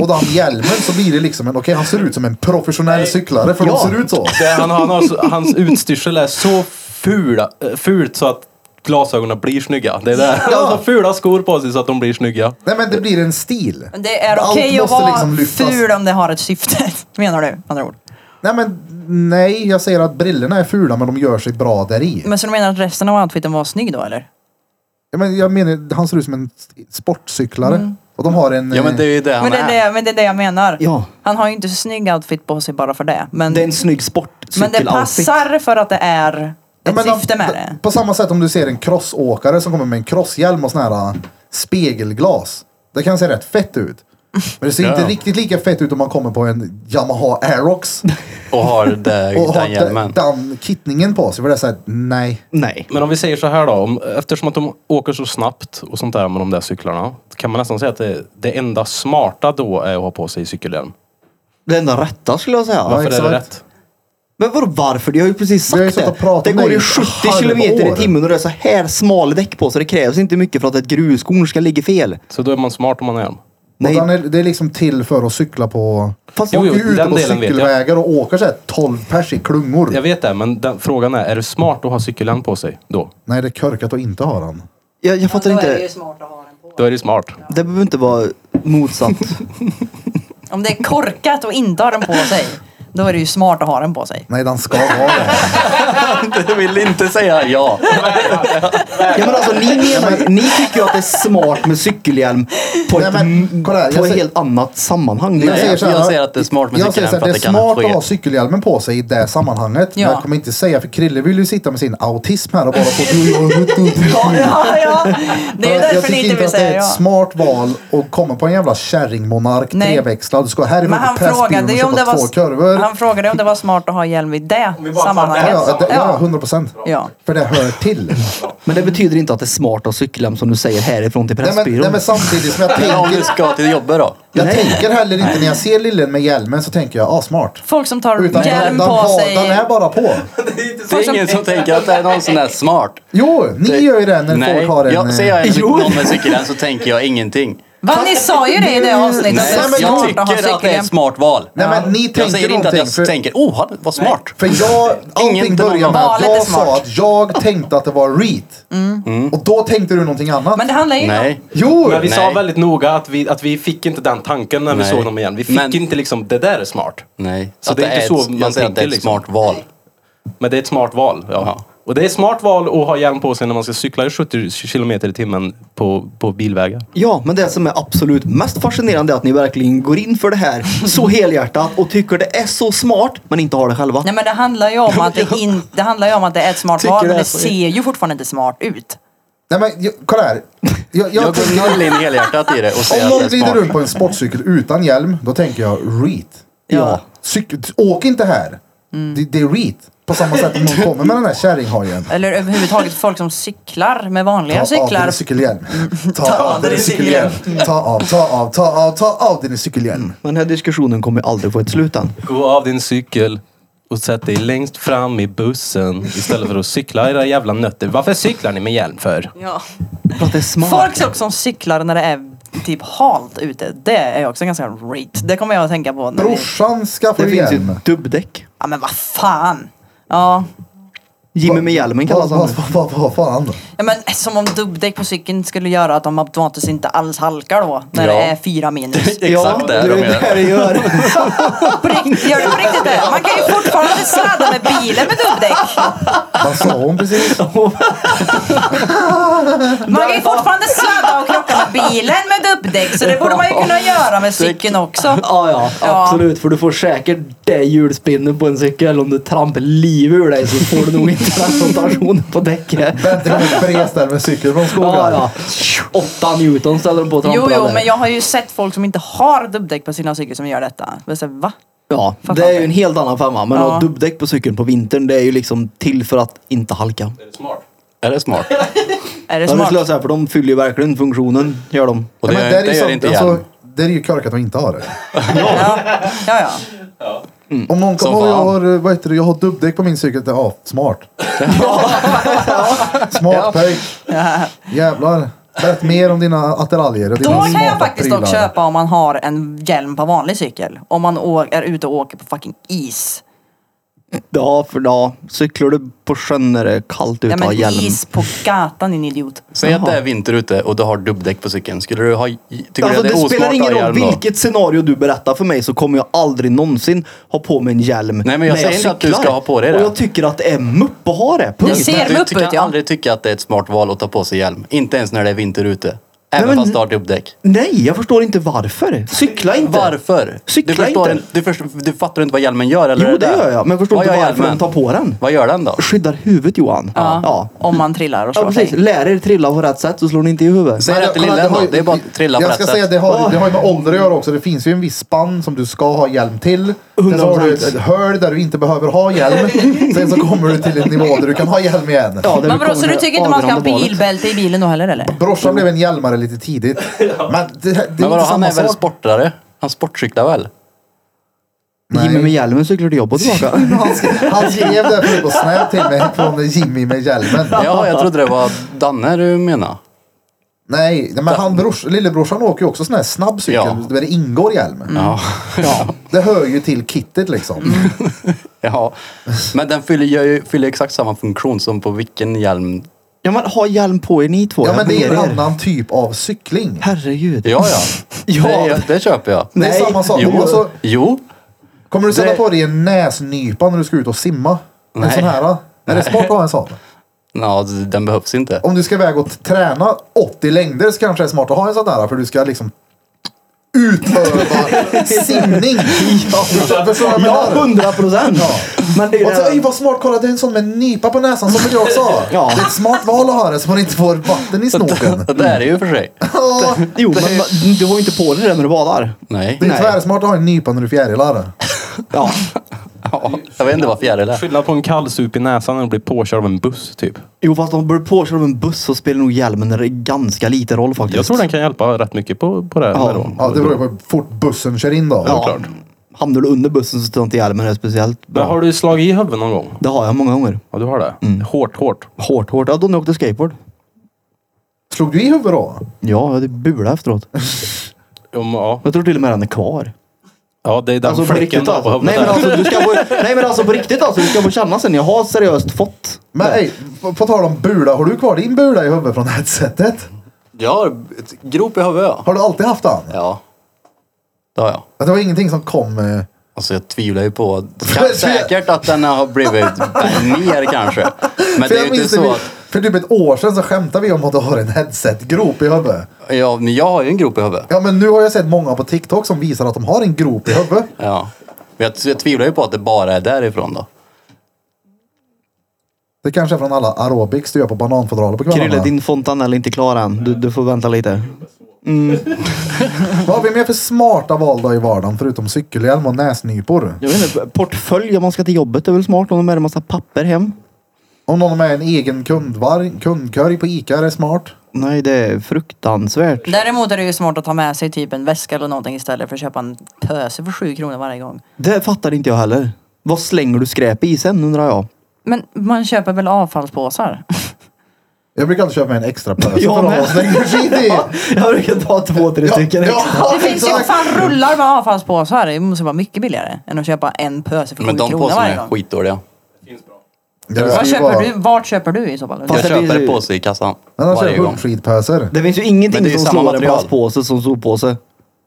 Speaker 1: och den hjälmen så blir det liksom en, okej han ser ut som en professionell cyklare för
Speaker 2: Ja.
Speaker 1: de ser ut så.
Speaker 5: Det, han, han har, så- hans utstyrsel är så fula, eh, fult så att glasögonen blir snygga. Det är där. Han har så fula skor på sig så att de blir snygga.
Speaker 1: Nej men det blir en stil.
Speaker 3: Men Det är
Speaker 1: Allt
Speaker 3: okej att
Speaker 1: måste
Speaker 3: vara
Speaker 1: liksom lyftas.
Speaker 3: ful om det har ett syfte. Menar du? med Andra ord.
Speaker 1: Nej men nej, jag säger att brillorna är fula men de gör sig bra där i.
Speaker 3: Men så du menar att resten av outfiten var snygg då eller?
Speaker 1: Ja, men jag menar, han ser ut som en sportcyklare.
Speaker 3: Mm.
Speaker 1: Och de har en...
Speaker 4: Ja men det är ju det han
Speaker 3: Men det, är
Speaker 4: är.
Speaker 3: det, men det är det jag menar.
Speaker 2: Ja.
Speaker 3: Han har ju inte så snygg outfit på sig bara för det. Men,
Speaker 2: Det är en snygg
Speaker 3: men det
Speaker 2: sportcykeloutfit.
Speaker 3: passar för att det är ett
Speaker 1: men de-
Speaker 3: syfte med
Speaker 1: de-
Speaker 3: det.
Speaker 1: På samma sätt om du ser en crossåkare som kommer med en crosshjälm och sån här äh, spegelglas. Det kan se rätt fett ut. Men det ser inte
Speaker 4: Ja.
Speaker 1: riktigt lika fett ut om man kommer på en Yamaha Aerox
Speaker 4: Och har det,
Speaker 1: och har
Speaker 4: den
Speaker 1: den,
Speaker 4: hjälmen.
Speaker 1: den kittningen på sig. För det är såhär, nej.
Speaker 2: Nej.
Speaker 5: Men om vi säger så här då, om, eftersom att de åker så snabbt och sånt där med de där cyklarna. Kan man nästan säga att det, det enda smarta då är att ha på sig cykelhjälm.
Speaker 2: Det enda rätta skulle jag säga.
Speaker 5: Varför är det
Speaker 1: exakt.
Speaker 5: rätt?
Speaker 2: Men vadå varför? Jag har ju precis
Speaker 1: Vi har ju
Speaker 2: sagt
Speaker 1: suttit och
Speaker 2: det.
Speaker 1: pratat
Speaker 2: Det
Speaker 1: om
Speaker 2: går
Speaker 1: det i
Speaker 2: ju
Speaker 1: ett
Speaker 2: 70
Speaker 1: halvår.
Speaker 2: kilometer i timmen och det är så här smala däck på så det krävs inte mycket för att ett gruskorn ska ligga fel.
Speaker 5: Så då är man smart om man har hjälm.
Speaker 1: Nej.
Speaker 2: Nej.
Speaker 1: Och den är, det är liksom till för att cykla på...
Speaker 2: Fast-
Speaker 1: Fast jo,
Speaker 5: Jo, jo,
Speaker 1: är ute
Speaker 5: den
Speaker 1: på
Speaker 5: delen vet jag.
Speaker 1: cykelvägar och åker såhär 12 pers i klungor.
Speaker 5: Jag vet det, men den, frågan är, är det smart att ha cykelhjälm på sig då?
Speaker 1: Nej, det är körkat att inte ha den.
Speaker 2: Jag, jag fattar inte.
Speaker 3: smart att ha den på.
Speaker 5: Då är det smart.
Speaker 2: Det behöver inte vara motsatt.
Speaker 3: Om det är korkat och inte har den på sig, då är det ju smart att ha den på sig.
Speaker 1: Nej, den ska vara det.
Speaker 4: Du vill inte säga ja.
Speaker 2: ja, men alltså, ni, menar, ni tycker ju att det är smart med cykelhjälm på
Speaker 1: Nej,
Speaker 2: ett,
Speaker 1: men, kolla här, jag
Speaker 2: på ett
Speaker 1: säger-
Speaker 2: helt annat sammanhang. liksom.
Speaker 1: Jag
Speaker 4: Nej,
Speaker 1: säger, så här,
Speaker 4: jag säger att det är smart med
Speaker 1: jag säger
Speaker 4: cykelhjälm
Speaker 1: så här,
Speaker 4: för
Speaker 1: Det
Speaker 4: att
Speaker 1: är
Speaker 4: det kan
Speaker 1: smart att
Speaker 4: ske.
Speaker 1: ha cykelhjälmen på sig i det sammanhanget.
Speaker 3: Ja.
Speaker 1: Men jag kommer inte säga, för Krille vill ju sitta med sin autism här och bara få... Jo, jag vet inte.
Speaker 3: Ja, ja. Det är
Speaker 1: jag
Speaker 3: därför
Speaker 1: tycker
Speaker 3: ni inte vill
Speaker 1: att det är
Speaker 3: säga
Speaker 1: ett
Speaker 3: ja.
Speaker 1: smart val att komma på en jävla kärringmonark
Speaker 3: Nej.
Speaker 1: treväxlad. Du ska härifrån
Speaker 3: Men han
Speaker 1: till Pressbyrån
Speaker 3: frågade
Speaker 1: och
Speaker 3: ju om
Speaker 1: köpa
Speaker 3: det
Speaker 1: två
Speaker 3: var,
Speaker 1: kurvor.
Speaker 3: han frågade om det var smart att ha hjälm i det
Speaker 5: vi bara tar
Speaker 3: sammanhanget.
Speaker 1: Ja, ja, det, ja,
Speaker 3: ja.
Speaker 1: 100 procent.
Speaker 3: Ja.
Speaker 1: För det hör till.
Speaker 2: Men det betyder inte att det är smart att cykla som du säger härifrån till
Speaker 1: Nej, men, nej,
Speaker 2: Pressbyrån.
Speaker 1: men samtidigt som jag
Speaker 4: Ja, om du
Speaker 1: tänker,
Speaker 4: ska till jobbet då.
Speaker 1: jag
Speaker 2: Nej.
Speaker 1: tänker heller inte när jag ser lillen med hjälmen så tänker jag, ah smart.
Speaker 3: Folk som tar
Speaker 1: Utan
Speaker 3: hjälm
Speaker 1: den, den,
Speaker 3: på
Speaker 1: har-
Speaker 3: sig.
Speaker 1: den är bara på.
Speaker 4: Det är ingen som tänker att det är någon sån där smart.
Speaker 1: Jo, ni
Speaker 4: Det-
Speaker 1: gör ju det när folk har en...
Speaker 4: jag,
Speaker 1: eh,
Speaker 4: ser jag en,
Speaker 2: Jo.
Speaker 4: någon med cykelhjälm så tänker jag ingenting.
Speaker 3: Va, ni sa ju det i det avsnittet.
Speaker 4: Nej,
Speaker 1: men
Speaker 3: att det är
Speaker 4: jag
Speaker 3: smart att ha
Speaker 4: tycker att det är
Speaker 3: cykelhjälm.
Speaker 4: ett smart val.
Speaker 1: Nej, men ni
Speaker 4: Jag
Speaker 1: tänker
Speaker 4: säger inte att jag
Speaker 1: någonting, för-
Speaker 4: tänker, oh, han- vad smart.
Speaker 1: För jag, allting
Speaker 4: inte någon
Speaker 1: börjar med
Speaker 3: annan.
Speaker 1: att jag
Speaker 3: Valet är
Speaker 1: sa
Speaker 3: smart.
Speaker 1: att jag tänkte att det var reet. Och då tänkte du någonting annat.
Speaker 3: Men det handlar ju
Speaker 4: Nej.
Speaker 1: Jo!
Speaker 5: Men vi sa
Speaker 4: Nej.
Speaker 5: väldigt noga att vi, att vi fick inte den tanken när vi
Speaker 4: Nej.
Speaker 5: såg dem igen. Vi fick
Speaker 4: Men-
Speaker 5: inte liksom, det där är smart.
Speaker 4: Nej.
Speaker 5: Så
Speaker 4: Att
Speaker 5: det är inte
Speaker 4: ett-
Speaker 5: så man
Speaker 4: jag säger att det är
Speaker 5: tänker,
Speaker 4: ett
Speaker 5: liksom.
Speaker 4: smart val.
Speaker 5: Men det är ett smart val. Ja.
Speaker 4: Ja.
Speaker 5: Och det är ett smart val att ha hjälm på sig när man ska cykla i 70 kilometer i timmen på, på bilvägar.
Speaker 2: Ja, men det som är absolut mest fascinerande är att ni verkligen går in för det här så helhjärtat och tycker det är så smart men inte har det själva.
Speaker 3: Nej men det handlar ju om att det, in, det, handlar ju om att det är ett smart
Speaker 4: Tycker
Speaker 3: val
Speaker 4: det
Speaker 3: men
Speaker 4: är
Speaker 3: det
Speaker 4: så-
Speaker 3: ser ju fortfarande inte smart ut.
Speaker 1: Nej men jag, kolla här. Jag, jag,
Speaker 4: Jag går
Speaker 1: tänker,
Speaker 4: noll in helhjärtat i det och säger
Speaker 1: om
Speaker 4: att
Speaker 1: någon
Speaker 4: det är
Speaker 1: glider
Speaker 4: smart.
Speaker 1: runt på en sportcykel utan hjälm, då tänker jag reet.
Speaker 2: Ja.
Speaker 1: Cykel, åk inte här. Det, det är reet. På samma sätt om någon kommer med den här kärringhojen.
Speaker 3: Eller överhuvudtaget folk som cyklar med vanliga
Speaker 1: Ta av
Speaker 3: cyklar.
Speaker 1: din cykelhjälm. Ta av din cykelhjälm. Ta av, ta av, ta av, ta av din cykelhjälm.
Speaker 2: Den här diskussionen kommer aldrig få ett slut än.
Speaker 5: Gå av din cykel och sätt dig längst fram i bussen istället för att cykla era jävla nötter. Varför cyklar ni med hjälm för?
Speaker 3: Ja.
Speaker 2: För att det är smart.
Speaker 3: Folk som, som cyklar när det är typ halt ute, det är också ganska rate. Det kommer jag att tänka på. När vi,
Speaker 1: Brorsan skaffar
Speaker 2: det
Speaker 1: ju
Speaker 2: finns ju
Speaker 1: hjälm.
Speaker 2: dubbdäck.
Speaker 3: ja men vad fan. Ja.
Speaker 2: Jimmy med hjälmen
Speaker 1: Vad
Speaker 2: kallas han
Speaker 1: vad-
Speaker 2: nu.
Speaker 1: vad- vad fan?
Speaker 3: ja men som om dubbdäck på cykeln skulle göra att de automatiskt inte alls halkar då. När
Speaker 4: Ja.
Speaker 3: det är fyra minus.
Speaker 4: Exakt det
Speaker 2: ja,
Speaker 4: är de
Speaker 2: det är
Speaker 4: gör.
Speaker 2: det de gör.
Speaker 3: På riktigt, gör det på riktigt det? Man kan ju fortfarande sladda med bilen med dubbdäck.
Speaker 1: Vad sa hon precis?
Speaker 3: Man kan ju fortfarande sladda och krocka med bilen med dubbdäck så det borde man ju kunna göra med cykeln också.
Speaker 2: Ja, ja,
Speaker 3: Ja.
Speaker 2: absolut. För du får säkert det hjulspinnet på en cykel. Om du trampar livet ur dig så får du nog inte transplantationen på däcket.
Speaker 1: Bente kommer bredställ med cykel från skogen.
Speaker 2: Ja, ja. Åtta Newton ställer de på och trampar
Speaker 3: Jo, jo,
Speaker 2: där.
Speaker 3: men jag har ju sett folk som inte har dubbdäck på sina cyklar som gör detta. Men så, va?
Speaker 2: Ja,
Speaker 3: Fan,
Speaker 2: det är ju
Speaker 3: fan.
Speaker 2: en helt annan femma. Men
Speaker 3: Ja.
Speaker 2: att ha dubbdäck på cykeln på vintern, det är ju liksom till för att inte halka.
Speaker 4: Är det smart?
Speaker 3: Är det
Speaker 2: Ja, det
Speaker 3: smart?
Speaker 2: skulle jag säga, för de fyller ju verkligen funktionen, gör de.
Speaker 4: Och
Speaker 1: Ja,
Speaker 4: det,
Speaker 1: men
Speaker 4: gör- det gör
Speaker 1: sånt-
Speaker 4: inte
Speaker 1: alltså,
Speaker 4: hjälm.
Speaker 1: Det är ju korkat att de inte har det.
Speaker 3: Ja, ja. ja.
Speaker 1: Om någon kommer
Speaker 4: Mm. Som
Speaker 1: och jag
Speaker 4: fan.
Speaker 1: har, eh, vad heter det, jag har dubbdäck på min cykel. Ja, smart. smart pöjk. Jävlar. Berätta mer om dina attiraljer och dina
Speaker 3: Då kan
Speaker 1: smarta
Speaker 3: jag faktiskt
Speaker 1: prylar.
Speaker 3: dock köpa om man har en hjälm på vanlig cykel. Om man å- är ute och åker på fucking is.
Speaker 2: Ja, för ja, cyklar du på sjön när det är kallt ute
Speaker 3: Ja,
Speaker 2: och har
Speaker 3: men
Speaker 2: hjälm.
Speaker 3: is på gatan din idiot.
Speaker 4: Säg att det
Speaker 2: Jaha.
Speaker 4: är vinter ute och du har dubbdäck på cykeln. Skulle du ha...
Speaker 2: Alltså,
Speaker 4: Tycker du
Speaker 2: det,
Speaker 4: att det är osmart
Speaker 2: spelar
Speaker 4: att
Speaker 2: ingen
Speaker 4: ha
Speaker 2: roll
Speaker 4: hjälm då?
Speaker 2: vilket scenario du berättar för mig så kommer jag aldrig någonsin ha på mig en hjälm
Speaker 4: Nej, men jag
Speaker 2: när
Speaker 4: säger inte att du
Speaker 2: cyklar.
Speaker 4: ska ha på dig det.
Speaker 2: Och jag tycker att det är mupp att ha det.
Speaker 3: Jag
Speaker 2: Punkt.
Speaker 3: ser
Speaker 4: Du
Speaker 3: mupp
Speaker 4: kan
Speaker 3: ut, ja.
Speaker 4: aldrig tycka att det är ett smart val att ta på sig hjälm. Inte ens när det är vinter ute. Även
Speaker 2: men-
Speaker 4: fast du har dubbdäck.
Speaker 2: Nej, jag förstår inte varför. Cykla inte.
Speaker 4: Varför?
Speaker 2: Cykla
Speaker 4: du, förstår
Speaker 2: inte.
Speaker 4: du, förstår, du fattar inte vad hjälmen gör eller?
Speaker 2: Jo,
Speaker 4: är
Speaker 2: det gör jag. Men jag förstår
Speaker 4: Vad
Speaker 2: inte
Speaker 4: gör
Speaker 2: varför de
Speaker 4: hjälmen?
Speaker 2: tar på den.
Speaker 4: Vad gör den då?
Speaker 2: Skyddar huvudet Johan.
Speaker 3: Ja.
Speaker 2: ja.
Speaker 3: Om man trillar och
Speaker 2: Ja,
Speaker 3: slår
Speaker 2: precis.
Speaker 3: sig.
Speaker 2: Lär er trilla på rätt sätt så slår ni inte i huvudet.
Speaker 4: Säg det till
Speaker 1: kolla,
Speaker 4: lillen
Speaker 1: har
Speaker 4: då.
Speaker 1: ju-
Speaker 4: Det är bara att trilla på
Speaker 1: Jag
Speaker 4: rätt
Speaker 1: ska säga,
Speaker 4: sätt.
Speaker 1: det har, det har ju med ålder att göra också. Det finns ju en viss spann som du ska ha hjälm till. Sen så har du ett,
Speaker 2: 100%.
Speaker 1: ett hål där du inte behöver ha hjälm. Sen så kommer du till en nivå där du kan ha hjälm igen.
Speaker 2: Ja, det
Speaker 3: Men
Speaker 2: kommer
Speaker 3: vadå, så du
Speaker 2: det
Speaker 3: tycker inte man ska ha
Speaker 2: avgörande valet.
Speaker 3: bilbälte i bilen då heller eller?
Speaker 1: Brorsan blev en hjälmare lite tidigt. Men det, det är inte
Speaker 4: Men vadå, han
Speaker 1: samma
Speaker 4: är väl
Speaker 1: sak.
Speaker 4: sportare? Han sportcyklar väl?
Speaker 1: Nej.
Speaker 2: Jimmy med hjälmen cyklar till jobbet tillbaka.
Speaker 1: Han, sk- han skrev det här på Snap till mig från Jimmy med hjälmen.
Speaker 4: Ja, jag trodde det var Danne du menade.
Speaker 1: Nej, men han, brors, lillebrorsan åker ju också sån här snabb cykel
Speaker 4: Ja.
Speaker 1: där det ingår hjälm. Mm.
Speaker 4: Ja. Mm.
Speaker 1: Det hör ju till kittet liksom.
Speaker 4: ja. Men den fyller, gör ju, fyller exakt samma funktion som på vilken hjälm.
Speaker 2: Ja men ha hjälm på er ni två.
Speaker 1: Ja,
Speaker 2: jag
Speaker 1: men det är en
Speaker 2: ber er.
Speaker 1: annan typ av cykling.
Speaker 2: Herregud.
Speaker 4: Ja, ja.
Speaker 2: Ja.
Speaker 4: Det, det köper jag.
Speaker 1: Det är
Speaker 2: Nej.
Speaker 1: samma sak.
Speaker 4: Jo.
Speaker 1: Alltså,
Speaker 4: jo.
Speaker 1: kommer du sätta
Speaker 4: Det-
Speaker 1: på dig en näsnypa när du ska ut och simma? En
Speaker 4: Nej.
Speaker 1: sån här? då? Är det smart att ha en sån?
Speaker 4: Ja, den behövs inte.
Speaker 1: Om du ska iväg och träna 80 längder så kanske det är smart att ha en sån där för du ska liksom utöva simning. Förstår du vad jag
Speaker 2: Ja,
Speaker 1: menar?
Speaker 2: hundra procent. Men det är ju
Speaker 1: Och
Speaker 2: det
Speaker 1: så, "Oj,
Speaker 2: här-
Speaker 1: vad smart, kolla det är en sån med nypa på näsan som du också har.
Speaker 2: Ja.
Speaker 1: Det är ett smart val att ha det så man inte får vatten i snoken.
Speaker 4: Det är det ju för sig.
Speaker 1: Ja,
Speaker 2: Jo men du har ju inte på dig det när du badar.
Speaker 4: Nej.
Speaker 1: det är tvärsmart att ha en nypa när du fjärilar.
Speaker 2: Ja,
Speaker 4: Ja, jag vet inte vad fjäril är.
Speaker 5: Skillnad på en kallsup i näsan när du blir påkörd av en buss typ.
Speaker 2: jo fast om du blir påkörd av en buss så spelar nog hjälmen en ganska liten roll faktiskt.
Speaker 5: Jag tror den kan hjälpa rätt mycket på, på det här.
Speaker 2: Ja.
Speaker 5: med då.
Speaker 1: Ja, det beror på hur fort bussen kör in då.
Speaker 2: Ja, hamnar du under bussen så tror jag inte hjälmen är speciellt
Speaker 5: Men
Speaker 2: bra.
Speaker 5: har du slagit i huvudet någon gång?
Speaker 2: Det har jag många gånger.
Speaker 5: Ja, du har det?
Speaker 2: Mm.
Speaker 5: Hårt, hårt.
Speaker 2: Hårt, hårt. Ja, då när jag åkte skateboard.
Speaker 1: Slog du i huvudet då?
Speaker 2: Ja, jag hade bula efteråt.
Speaker 5: Om, ja.
Speaker 2: Jag tror till och med den är kvar.
Speaker 5: ja, det är den
Speaker 2: Alltså på
Speaker 5: fläcken
Speaker 2: riktigt
Speaker 5: då på
Speaker 2: alltså.
Speaker 5: huvudet.
Speaker 2: Nej men alltså, du ska få, nej men alltså på riktigt alltså. Du ska få känna sen. Jag har seriöst fått.
Speaker 1: Men
Speaker 2: det.
Speaker 1: ej, på, på tal om bula, har du kvar din bula i huvudet från headsetet?
Speaker 4: Jag har ett grop i huvudet. ja.
Speaker 1: Har du alltid haft den?
Speaker 4: Ja. Det har jag.
Speaker 1: Att Det var ingenting som kom... eh,
Speaker 4: Alltså jag tvivlar ju på... Kan, säkert att den har blivit mer kanske. Men det
Speaker 1: jag
Speaker 4: är ju inte
Speaker 1: minns vi-
Speaker 4: så att...
Speaker 1: För typ ett år sedan så skämtade vi om att du har en headsetgrop i huvudet.
Speaker 4: Ja, men jag har ju en grop i huvudet.
Speaker 1: Ja men nu har jag sett många på TikTok som visar att de har en grop i huvudet.
Speaker 4: Ja. Men jag, jag tvivlar ju på att det bara är därifrån då.
Speaker 1: Det kanske är från alla aerobics du gör på bananfodralet på kvällarna.
Speaker 2: Krille, din fontanell är inte klar än. Du, du får vänta lite.
Speaker 1: Vad har vi mer för smarta val då i vardagen förutom cykelhjälm och näsnypor?
Speaker 2: Jag vet inte, portfölj om man ska till jobbet är väl smart om de har en massa papper hem.
Speaker 1: Om någon har med en egen kundvarg, kundkorg på Ica är det smart.
Speaker 2: Nej, det är fruktansvärt.
Speaker 3: Däremot är det ju smart att ta med sig typ en väska eller någonting istället för att köpa en pöse för 7 kronor varje gång.
Speaker 2: Det fattar inte jag heller. Vad slänger du skräp i sen undrar jag?
Speaker 3: Men man köper väl avfallspåsar?
Speaker 1: Jag brukar alltid köpa med en extra pöse
Speaker 2: Jag
Speaker 1: för
Speaker 2: med.
Speaker 1: att slänga skit i.
Speaker 2: Jag brukar ta två, tre stycken extra.
Speaker 1: ja,
Speaker 3: Det finns ju
Speaker 1: exakt.
Speaker 3: fan rullar med avfallspåsar. Det måste vara mycket billigare än att köpa en pöse för 7
Speaker 4: Men de
Speaker 3: kronor
Speaker 4: påsarna
Speaker 3: varje
Speaker 4: är
Speaker 3: gång.
Speaker 4: skitdåliga.
Speaker 1: Det
Speaker 3: Vad
Speaker 1: ska ju
Speaker 3: köper
Speaker 1: vara-
Speaker 3: du? Vart köper du i så fall?
Speaker 2: Fast
Speaker 4: Jag
Speaker 2: det blir
Speaker 4: köper
Speaker 2: ju-
Speaker 4: en påse i kassan
Speaker 1: Men alltså, han
Speaker 4: varje
Speaker 1: kör
Speaker 4: gång.
Speaker 1: hundskidpöser.
Speaker 2: Det finns ju
Speaker 4: Men det
Speaker 2: ingenting
Speaker 4: är ju
Speaker 2: som
Speaker 4: samma
Speaker 2: slår en
Speaker 4: material.
Speaker 2: plastpåse som soppåse.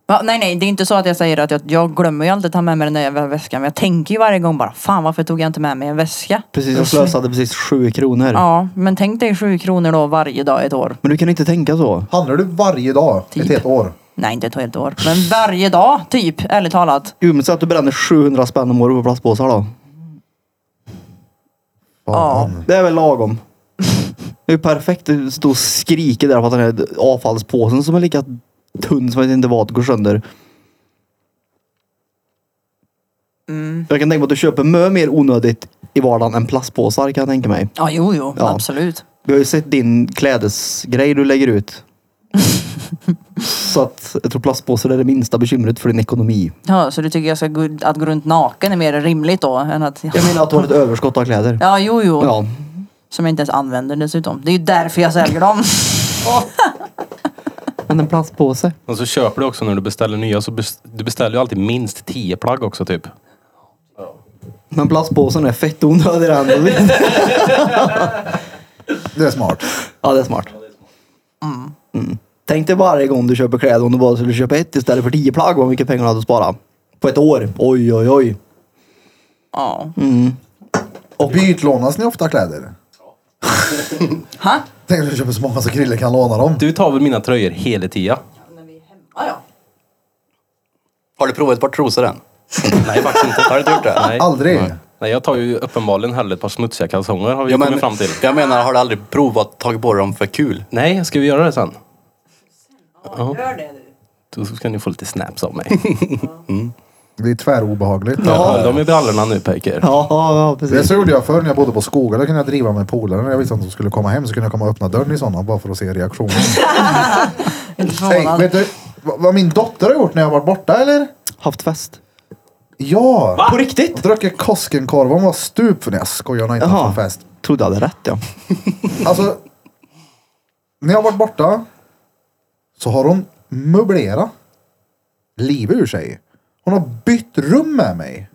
Speaker 3: Va? Nej, nej, det är inte så att jag säger att jag, jag glömmer ju alltid ta med mig den där jävla väskan. Men jag tänker ju varje gång bara, fan varför tog jag inte med mig en väska?
Speaker 2: Precis, jag slösade precis sju kronor.
Speaker 3: Ja, men tänk dig 7 kronor då varje dag i ett år.
Speaker 2: Men du kan inte tänka så.
Speaker 1: Handlar du varje dag
Speaker 3: Typ.
Speaker 1: ett helt år?
Speaker 3: Nej, inte ett helt år. Men varje dag, typ, ärligt talat.
Speaker 2: Jo, men så att du bränner 700 spänn om året på plastpåsar då.
Speaker 3: Ja.
Speaker 1: Fan.
Speaker 2: Det är väl lagom. Det är ju perfekt att stå och skrika där på att den här avfallspåsen som är lika tunn som jag vet inte vad går sönder. Jag kan tänka mig att du köper mycket mer onödigt i vardagen än plastpåsar kan jag tänka mig.
Speaker 3: Ja, jo, jo,
Speaker 2: Ja.
Speaker 3: absolut.
Speaker 2: Vi har ju sett din klädesgrej du lägger ut. Så att jag tror plastpåsar är det minsta bekymret för din ekonomi.
Speaker 3: Ja, så du tycker jag ska gå, att gå runt naken är mer rimligt då? Än att...
Speaker 2: Jag menar att du har ett överskott av kläder.
Speaker 3: Ja, jo, jo.
Speaker 2: Ja.
Speaker 3: Som jag inte ens använder dessutom. Det är ju därför jag säljer dem.
Speaker 2: Men en plastpåse.
Speaker 5: Och så köper du också när du beställer nya. Så bes- du beställer ju alltid minst 10 plagg också typ.
Speaker 2: Men plastpåsen är fett onödig den.
Speaker 1: Det är smart.
Speaker 2: Ja, det är smart. Mm. Tänk dig varje gång du köper kläder om du bara skulle köpa ett istället för tio plagg vad mycket pengar du hade sparat. På ett år. Oj, oj, oj.
Speaker 3: Ja.
Speaker 2: Mm.
Speaker 1: Bytlånas ni ofta kläder?
Speaker 3: Ha?
Speaker 1: Tänk att du köper så många så Krille kan låna dem.
Speaker 5: Du tar väl mina tröjor hela tiden?
Speaker 3: Ja, ja.
Speaker 4: Har du provat ett par trosor än?
Speaker 5: Nej faktiskt inte.
Speaker 4: Har du inte gjort det?
Speaker 5: Nej.
Speaker 1: Aldrig.
Speaker 5: Nej, jag tar ju uppenbarligen hellre ett par smutsiga kalsonger har vi
Speaker 4: Jag,
Speaker 5: kommit fram
Speaker 4: men,
Speaker 5: till.
Speaker 4: jag menar, har du aldrig provat tagit på dig dem för kul?
Speaker 5: Nej, ska vi göra det sen?
Speaker 3: Gör det du.
Speaker 5: Då ska ni få lite snaps av mig.
Speaker 1: Det är tvärobehagligt.
Speaker 5: Jag höll dem i brallorna nu Pejker.
Speaker 2: Ja, ja,
Speaker 1: Det
Speaker 2: precis.
Speaker 1: så gjorde jag förr när jag bodde på Skoga. Då kunde jag driva med polare. När jag visste att de skulle komma hem så kunde jag komma och öppna dörren i sådana bara för att se reaktionen.
Speaker 3: Inte
Speaker 1: Tänk,
Speaker 3: förvånad.
Speaker 1: vet du vad vad min dotter har gjort när jag varit borta eller?
Speaker 2: Haft fest.
Speaker 1: Ja!
Speaker 2: På riktigt?
Speaker 1: Hon drack Koskenkorv. Hon var stup för det. Jag skojar, hon har inte
Speaker 2: Jaha.
Speaker 1: haft en fest.
Speaker 2: Trodde jag hade rätt ja.
Speaker 1: Alltså, när jag har varit borta så har hon möblerat livet ur sig. Hon har bytt rum med mig.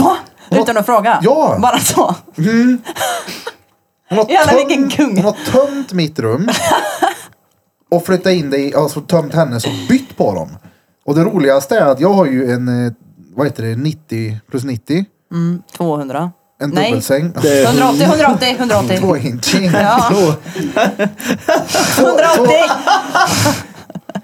Speaker 3: Va? Utan att fråga?
Speaker 1: Ja.
Speaker 3: Bara så?
Speaker 1: Mm. Hon har,
Speaker 3: Jävlar, vilken kung.
Speaker 1: hon har tömt mitt rum och flyttat in det i, alltså tömt hennes och bytt på dem. Och det roligaste är att jag har ju en, eh, vad heter det, 90 plus 90.
Speaker 3: Mm, 200.
Speaker 1: En
Speaker 3: Nej.
Speaker 1: dubbelsäng. Mm.
Speaker 2: Det är
Speaker 3: 180, 180, 180.
Speaker 1: Två inch.
Speaker 3: Ja,
Speaker 2: Så.
Speaker 3: 180!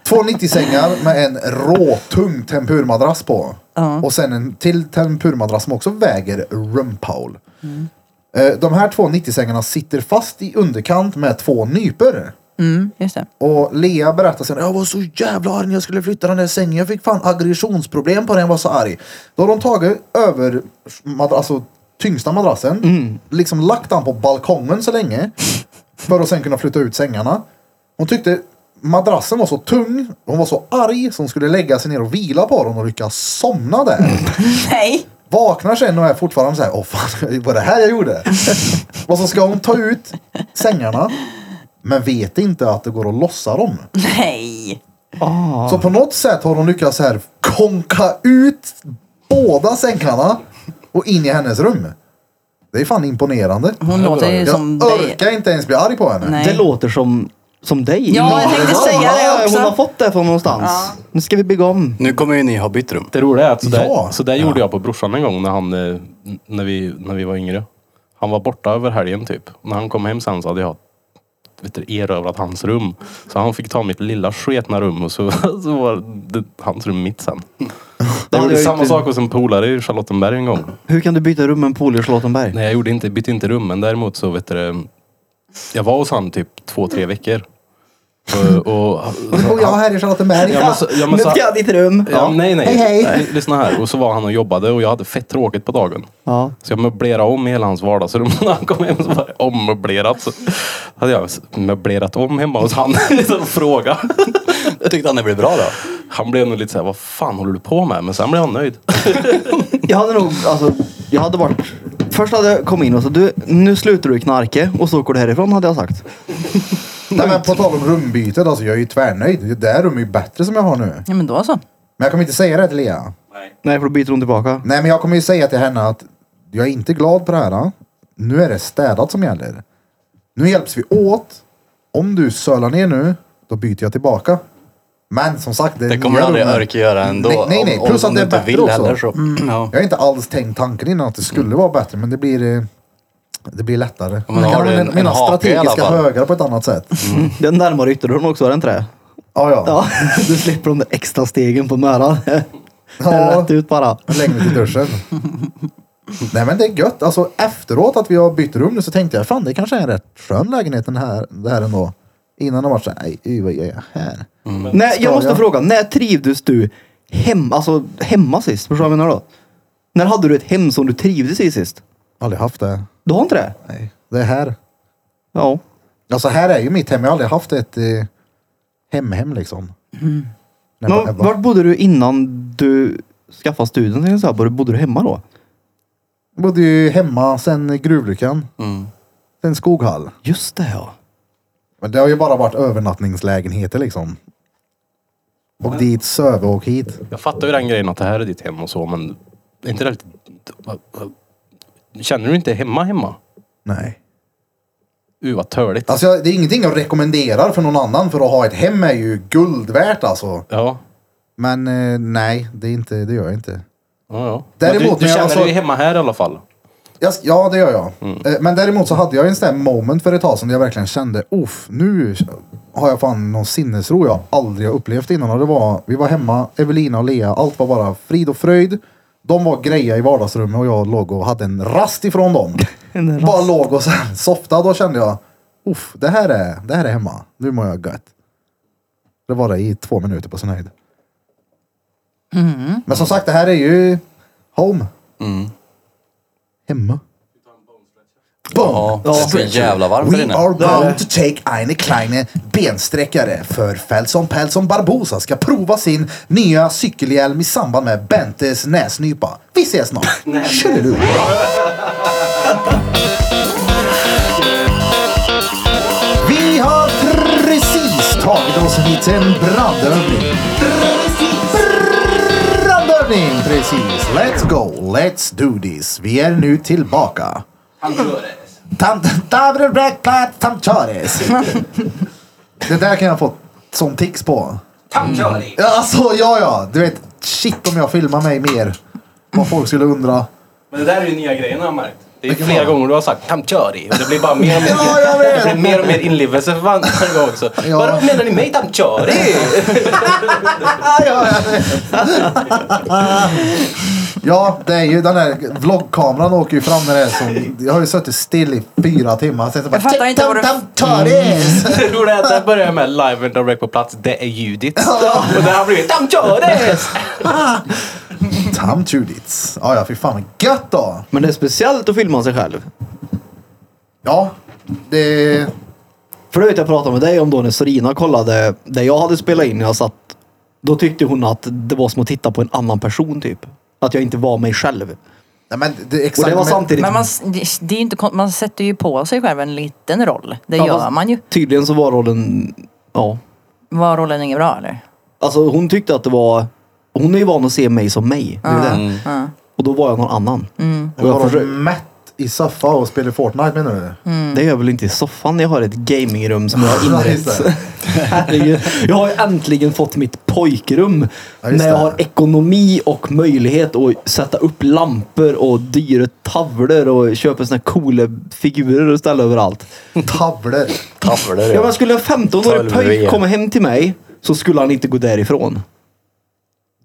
Speaker 1: Två 90-sängar med en råtung tempurmadrass på.
Speaker 3: Ja.
Speaker 1: Och sen en till tempurmadrass som också väger rumpaul.
Speaker 3: Mm.
Speaker 1: Eh, De här två 90-sängarna sitter fast i underkant med två nypor.
Speaker 3: Mm, just det.
Speaker 1: Och Lea berättade sen, jag var så jävla arg när jag skulle flytta den där sängen. Jag fick fan aggressionsproblem på den, jag var så arg. Då har de tagit över madra- alltså, tyngsta madrassen, liksom lagt den på balkongen så länge. För att sen kunna flytta ut sängarna. Hon tyckte madrassen var så tung, hon var så arg så hon skulle lägga sig ner och vila på den och lyckas somna där.
Speaker 3: Nej!
Speaker 1: Vaknar sen och är fortfarande så här, åh fan, var det här jag gjorde? och så ska hon ta ut sängarna, men vet inte att det går att lossa dem.
Speaker 3: Nej! Ah.
Speaker 1: Så på något sätt har hon lyckats så här konka ut båda sängarna och in i hennes rum. Det är fan imponerande.
Speaker 3: Hon låter ju
Speaker 1: Jag
Speaker 3: som dig.
Speaker 1: orkar inte ens bli arg på henne.
Speaker 3: Nej.
Speaker 2: Det låter som, som dig.
Speaker 3: Ja, jag tänkte säga det också.
Speaker 2: Hon har fått det från någonstans. Nu ska vi bygga om.
Speaker 4: Nu kommer ju ni ha bytt rum.
Speaker 5: Det roliga är att sådär,
Speaker 1: Ja.
Speaker 5: sådär gjorde jag på brorsan en gång när, han, eh, n- när, vi, när vi var yngre. Han var borta över helgen typ. När han kom hem sen så hade jag vet du, erövrat hans rum. Så han fick ta mitt lilla sketna rum och så, så var det, hans rum mitt sen. Jag
Speaker 2: hade
Speaker 5: gjorde
Speaker 2: jag
Speaker 5: samma
Speaker 2: inte-
Speaker 5: sak hos en polare i Charlottenberg en gång.
Speaker 2: Hur kan du byta rum med en polare i Charlottenberg?
Speaker 5: Nej, jag gjorde inte, bytte inte rum, men däremot så vet du, jag var hos han typ två, tre veckor. Och, och,
Speaker 1: Nu bor jag här i Charlottenberg.
Speaker 5: Ja, men så- ja, men
Speaker 2: nu
Speaker 5: så-
Speaker 2: ska jag ha ditt rum.
Speaker 5: ja, nej, nej.
Speaker 1: Hej, hej.
Speaker 5: L- Lyssna här. Och så var han och jobbade och jag hade fett tråkigt på dagen.
Speaker 2: Ja.
Speaker 5: Så jag möblerade om hela hans vardagsrum. När han kom hem så var det ommöblerat. Så hade jag s- möblerat om hemma hos han. Utan att fråga.
Speaker 4: Tyckte han det blev bra då?
Speaker 5: Han blev nog lite såhär, vad fan håller du på med? Men sen blev han nöjd.
Speaker 2: Jag hade nog, alltså, jag hade varit... Först hade jag kommit in och så du, nu slutar du knarka och så åker du härifrån hade jag sagt.
Speaker 1: Nej, men på tal om rumbytet, alltså, jag är ju tvärnöjd. Det här rummet är ju bättre som jag har nu.
Speaker 3: Ja men då så.
Speaker 1: Men jag kommer inte säga det till Lea.
Speaker 2: Nej, för då byter hon tillbaka.
Speaker 1: Nej, men jag kommer ju säga till henne att jag är inte glad på det här. Nu är det städat som gäller. Nu hjälps vi åt. Om du sölar ner nu, då byter jag tillbaka. Men som sagt, det, är
Speaker 4: Det kommer
Speaker 1: nya
Speaker 4: aldrig
Speaker 1: rummet.
Speaker 4: Örke göra ändå.
Speaker 1: Nej, nej, nej.
Speaker 4: Om-
Speaker 1: Plus
Speaker 4: om
Speaker 1: att
Speaker 4: du
Speaker 1: det är
Speaker 4: inte
Speaker 1: bättre
Speaker 4: vill
Speaker 1: också. Mm.
Speaker 4: heller så. Ja.
Speaker 1: Jag har inte alls tänkt tanken innan att det skulle vara bättre, men det blir, eh, det blir lättare.
Speaker 4: men
Speaker 1: jag
Speaker 4: har
Speaker 1: kan
Speaker 4: du en-
Speaker 1: använda
Speaker 4: en
Speaker 1: mina
Speaker 4: hake i alla
Speaker 1: strategiska
Speaker 4: fall? Mm.
Speaker 1: högar på ett annat sätt.
Speaker 2: Det är närmare ytterdörren också, är det inte det?
Speaker 1: Ja, ja.
Speaker 2: Ja, du slipper de där extra stegen på möran.
Speaker 1: Ja.
Speaker 2: Rätt ut bara.
Speaker 1: längre till duschen. Nej men det är gött. Alltså efteråt att vi har bytt rum nu så tänkte jag fan det kanske är en rätt skön lägenhet den här, det här ändå. Innan det var så här, nej uj, vad gör jag här?
Speaker 2: Nej,
Speaker 1: Ska
Speaker 2: jag måste
Speaker 1: jag?
Speaker 2: fråga, när trivdes du hem, alltså, hemma sist? Förstår du vad jag menar då? När hade du ett hem som du trivdes i sist?
Speaker 1: Aldrig haft det.
Speaker 2: Du har inte det?
Speaker 1: Nej. Det är här.
Speaker 2: Ja.
Speaker 1: Alltså här är ju mitt hem. Jag har aldrig haft ett eh, hem-hem liksom. När jag var
Speaker 2: Men,
Speaker 1: Ebba.
Speaker 2: vart bodde du innan du skaffade studion? tänkte jag säga? Bodde- Bodde du hemma då?
Speaker 1: Jag bodde ju hemma sen gruvlyckan.
Speaker 4: Mm.
Speaker 1: Sen Skoghall.
Speaker 2: Just det ja.
Speaker 1: Men det har ju bara varit övernattningslägenheter liksom. Och dit söv och hit.
Speaker 5: Jag fattar ju den grejen att det här är ditt hem och så, men är inte det lite... Känner du inte hemma hemma?
Speaker 1: Nej.
Speaker 5: Uh, vad törligt.
Speaker 1: Alltså jag- det är ingenting jag rekommenderar för någon annan för att ha ett hem är ju guld värt alltså.
Speaker 5: Ja.
Speaker 1: Men eh, nej, det, är inte, det gör jag inte.
Speaker 5: Ja, ja.
Speaker 1: Däremot,
Speaker 5: Men du,
Speaker 1: när
Speaker 5: du
Speaker 1: jag
Speaker 5: känner
Speaker 1: alltså-
Speaker 5: dig hemma här i alla fall.
Speaker 1: Jag, ja, det gör jag.
Speaker 2: Mm.
Speaker 1: Eh, Men däremot så hade jag en sån där moment för ett tag sedan där jag verkligen kände uff, nu har jag fan någon sinnesro jag aldrig har upplevt innan. Och det var, vi var hemma, Evelina och Lea, allt var bara frid och fröjd. De var greja i vardagsrummet och jag låg och hade en rast ifrån dem.
Speaker 2: En rast.
Speaker 1: Bara låg och så här softade och kände jag uff, det här är, det här är hemma. Nu mår jag gött. Det var det i två minuter på sin höjd. Men som sagt, det här är ju home.
Speaker 4: Mm.
Speaker 1: Hemma.
Speaker 4: Ja, det är så jävla varmt här
Speaker 1: We
Speaker 4: inne.
Speaker 1: are bound to take eine kleine bensträckare för Felson Pelson Barbosa ska prova sin nya cykelhjälm i samband med Bentes näsnypa. Vi ses snart. Tjurru. Vi har precis tagit oss hit till en brandövning. Brandövning, precis. Let's go, let's do this. Vi är nu tillbaka. Tam- Tavren Blackplat Tamchares. Det där kan jag få som tics på. Tamchares. Ja, alltså, ja, ja. Du vet, shit om jag filmar mig mer. Vad folk skulle undra.
Speaker 5: Men det där är ju nya grejen jag har märkt. Det är
Speaker 1: Vilken
Speaker 5: flera
Speaker 1: var det?
Speaker 5: gånger du har sagt tamchöri och det blir bara mer och mer,
Speaker 1: Ja, jag vet.
Speaker 5: det blir mer, och mer inlevelse för varje gång. Så.
Speaker 1: Ja.
Speaker 5: Vad menar ni mig tamchöri?
Speaker 1: Ah, ja, ja, ja. Ja, det är ju den där vloggkameran åker ju fram när det är som... Jag har ju suttit still i fyra timmar. Sen så bara,
Speaker 3: Jag fattar inte vad du-
Speaker 1: "Tam, tam, ta det!
Speaker 5: Det roliga är att det börjar med live and direct på plats. Det är Judith. Och det har blivit Tam Chores!
Speaker 1: Tam Judits. Ja, ja, fy fan vad gött då.
Speaker 2: Men det är speciellt att filma sig själv.
Speaker 1: Ja, det...
Speaker 2: För det vet jag pratade med dig om då när Sorina kollade det jag hade spelat in när jag satt. Då tyckte hon att det var som att titta på en annan person typ. Att jag inte var mig själv.
Speaker 1: Nej, men det är
Speaker 2: Och
Speaker 1: exakt...
Speaker 2: det var
Speaker 1: men-
Speaker 2: samtidigt.
Speaker 3: Men man, s- det- det är ju inte, kon- man sätter ju på sig själv en liten roll. Det
Speaker 2: Ja,
Speaker 3: gör
Speaker 2: fast-
Speaker 3: man ju.
Speaker 2: Tydligen så var rollen, ja.
Speaker 3: Var rollen inget bra eller?
Speaker 2: Alltså hon tyckte att det var, hon är ju van att se mig som mig. Det är ju det. Och då var jag någon annan. Och jag
Speaker 1: Var de
Speaker 2: försökte,
Speaker 1: mätt i soffa och spelade Fortnite menar du?
Speaker 2: Det är jag väl inte i soffan när jag har ett gamingrum som jag har
Speaker 1: Ja, just
Speaker 2: inrett. Herregud. Jag har ju äntligen fått mitt pojkrum.
Speaker 1: Ja, just
Speaker 2: när jag
Speaker 1: det.
Speaker 2: har ekonomi och möjlighet att sätta upp lampor och dyra tavlor och köpa såna här coola figurer och ställa överallt.
Speaker 1: Tavlor.
Speaker 4: Tavlor
Speaker 2: Ja, men skulle en 15-årig
Speaker 4: Tölveri.
Speaker 2: pojk komma hem till mig så skulle han inte gå därifrån.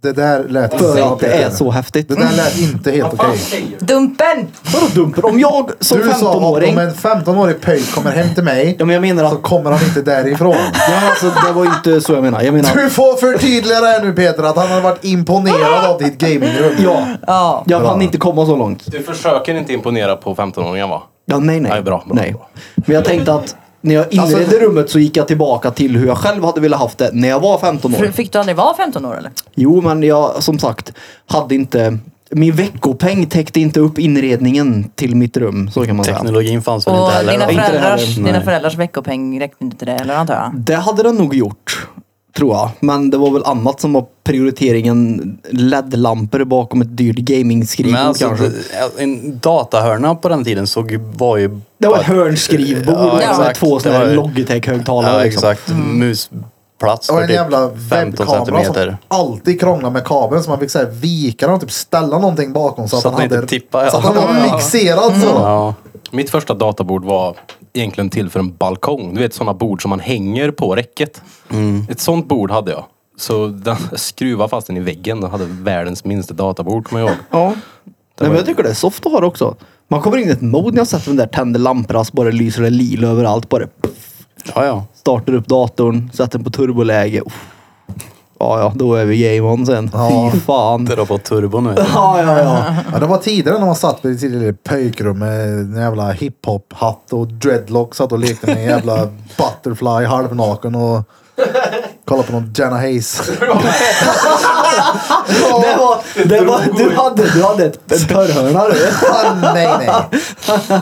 Speaker 1: Det där lät
Speaker 2: För
Speaker 1: bra,
Speaker 2: att det
Speaker 1: Peter.
Speaker 2: är så häftigt.
Speaker 1: Det där lät inte helt okej.
Speaker 3: Dumpen!
Speaker 2: Vadå dumper? Om jag som
Speaker 1: Du sa att
Speaker 2: 15-åring...
Speaker 1: om en 15-årig pöjk kommer hem till mig
Speaker 2: Ja, men jag menar
Speaker 1: så
Speaker 2: att...
Speaker 1: kommer han inte därifrån.
Speaker 2: Ja, men alltså, det var ju inte så jag menar. Jag menar...
Speaker 1: Du får förtydliga det här nu Peter att han har varit imponerad av ditt gamingrum.
Speaker 2: Ja.
Speaker 3: Ja.
Speaker 2: Jag hann inte komma så långt.
Speaker 5: Du försöker inte imponera på 15-åringen va?
Speaker 2: Ja, nej, nej.
Speaker 5: Nej, bra, bra,
Speaker 2: nej.
Speaker 5: bra.
Speaker 2: Men jag tänkte att när jag inredde
Speaker 1: Alltså-
Speaker 2: rummet så gick jag tillbaka till hur jag själv hade velat haft det när jag var 15 år.
Speaker 3: Fr- Fick du aldrig vara 15 år eller?
Speaker 2: Jo, men jag som sagt hade inte... Min veckopeng täckte inte upp inredningen till mitt rum, så kan man säga.
Speaker 4: Teknologin fanns väl
Speaker 3: Och
Speaker 4: inte heller?
Speaker 3: dina,
Speaker 4: va?
Speaker 2: Inte det
Speaker 3: föräldrars,
Speaker 2: heller,
Speaker 3: dina
Speaker 4: nej.
Speaker 3: föräldrars veckopeng räckte inte till det eller antar
Speaker 1: Mm.
Speaker 3: jag?
Speaker 2: Det hade den nog gjort, tror jag. Men det var väl annat som var prioriteringen. LED-lampor bakom ett dyrt gaming-skrivbord
Speaker 4: Men alltså,
Speaker 2: kanske. Det,
Speaker 4: det- en datahörna på den tiden såg ju, var ju...
Speaker 2: var ett hörnskrivbord
Speaker 4: Ja,
Speaker 2: och med
Speaker 4: exakt.
Speaker 2: två sådana
Speaker 4: Det
Speaker 2: här
Speaker 4: var-
Speaker 2: Logitech-högtalare.
Speaker 4: Ja,
Speaker 2: liksom.
Speaker 4: exakt. Musplats
Speaker 1: Och
Speaker 4: för
Speaker 1: Mm. en
Speaker 4: typ
Speaker 1: jävla
Speaker 4: 15
Speaker 1: webbkamera som
Speaker 4: centimeter.
Speaker 1: alltid krånglar med kabeln så man fick så här vika den och typ ställa någonting bakom så,
Speaker 4: Så
Speaker 1: att han
Speaker 4: att den inte
Speaker 1: hade...
Speaker 4: tippar, ja.
Speaker 1: Så att han var
Speaker 4: Ja. Mm.
Speaker 1: fixerad så.
Speaker 4: Ja.
Speaker 5: Mitt första databord var egentligen till för en balkong. Du vet sådana bord som man hänger på räcket.
Speaker 1: Mm.
Speaker 5: Ett sånt bord hade jag. Så den skruvade fast den i väggen och hade världens minsta databord kommer jag ihåg.
Speaker 2: Ja. Nej, men jag tycker det är soft att ha det också. Man kommer in i ett mode när jag sätter den där tänder lampor, alltså bara lyser det lila överallt. Bara puff,
Speaker 4: Ja, ja.
Speaker 2: startar upp datorn, sätter den på turboläge. Uff. Ja, ja, då är vi game on sen.
Speaker 1: Ja.
Speaker 2: Fy fan.
Speaker 4: Det har fått turbo nu.
Speaker 2: Ja, ja, ja.
Speaker 1: Ja, det var tidigare när man satt vid sitt lilla pöjkrum med en jävla hiphop-hatt och dreadlocks. Satt och lekte med en jävla butterfly halvnaken och kollade på någon Jana Hayes.
Speaker 2: Det var, det var, du, hade, du hade ett en törrhörna du.
Speaker 1: Ah, nej, nej.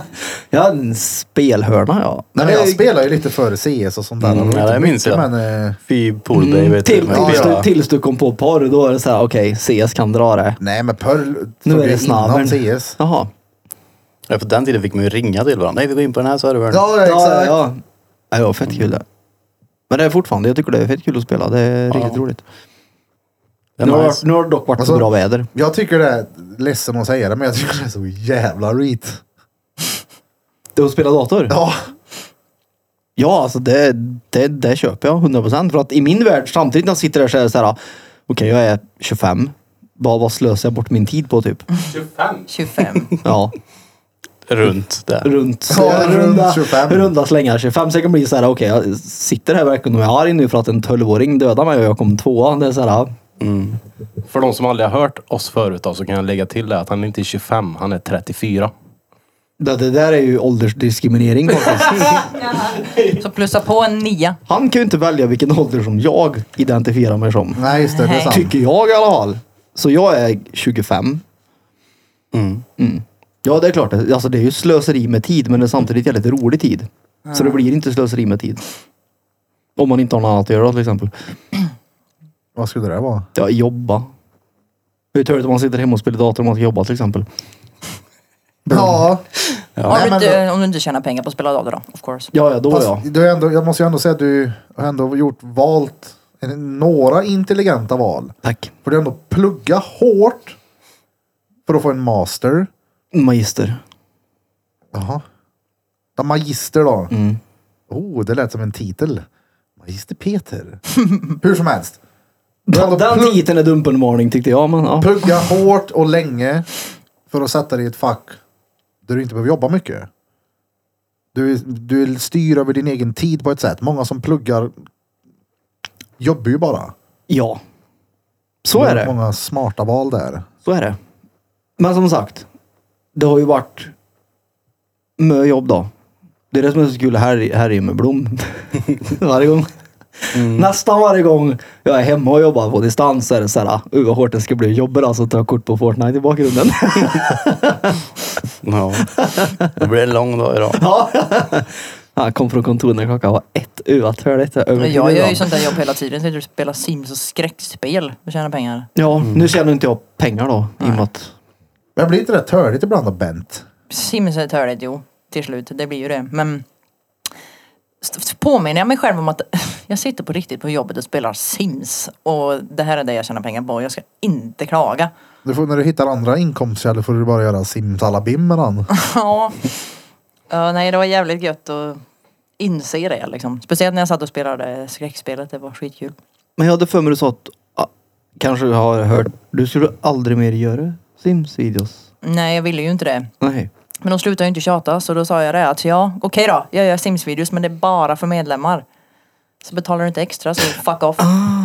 Speaker 2: Jag hade en spelhörna ja.
Speaker 1: nej men jag spelar ju lite före CS och sånt där.
Speaker 4: Mm,
Speaker 1: var
Speaker 4: ja,
Speaker 1: inte
Speaker 4: det minns
Speaker 1: mycket,
Speaker 4: jag.
Speaker 1: Men, eh,
Speaker 4: Fy pool baby.
Speaker 2: Mm, till,
Speaker 1: man
Speaker 2: tills, du,
Speaker 1: spela.
Speaker 2: tills du kom på porr, då är det så här, okej, CS kan dra det.
Speaker 1: nej, men Pearl tog
Speaker 2: Nu är
Speaker 1: ju
Speaker 2: det
Speaker 1: innan
Speaker 2: snabeln.
Speaker 1: CS.
Speaker 2: Jaha.
Speaker 4: Ja, på den tiden fick man ju ringa till varandra. Nej, vi går in på den här servern.
Speaker 1: Ja,
Speaker 2: Ja, ja,
Speaker 1: exakt.
Speaker 2: ja. Ja, det var fett kul det. Men det är fortfarande, jag tycker det är fett kul att spela. Det är riktigt roligt.
Speaker 4: Det är
Speaker 2: nu, har,
Speaker 4: nice.
Speaker 2: nu har det dock varit
Speaker 1: Alltså-
Speaker 2: så bra väder.
Speaker 1: Jag tycker det, är- ledsen att säga det, men jag tycker det är så jävla reet.
Speaker 2: Du att spela dator? Ja,
Speaker 1: Ja,
Speaker 2: alltså det, det, det köper jag 100%. För att i min värld, samtidigt när jag sitter där så är det så här, okej jag är 25. Vad, vad slösar jag bort min tid på typ?
Speaker 5: 25?
Speaker 3: 25.
Speaker 2: Ja,
Speaker 4: Runt där.
Speaker 2: runt,
Speaker 1: Ja, runt
Speaker 2: runda,
Speaker 1: 25.
Speaker 2: runda slängar. 25 så jag kan bli så här, okej jag sitter här verkligen och jag är arg nu för att en 12-åring dödar mig och jag kom tvåa. Det är så här,
Speaker 5: För de som aldrig har hört oss förut då, så kan jag lägga till det att han är inte är 25, han är 34.
Speaker 2: det, det där är ju åldersdiskriminering faktiskt.
Speaker 3: Så plussa på en nia.
Speaker 2: Han kan ju inte välja vilken ålder som jag identifierar mig som.
Speaker 1: nej just det, det är
Speaker 3: Nej.
Speaker 1: sant.
Speaker 2: Tycker jag i alla fall. Så jag är 25. Mm. Ja, det är klart. Alltså, det är ju slöseri med tid, men det är samtidigt jävligt rolig tid. Så det blir inte slöseri med tid. Om man inte har något annat att göra till exempel.
Speaker 1: Vad skulle det där vara?
Speaker 2: Ja, jobba. Hur är det om man sitter hemma och spelar dator om man ska jobba till exempel?
Speaker 1: Ja,
Speaker 3: om,
Speaker 1: Nej,
Speaker 3: du
Speaker 1: men
Speaker 3: inte, om du inte tjänar pengar på att spela dator då, of course.
Speaker 2: Ja, ja, då
Speaker 1: Fast
Speaker 2: Oh, ja.
Speaker 1: du har ändå, jag måste ju ändå säga att du har ändå gjort valt en- några intelligenta val.
Speaker 2: Tack.
Speaker 1: För du har ändå plugga hårt för att få en master.
Speaker 2: Magister.
Speaker 1: Jaha. Ja, magister då.
Speaker 2: Mm.
Speaker 1: Oh, det lät som en titel. Magister Peter. Hur som helst.
Speaker 2: Den, den
Speaker 1: plugg-
Speaker 2: titeln är dumpenvarning tyckte jag. Men, ja.
Speaker 1: Plugga hårt och länge för att sätta dig i ett fack där du inte behöver jobba mycket. Du, du styr över din egen tid på ett sätt. Många som pluggar jobbar ju bara.
Speaker 2: ja. Så är det.
Speaker 1: Många smarta val där.
Speaker 2: Så är det. Men som sagt, det har ju varit mycket jobb då. Det är det som är så kul här, här är med Blom. varje gång. Nästan varje gång jag är hemma och jobbar på distans är det så här, uh vad hårt det ska bli i jobbet alltså att ta kort på Fortnite i bakgrunden.
Speaker 4: Ja. Det blir en lång dag idag.
Speaker 2: ja. Jag kom från kontoret när klockan var ett, uh vad töligt jag är över
Speaker 3: Men
Speaker 2: till
Speaker 3: jag gör
Speaker 2: idag.
Speaker 3: ju sånt där jobb hela tiden. Jag sitter och spelar Sims och skräckspel och tjänar pengar.
Speaker 2: Ja, nu tjänar inte jag pengar då i och med att
Speaker 1: Men blir inte det törligt ibland av Bent?
Speaker 3: Sims är töligt, jo. Till slut, det blir ju det. Men st- st- påminner jag mig själv om att jag sitter på riktigt på jobbet och spelar Sims. Och det här är det jag tjänar pengar på. Jag ska inte klaga.
Speaker 1: Du får, när du hittar andra inkomstkällor får du bara göra simsalabim med den.
Speaker 3: Ja. Ja, nej, det var jävligt gött att inse det liksom. Speciellt när jag satt och spelade skräckspelet. Det var skitkul.
Speaker 2: Men jag hade för mig du sa att ah, kanske du har hört, du skulle aldrig mer göra Sims-videos.
Speaker 3: Nej, jag ville ju inte det.
Speaker 2: Nej.
Speaker 3: Men de slutade ju inte tjata så då sa jag det att ja, okej då, jag gör Sims-videos men det är bara för medlemmar. Så betalar du inte extra så fuck off.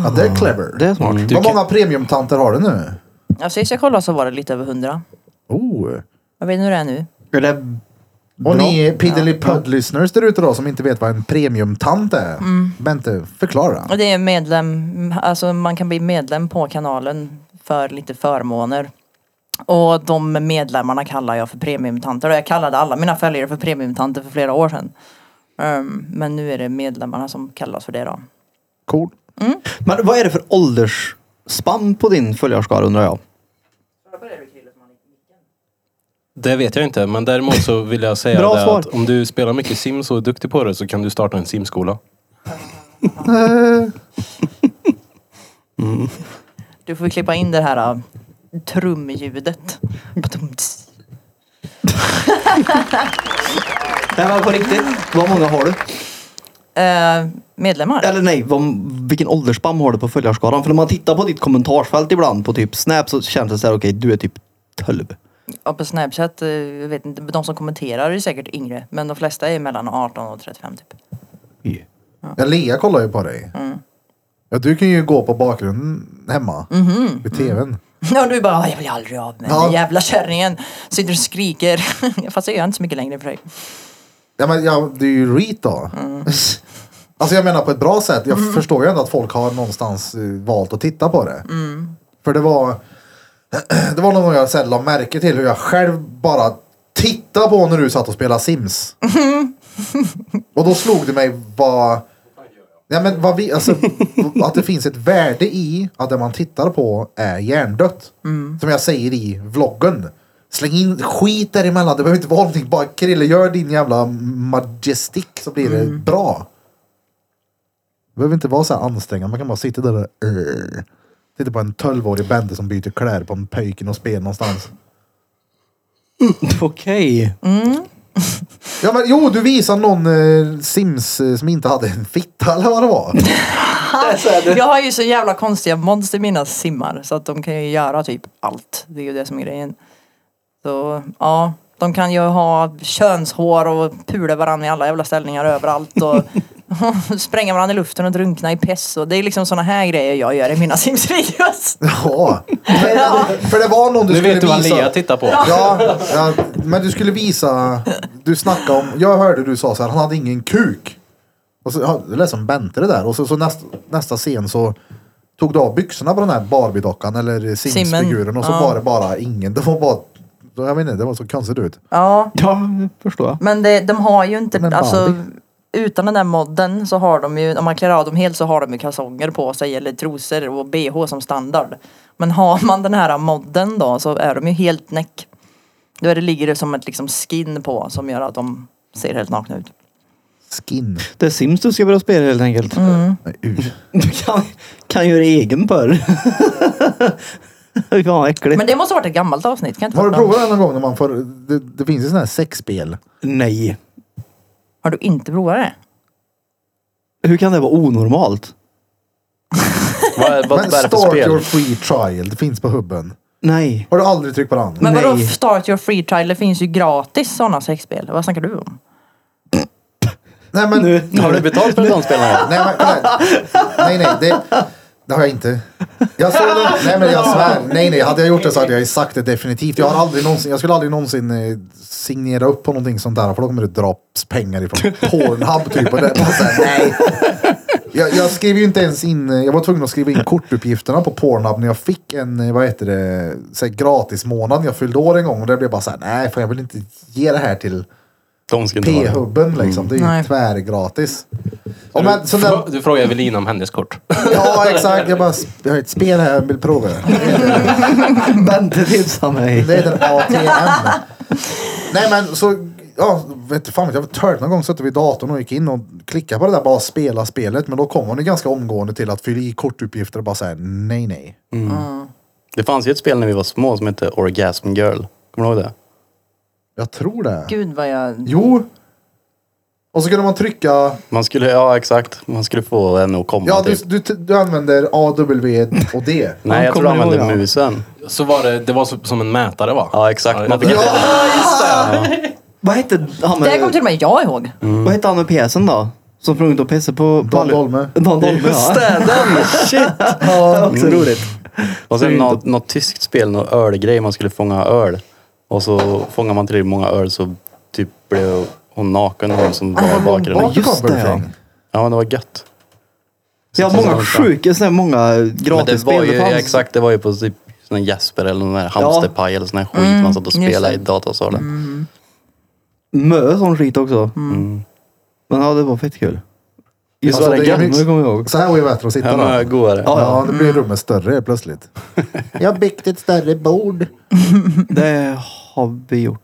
Speaker 1: Ja, det är clever.
Speaker 2: Ah,
Speaker 1: Mm.
Speaker 2: Det är smart.
Speaker 5: Du
Speaker 1: Vad
Speaker 5: kan-
Speaker 1: många premiumtanter har du nu?
Speaker 3: Ja, sist Alltså, jag kollade så var det lite över hundra.
Speaker 1: Oh.
Speaker 3: Jag vet inte hur det är nu.
Speaker 2: Eller
Speaker 1: Och ni piddly-pudd-listeners där ute då som inte vet vad en premiumtant är. Bente, förklara.
Speaker 3: Och det är medlem, alltså man kan bli medlem på kanalen för lite förmåner. Och de medlemmarna kallar jag för premiumtanter och jag kallade alla mina följare för premiumtanter för flera år sedan. Ehm, men nu är det medlemmarna som kallas för det då.
Speaker 1: Cool.
Speaker 2: Men vad är det för åldersspann på din följarskara undrar jag?
Speaker 5: Det vet jag inte, men däremot så vill jag säga
Speaker 2: Bra
Speaker 5: det
Speaker 2: svar.
Speaker 5: att om du spelar mycket Sims och är duktig på det så kan du starta en simskola.
Speaker 3: Du får klippa in det här äh, trumljudet.
Speaker 2: Nej men på riktigt, vad många har du?
Speaker 3: Eh, medlemmar?
Speaker 2: Eller nej, vad, vilken åldersspann har du på följarskaran? För när man tittar på ditt kommentarsfält ibland på typ Snap så känns det så här, okej du är typ 12.
Speaker 3: Ja, på Snapchat, eh, jag vet inte, de som kommenterar är säkert yngre. Men de flesta är mellan 18 och 35 typ.
Speaker 1: Ja, Lea kollar ju på dig. Ja, du kan ju gå på bakgrunden hemma. Vid tvn.
Speaker 3: Och du bara, "Ah, jag blir aldrig av med den
Speaker 1: Ja.
Speaker 3: jävla kärringen. Sitter och skriker. Fast jag gör inte så mycket längre för dig.
Speaker 1: Ja, men ja, det är ju reet då. alltså jag menar på ett bra sätt. Jag förstår ju ändå att folk har någonstans eh, valt att titta på det. För det var, det var någon gång jag så här la märke till hur jag själv bara tittade på när du satt och spelade Sims. och då slog det mig vad... Ja, men vad vi, alltså, att det finns ett värde i att det man tittar på är hjärndött. Som jag säger i vloggen. Släng in skit däremellan. Det behöver inte vara någonting. Bara Krille, gör din jävla majestic så blir det bra. Det behöver inte vara så här ansträngande. Man kan bara sitta där och "Urr." Titta på en 12-årig bände som byter kläder på en pöjken och spel någonstans.
Speaker 2: Okej.
Speaker 1: Ja, men, jo, du visar någon eh, Sims eh, som inte hade en fitta eller vad det var.
Speaker 3: Jag har ju så jävla konstiga mods i mina simmar. Så att de kan ju göra typ allt. Det är ju det som är grejen. Så ja, de kan ju ha könshår och pula varandra i alla jävla ställningar överallt. Och spränga varandra i luften och drunkna i pess. Och det är liksom såna här grejer jag gör i mina Sims-videos.
Speaker 1: Ja. Men, För det var någon du
Speaker 5: Nu
Speaker 1: skulle
Speaker 5: vet du vad
Speaker 1: visa.
Speaker 5: Lea tittar på.
Speaker 1: Ja, ja, men du skulle visa. Du snackade om. Jag hörde du sa så här. Han hade ingen kuk. Och så, ja, det lät som Bente det där. Och så, så nästa, nästa scen så tog du av byxorna på den här Barbie-dockan eller Sims-figuren. Och så
Speaker 3: ja.
Speaker 1: var det bara ingen. Det var bara. Jag vet inte, det var så konstigt ut.
Speaker 3: Ja,
Speaker 2: Ja, det förstår jag.
Speaker 3: men det, de har ju inte,
Speaker 1: Men
Speaker 3: alltså
Speaker 1: Barbie.
Speaker 3: utan den där modden så har de ju, om man klär av dem helt så har de ju kalsonger på sig eller trosor och bh som standard. Men har man den här modden då så är de ju helt näck. Då är det, ligger det som ett liksom skin på som gör att de ser helt nakna ut.
Speaker 1: Skin.
Speaker 2: Det är Sims du ska börja spela helt enkelt.
Speaker 1: Nej, ur.
Speaker 2: Du kan, kan göra egen porr. Fy fan vad äckligt.
Speaker 3: Men det måste ha varit ett gammalt avsnitt. Kan jag inte
Speaker 1: Har du
Speaker 3: fatta.
Speaker 1: provat det någon gång när man får. Det, det finns ju sådana här sexspel.
Speaker 2: Nej.
Speaker 3: Har du inte provat det?
Speaker 2: Hur kan det vara onormalt?
Speaker 4: Vad, vad
Speaker 1: Men
Speaker 4: är det för
Speaker 1: start your
Speaker 4: spel?
Speaker 1: free trial. Det finns på hubben.
Speaker 2: Nej.
Speaker 1: Har du aldrig tryckt på den?
Speaker 3: Men vadå
Speaker 2: Nej.
Speaker 3: start your free trial? Det finns ju gratis sådana sexspel. Vad snackar du om?
Speaker 1: Nej men.
Speaker 2: Nu,
Speaker 4: Har du betalt för ett sånt spel någon gång?
Speaker 1: Nej, men, kolla. nej, nej, det, det har jag inte. Jag såg det, nej men jag svär. Nej, nej, hade jag gjort det så hade jag ju sagt det definitivt. Jag, har aldrig någonsin, jag skulle aldrig någonsin eh, signera upp på någonting sånt där för då kommer det dra pengar ifrån Pornhub typ. Och det, och så här, nej. Jag, jag skrev ju inte ens in, eh, jag var tvungen att skriva in kortuppgifterna på Pornhub när jag fick en, eh, vad heter det, så här, gratis månad när jag fyllde år en gång. Och det blev bara så här, nej fan jag vill inte ge det här till
Speaker 4: De ska inte ha det.
Speaker 1: P-hubben liksom. Det är ju
Speaker 3: Nej.
Speaker 1: tvärgratis. Och men, så när,
Speaker 5: Du frågar Evelina om hennes kort.
Speaker 1: Ja, exakt. Jag bara, jag har ett spel här jag vill prova.
Speaker 2: Bente tipsade mig.
Speaker 1: Det heter ATM. Nej men så, ja, vet du fan vet jag var törd någon gång satt vi vid datorn och gick in och klickade på det där bara spela spelet. Men då kom hon ju ganska omgående till att fylla i kortuppgifter och bara säga nej nej.
Speaker 4: Det fanns ju ett spel när vi var små som hette Orgasm Girl. Kommer du ihåg det?
Speaker 1: Jag tror det.
Speaker 3: Gud vad jag...
Speaker 1: Jo. Och så kunde man trycka,
Speaker 4: Man skulle, ja exakt. Man skulle få en att komma
Speaker 1: ja du,
Speaker 4: typ.
Speaker 1: du, du använder A, W och D.
Speaker 4: Nej, jag tror du
Speaker 2: kommer
Speaker 4: använde
Speaker 2: ihåg, ja.
Speaker 4: musen.
Speaker 5: Så var det, det var så- som en mätare va?
Speaker 4: Ja, exakt. Man
Speaker 5: det-
Speaker 4: fick-
Speaker 2: Vad hette han
Speaker 3: Det här kom till
Speaker 2: med,
Speaker 3: och med jag ihåg.
Speaker 2: vad hette han med pjäsen då? Som sprang ut och pissade på...
Speaker 1: Dan Dolme.
Speaker 2: Dan Dolme
Speaker 4: Just
Speaker 2: ja.
Speaker 4: det, den! Shit!
Speaker 2: ja. Också roligt.
Speaker 4: Mm. Och sen något, något tyskt spel, någon ölgrej, man skulle fånga öl. Och så fångar man tillräckligt många öl så typ blev hon naken, hon som var i bakgrunden.
Speaker 1: Bakåt
Speaker 2: just
Speaker 1: kommer
Speaker 2: det,
Speaker 1: det
Speaker 2: ja.
Speaker 1: ting.
Speaker 4: Ja, men det var gött.
Speaker 2: Ja, många sjuka sådana här, många
Speaker 4: Men det var
Speaker 2: gratisspel.
Speaker 4: ju,
Speaker 2: fanns.
Speaker 4: exakt, det var ju på typ sån här Jesper eller någon där hamsterpaj eller sån här skit man satt och
Speaker 3: Mm, just
Speaker 4: spelade i
Speaker 3: det.
Speaker 4: datasalen.
Speaker 2: Mm. Mö sån skit också.
Speaker 4: Mm.
Speaker 2: Men ja, det var fett kul. Just
Speaker 1: Alltså,
Speaker 2: det,
Speaker 1: det är
Speaker 2: det gamla
Speaker 1: mix.
Speaker 2: kommer jag ihåg.
Speaker 1: Så här var ju bättre att sitta
Speaker 4: Ja,
Speaker 1: då.
Speaker 4: men godare.
Speaker 2: Ja,
Speaker 1: Ja, det
Speaker 2: Mm.
Speaker 1: blir rummet större helt plötsligt. Jag har byggt ett större bord.
Speaker 2: det har vi gjort.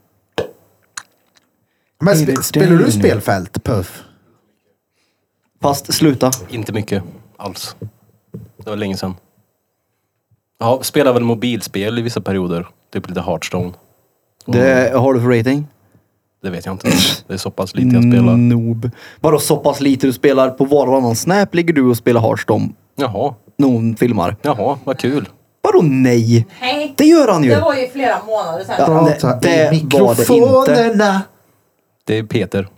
Speaker 1: Men
Speaker 2: Är det
Speaker 1: spe, spelar
Speaker 2: det?
Speaker 1: du spelfält, Puff?
Speaker 2: Fast sluta.
Speaker 5: Inte mycket alls. Det var länge sedan. Ja, spelar väl mobilspel i vissa perioder. Typ lite Hearthstone. Och
Speaker 2: Det har du för rating?
Speaker 5: det vet jag inte. Det är så pass lite jag spelar.
Speaker 2: Noob. Vadå så pass lite du spelar? På var och annan snap ligger du och spelar Hearthstone.
Speaker 5: Jaha,
Speaker 2: Någon filmar.
Speaker 5: jaha, vad kul.
Speaker 2: Vadå nej?
Speaker 3: Hej!
Speaker 2: Det gör han ju.
Speaker 3: Mm. var ju flera månader sedan.
Speaker 2: Ja.
Speaker 1: Prata
Speaker 2: det- det
Speaker 1: i
Speaker 2: var det
Speaker 1: mikrofonerna.
Speaker 5: Det är Peter.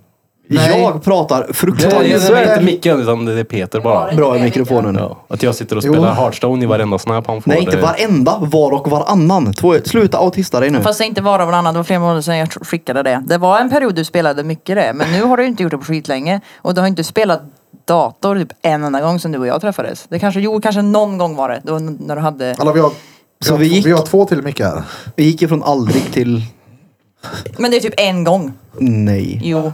Speaker 1: Nej.
Speaker 2: Jag pratar
Speaker 5: Det är,
Speaker 1: ju
Speaker 2: fruktansvärt
Speaker 5: det är
Speaker 1: Sverige.
Speaker 5: inte micken utan det är Peter bara.
Speaker 2: bra i mikrofonen. nu.
Speaker 5: Ja, att jag sitter och spelar
Speaker 1: Jo.
Speaker 5: Hearthstone i varenda snap han får.
Speaker 2: Nej, inte
Speaker 5: det-
Speaker 2: varenda. Var och varannan. Två, sluta autista dig nu.
Speaker 3: Fast det inte var och varannan, det var flera månader sedan jag skickade det. Det var en period du spelade mycket det, men nu har du inte gjort det på skitlänge. Och du har inte spelat dator typ en enda gång sedan du och jag träffades. Det kanske, jo, kanske någon gång var det, då, när du hade...
Speaker 1: Alla, vi, har, vi,
Speaker 2: Så
Speaker 1: har,
Speaker 2: vi gick-
Speaker 1: vi har två till mickar.
Speaker 2: Vi gick ifrån aldrig till
Speaker 3: Men det är typ en gång.
Speaker 2: nej.
Speaker 3: Jo.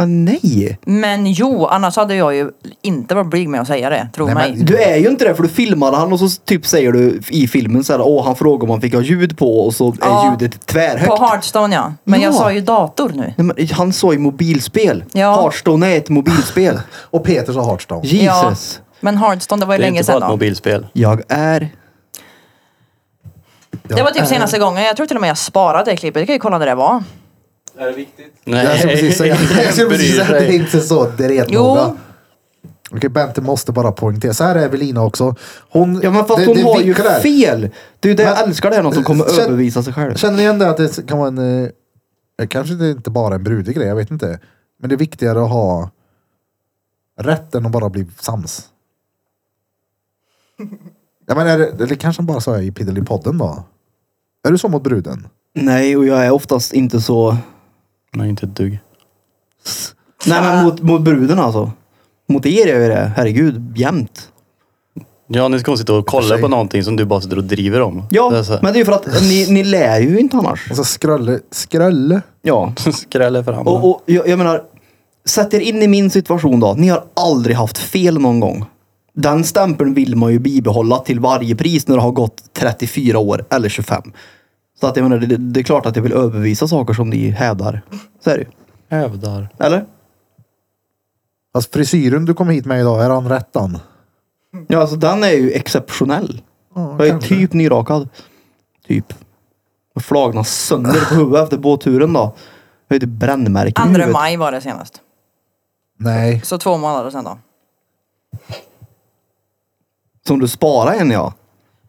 Speaker 2: Men nej.
Speaker 3: Men jo, annars hade jag ju inte varit blyg med att säga det, tro
Speaker 1: Nej,
Speaker 3: mig.
Speaker 1: men-
Speaker 2: Du är ju inte det för du filmade han och så typ säger du i filmen så här, åh han frågar om han fick ha ljud på och så är
Speaker 3: Ja.
Speaker 2: ljudet tvärhögt.
Speaker 3: På Hearthstone ja. Men jag
Speaker 2: Ja.
Speaker 3: sa ju dator nu.
Speaker 2: Nej, men han sa ju mobilspel.
Speaker 3: Ja.
Speaker 2: Hearthstone är ett mobilspel.
Speaker 1: Och Peter sa Hearthstone.
Speaker 2: Jesus.
Speaker 3: Ja. Men Hearthstone, det var ju
Speaker 4: Det är
Speaker 3: länge
Speaker 4: inte bara
Speaker 3: sedan
Speaker 4: ett
Speaker 3: då.
Speaker 4: mobilspel.
Speaker 2: Jag är...
Speaker 3: Det var typ senaste gången. Jag tror till och med jag sparade det klippet. Du kan ju kolla när det var.
Speaker 5: Är det viktigt?
Speaker 4: Nej,
Speaker 1: Jag skulle precis säga jag skulle precis säga att det är inte så dretnoga.
Speaker 3: Jo.
Speaker 1: Okej, Bente måste bara poängtera. Så här är Evelina också. Hon,
Speaker 2: Ja men fast
Speaker 1: det-
Speaker 2: hon
Speaker 1: det
Speaker 2: har ju
Speaker 1: vicklar.
Speaker 2: fel. Det är ju det jag
Speaker 1: Men-
Speaker 2: älskar det här någon som kommer
Speaker 1: Känn-
Speaker 2: övervisa sig själv.
Speaker 1: Känner ni igen det att det kan vara en... eh, eh, Kanske det är inte bara en brudig grej, jag vet inte. Men det är viktigare att ha rätten att bara bli sams. Jag menar, är det, eller kanske han bara sa i Piddelipodden då. Är du så mot bruden?
Speaker 2: Nej och jag är oftast inte så...
Speaker 4: Nej, inte ett dugg.
Speaker 2: Nej men mot, mot bruden alltså. Mot er är jag ju det. Herregud, jämt.
Speaker 4: Ja, nu ska hon sitta och
Speaker 1: för
Speaker 4: kolla
Speaker 1: sig.
Speaker 4: på någonting som du bara sitter och driver om.
Speaker 2: Ja,
Speaker 4: Det är så här.
Speaker 2: men det är ju för att ni, ni lär ju inte annars.
Speaker 1: Och så skrölle, skrölle.
Speaker 2: Ja.
Speaker 4: Skräller fram.
Speaker 2: Och, och jag, jag menar, sätt er in i min situation då. Ni har aldrig haft fel någon gång. Den stämpeln vill man ju bibehålla till varje pris när det har gått 34 år eller 25. Så att jag menar, det, det är klart att jag vill övervisa saker som ni hävdar. Så är det ju.
Speaker 4: Hävdar.
Speaker 2: Eller?
Speaker 1: Alltså frisyren du kom hit med idag, är han rättan?
Speaker 2: Ja, alltså den är ju exceptionell.
Speaker 1: Ja,
Speaker 2: Jag är
Speaker 1: kanske.
Speaker 2: typ nyrakad. Typ. Jag flagna sönder på huvudet efter båtturen då. Jag har ju typ brännmärken i
Speaker 3: 2
Speaker 2: huvudet.
Speaker 3: maj var det senast.
Speaker 1: Nej.
Speaker 3: Så två månader sedan då.
Speaker 2: som du sparar en ja.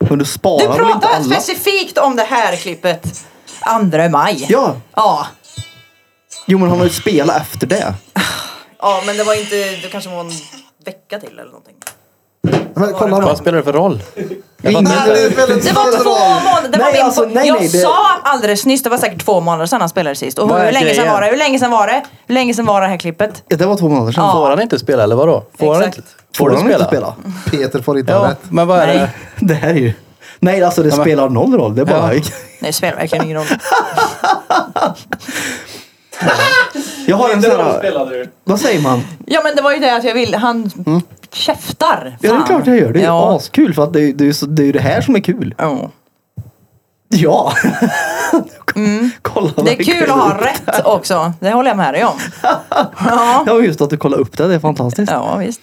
Speaker 2: Men du sparar
Speaker 3: Du
Speaker 2: väl inte
Speaker 3: pratar
Speaker 2: alla?
Speaker 3: specifikt om det här klippet 2 maj.
Speaker 2: Ja,
Speaker 3: Ja.
Speaker 2: jo men han har ju spelat efter det.
Speaker 3: Ja, men det var inte, det kanske var en vecka till eller någonting.
Speaker 1: Men kolla då.
Speaker 4: Vad spelar det för roll? Jag fattar
Speaker 2: Ingen-
Speaker 4: inte.
Speaker 3: Det var två månader, det var
Speaker 2: Nej,
Speaker 3: min
Speaker 2: alltså, nej,
Speaker 3: jag
Speaker 2: nej, det-
Speaker 3: sa alldeles nyss, det var säkert två månader sedan han spelade sist. Och
Speaker 4: Vad
Speaker 3: hur
Speaker 4: är
Speaker 3: länge sedan
Speaker 4: grejen?
Speaker 3: var det? Hur länge sedan var det? Hur länge sedan var det här klippet?
Speaker 2: Ja, Det var två månader sedan.
Speaker 3: Ja.
Speaker 4: Får han inte spela eller vadå? Får han
Speaker 3: Exakt.
Speaker 4: inte? Får du
Speaker 2: han inte spela?
Speaker 4: spela?
Speaker 1: Peter får inte ha
Speaker 4: Ja,
Speaker 1: rätt.
Speaker 4: men vad är det?
Speaker 2: Det här är ju... Nej alltså det
Speaker 4: men-
Speaker 2: spelar noll roll. Det är bara...
Speaker 4: Ja.
Speaker 3: Nej, det spelar verkligen ingen roll.
Speaker 2: Jag har en sån här... Vad säger man?
Speaker 3: Ja men det var ju det att jag vill, han käftar. Fan.
Speaker 2: Ja det är klart jag gör. Det är
Speaker 3: ja.
Speaker 2: askul för att det är ju det, är ju så- det, är ju det här som är kul.
Speaker 3: Ja.
Speaker 2: Ja! Kolla vad
Speaker 3: Mm. Det är kul att ha rätt också, det håller jag med dig om. Ja,
Speaker 2: Ja just att du kollar upp det, det är fantastiskt.
Speaker 3: ja visst.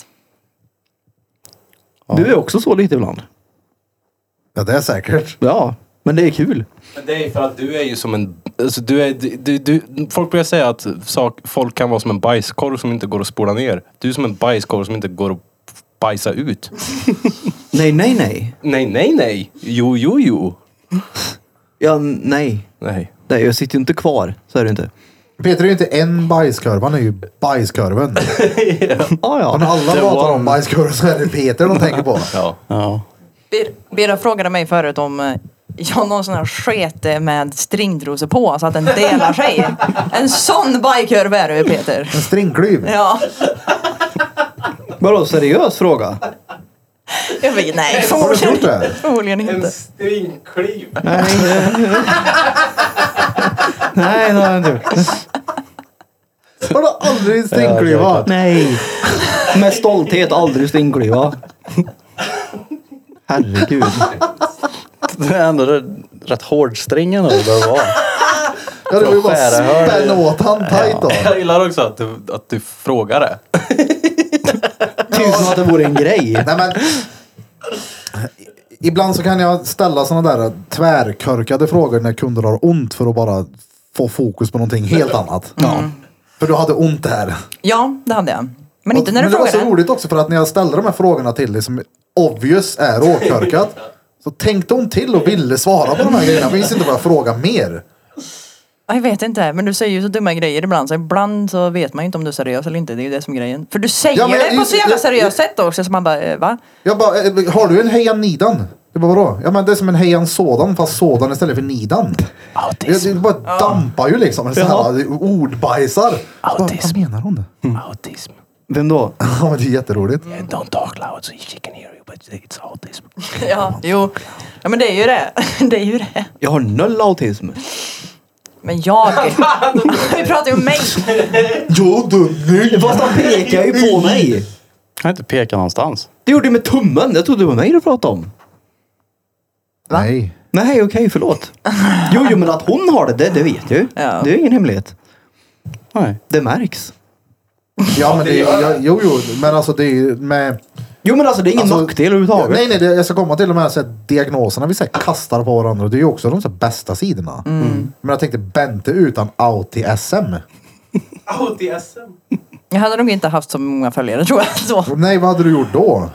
Speaker 2: Du är också så lite ibland.
Speaker 1: Ja, det är säkert.
Speaker 2: Ja, men det är kul.
Speaker 5: Men Det är för att du är ju som en... Alltså du är, du, du, folk börjar säga att sak, folk kan vara som en bajskorv som inte går att spola ner. Du är som en bajskorv som inte går att bajsa ut.
Speaker 2: Nej, nej, nej.
Speaker 5: Nej, nej, nej. Jo, jo, jo.
Speaker 2: Ja, n- nej.
Speaker 5: Nej.
Speaker 2: Nej, jag sitter ju inte kvar. Så är det inte.
Speaker 1: Peter är ju inte en bajskorv, han är ju bajskorven.
Speaker 2: Ah,
Speaker 1: Och när
Speaker 2: ja.
Speaker 1: alla
Speaker 5: The
Speaker 1: pratar om
Speaker 5: one.
Speaker 1: bajskorv så är det Peter de tänker på.
Speaker 5: Ja.
Speaker 4: Ja.
Speaker 3: Bir- Birra frågade mig förut om eh, jag har någon sån här skete med stringtrosor på så att den delar sig. En sån bajkorv är du Peter.
Speaker 1: En stringklyv.
Speaker 3: Ja,
Speaker 2: Vadå, seriös fråga?
Speaker 3: jag vet, nej
Speaker 1: Har du gjort
Speaker 3: förmodligen,
Speaker 1: det?
Speaker 3: förmodligen inte.
Speaker 5: stringkliv.
Speaker 2: Nej, nej. nej, det har jag inte gjort.
Speaker 1: Har du aldrig en stringklyva?
Speaker 2: Nej. Med stolthet aldrig stingklyva. Herregud.
Speaker 4: Det är ändå rätt hård string ändå det behöver vara.
Speaker 1: Ja, det var ju bara
Speaker 4: Skära hörn.
Speaker 1: spänna åt han tajt då.
Speaker 5: Jag gillar också att du, att du frågar det.
Speaker 2: Typ som att det vore en grej.
Speaker 1: Nej, men, ibland så kan jag ställa sådana där tvärkörkade frågor när kunder har ont för att bara få fokus på någonting helt annat. För du hade ont här.
Speaker 3: Ja, det hade jag. Men inte när du
Speaker 1: men det var så
Speaker 3: frågade.
Speaker 1: roligt också för att när jag ställde de här frågorna till dig som obvious är råkörkat. så tänkte hon till och ville svara på de här grejerna. Men visste inte vad jag frågade mer.
Speaker 3: Ja, Jag vet inte, men du säger ju så dumma grejer ibland så ibland så vet man ju inte om du är seriös eller inte. Det är ju det som är grejen. För du säger
Speaker 1: Ja, men jag-
Speaker 3: det på så jävla
Speaker 1: jag-
Speaker 3: seriöst sätt också så man bara, eh, va?
Speaker 1: Jag bara, eh, har du en hejan nidan? Jag bara, vadå? Ja men det är som en hejan sådan fast sådan istället för nidan. Det, det bara dampar ju liksom. Så här, det är ordbajsar. Så bara, Vad
Speaker 5: Autism.
Speaker 1: menar hon?
Speaker 5: Autism.
Speaker 2: Vem då?
Speaker 1: Ja men det är jätteroligt.
Speaker 5: And don't talk loud so she can hear you but it's autism.
Speaker 3: Ja, jo. Ja men det är ju det. Det är ju det.
Speaker 2: Jag har noll autism.
Speaker 3: Men jag... Vi pratar ju om mig.
Speaker 1: Ja dunning!
Speaker 2: Fast han pekar ju på mig.
Speaker 4: Jag kan inte peka någonstans.
Speaker 2: Du gjorde det med tummen. Jag trodde det var mig du pratade om.
Speaker 1: Nej.
Speaker 2: Nej, okej, förlåt. Jo, jo, men att hon har det, det, det vet jag ju.
Speaker 3: Ja.
Speaker 2: Det är ingen hemlighet.
Speaker 4: Nej.
Speaker 2: Det märks.
Speaker 1: Ja men det, jag, jo jo men alltså det är ju med
Speaker 2: Jo, men alltså det är ingen
Speaker 1: Alltså,
Speaker 2: nackdel överhuvudtaget.
Speaker 1: Nej, nej, det, jag ska komma till de här, så här diagnoserna vi så här, kastar på varandra. och Det är ju också de så här, bästa sidorna.
Speaker 3: Mm.
Speaker 1: Mm. Men jag tänkte Bente utan autism.
Speaker 3: Jag hade nog inte haft så många följare tror jag. Så.
Speaker 2: Mm.
Speaker 1: Nej, vad hade du gjort då?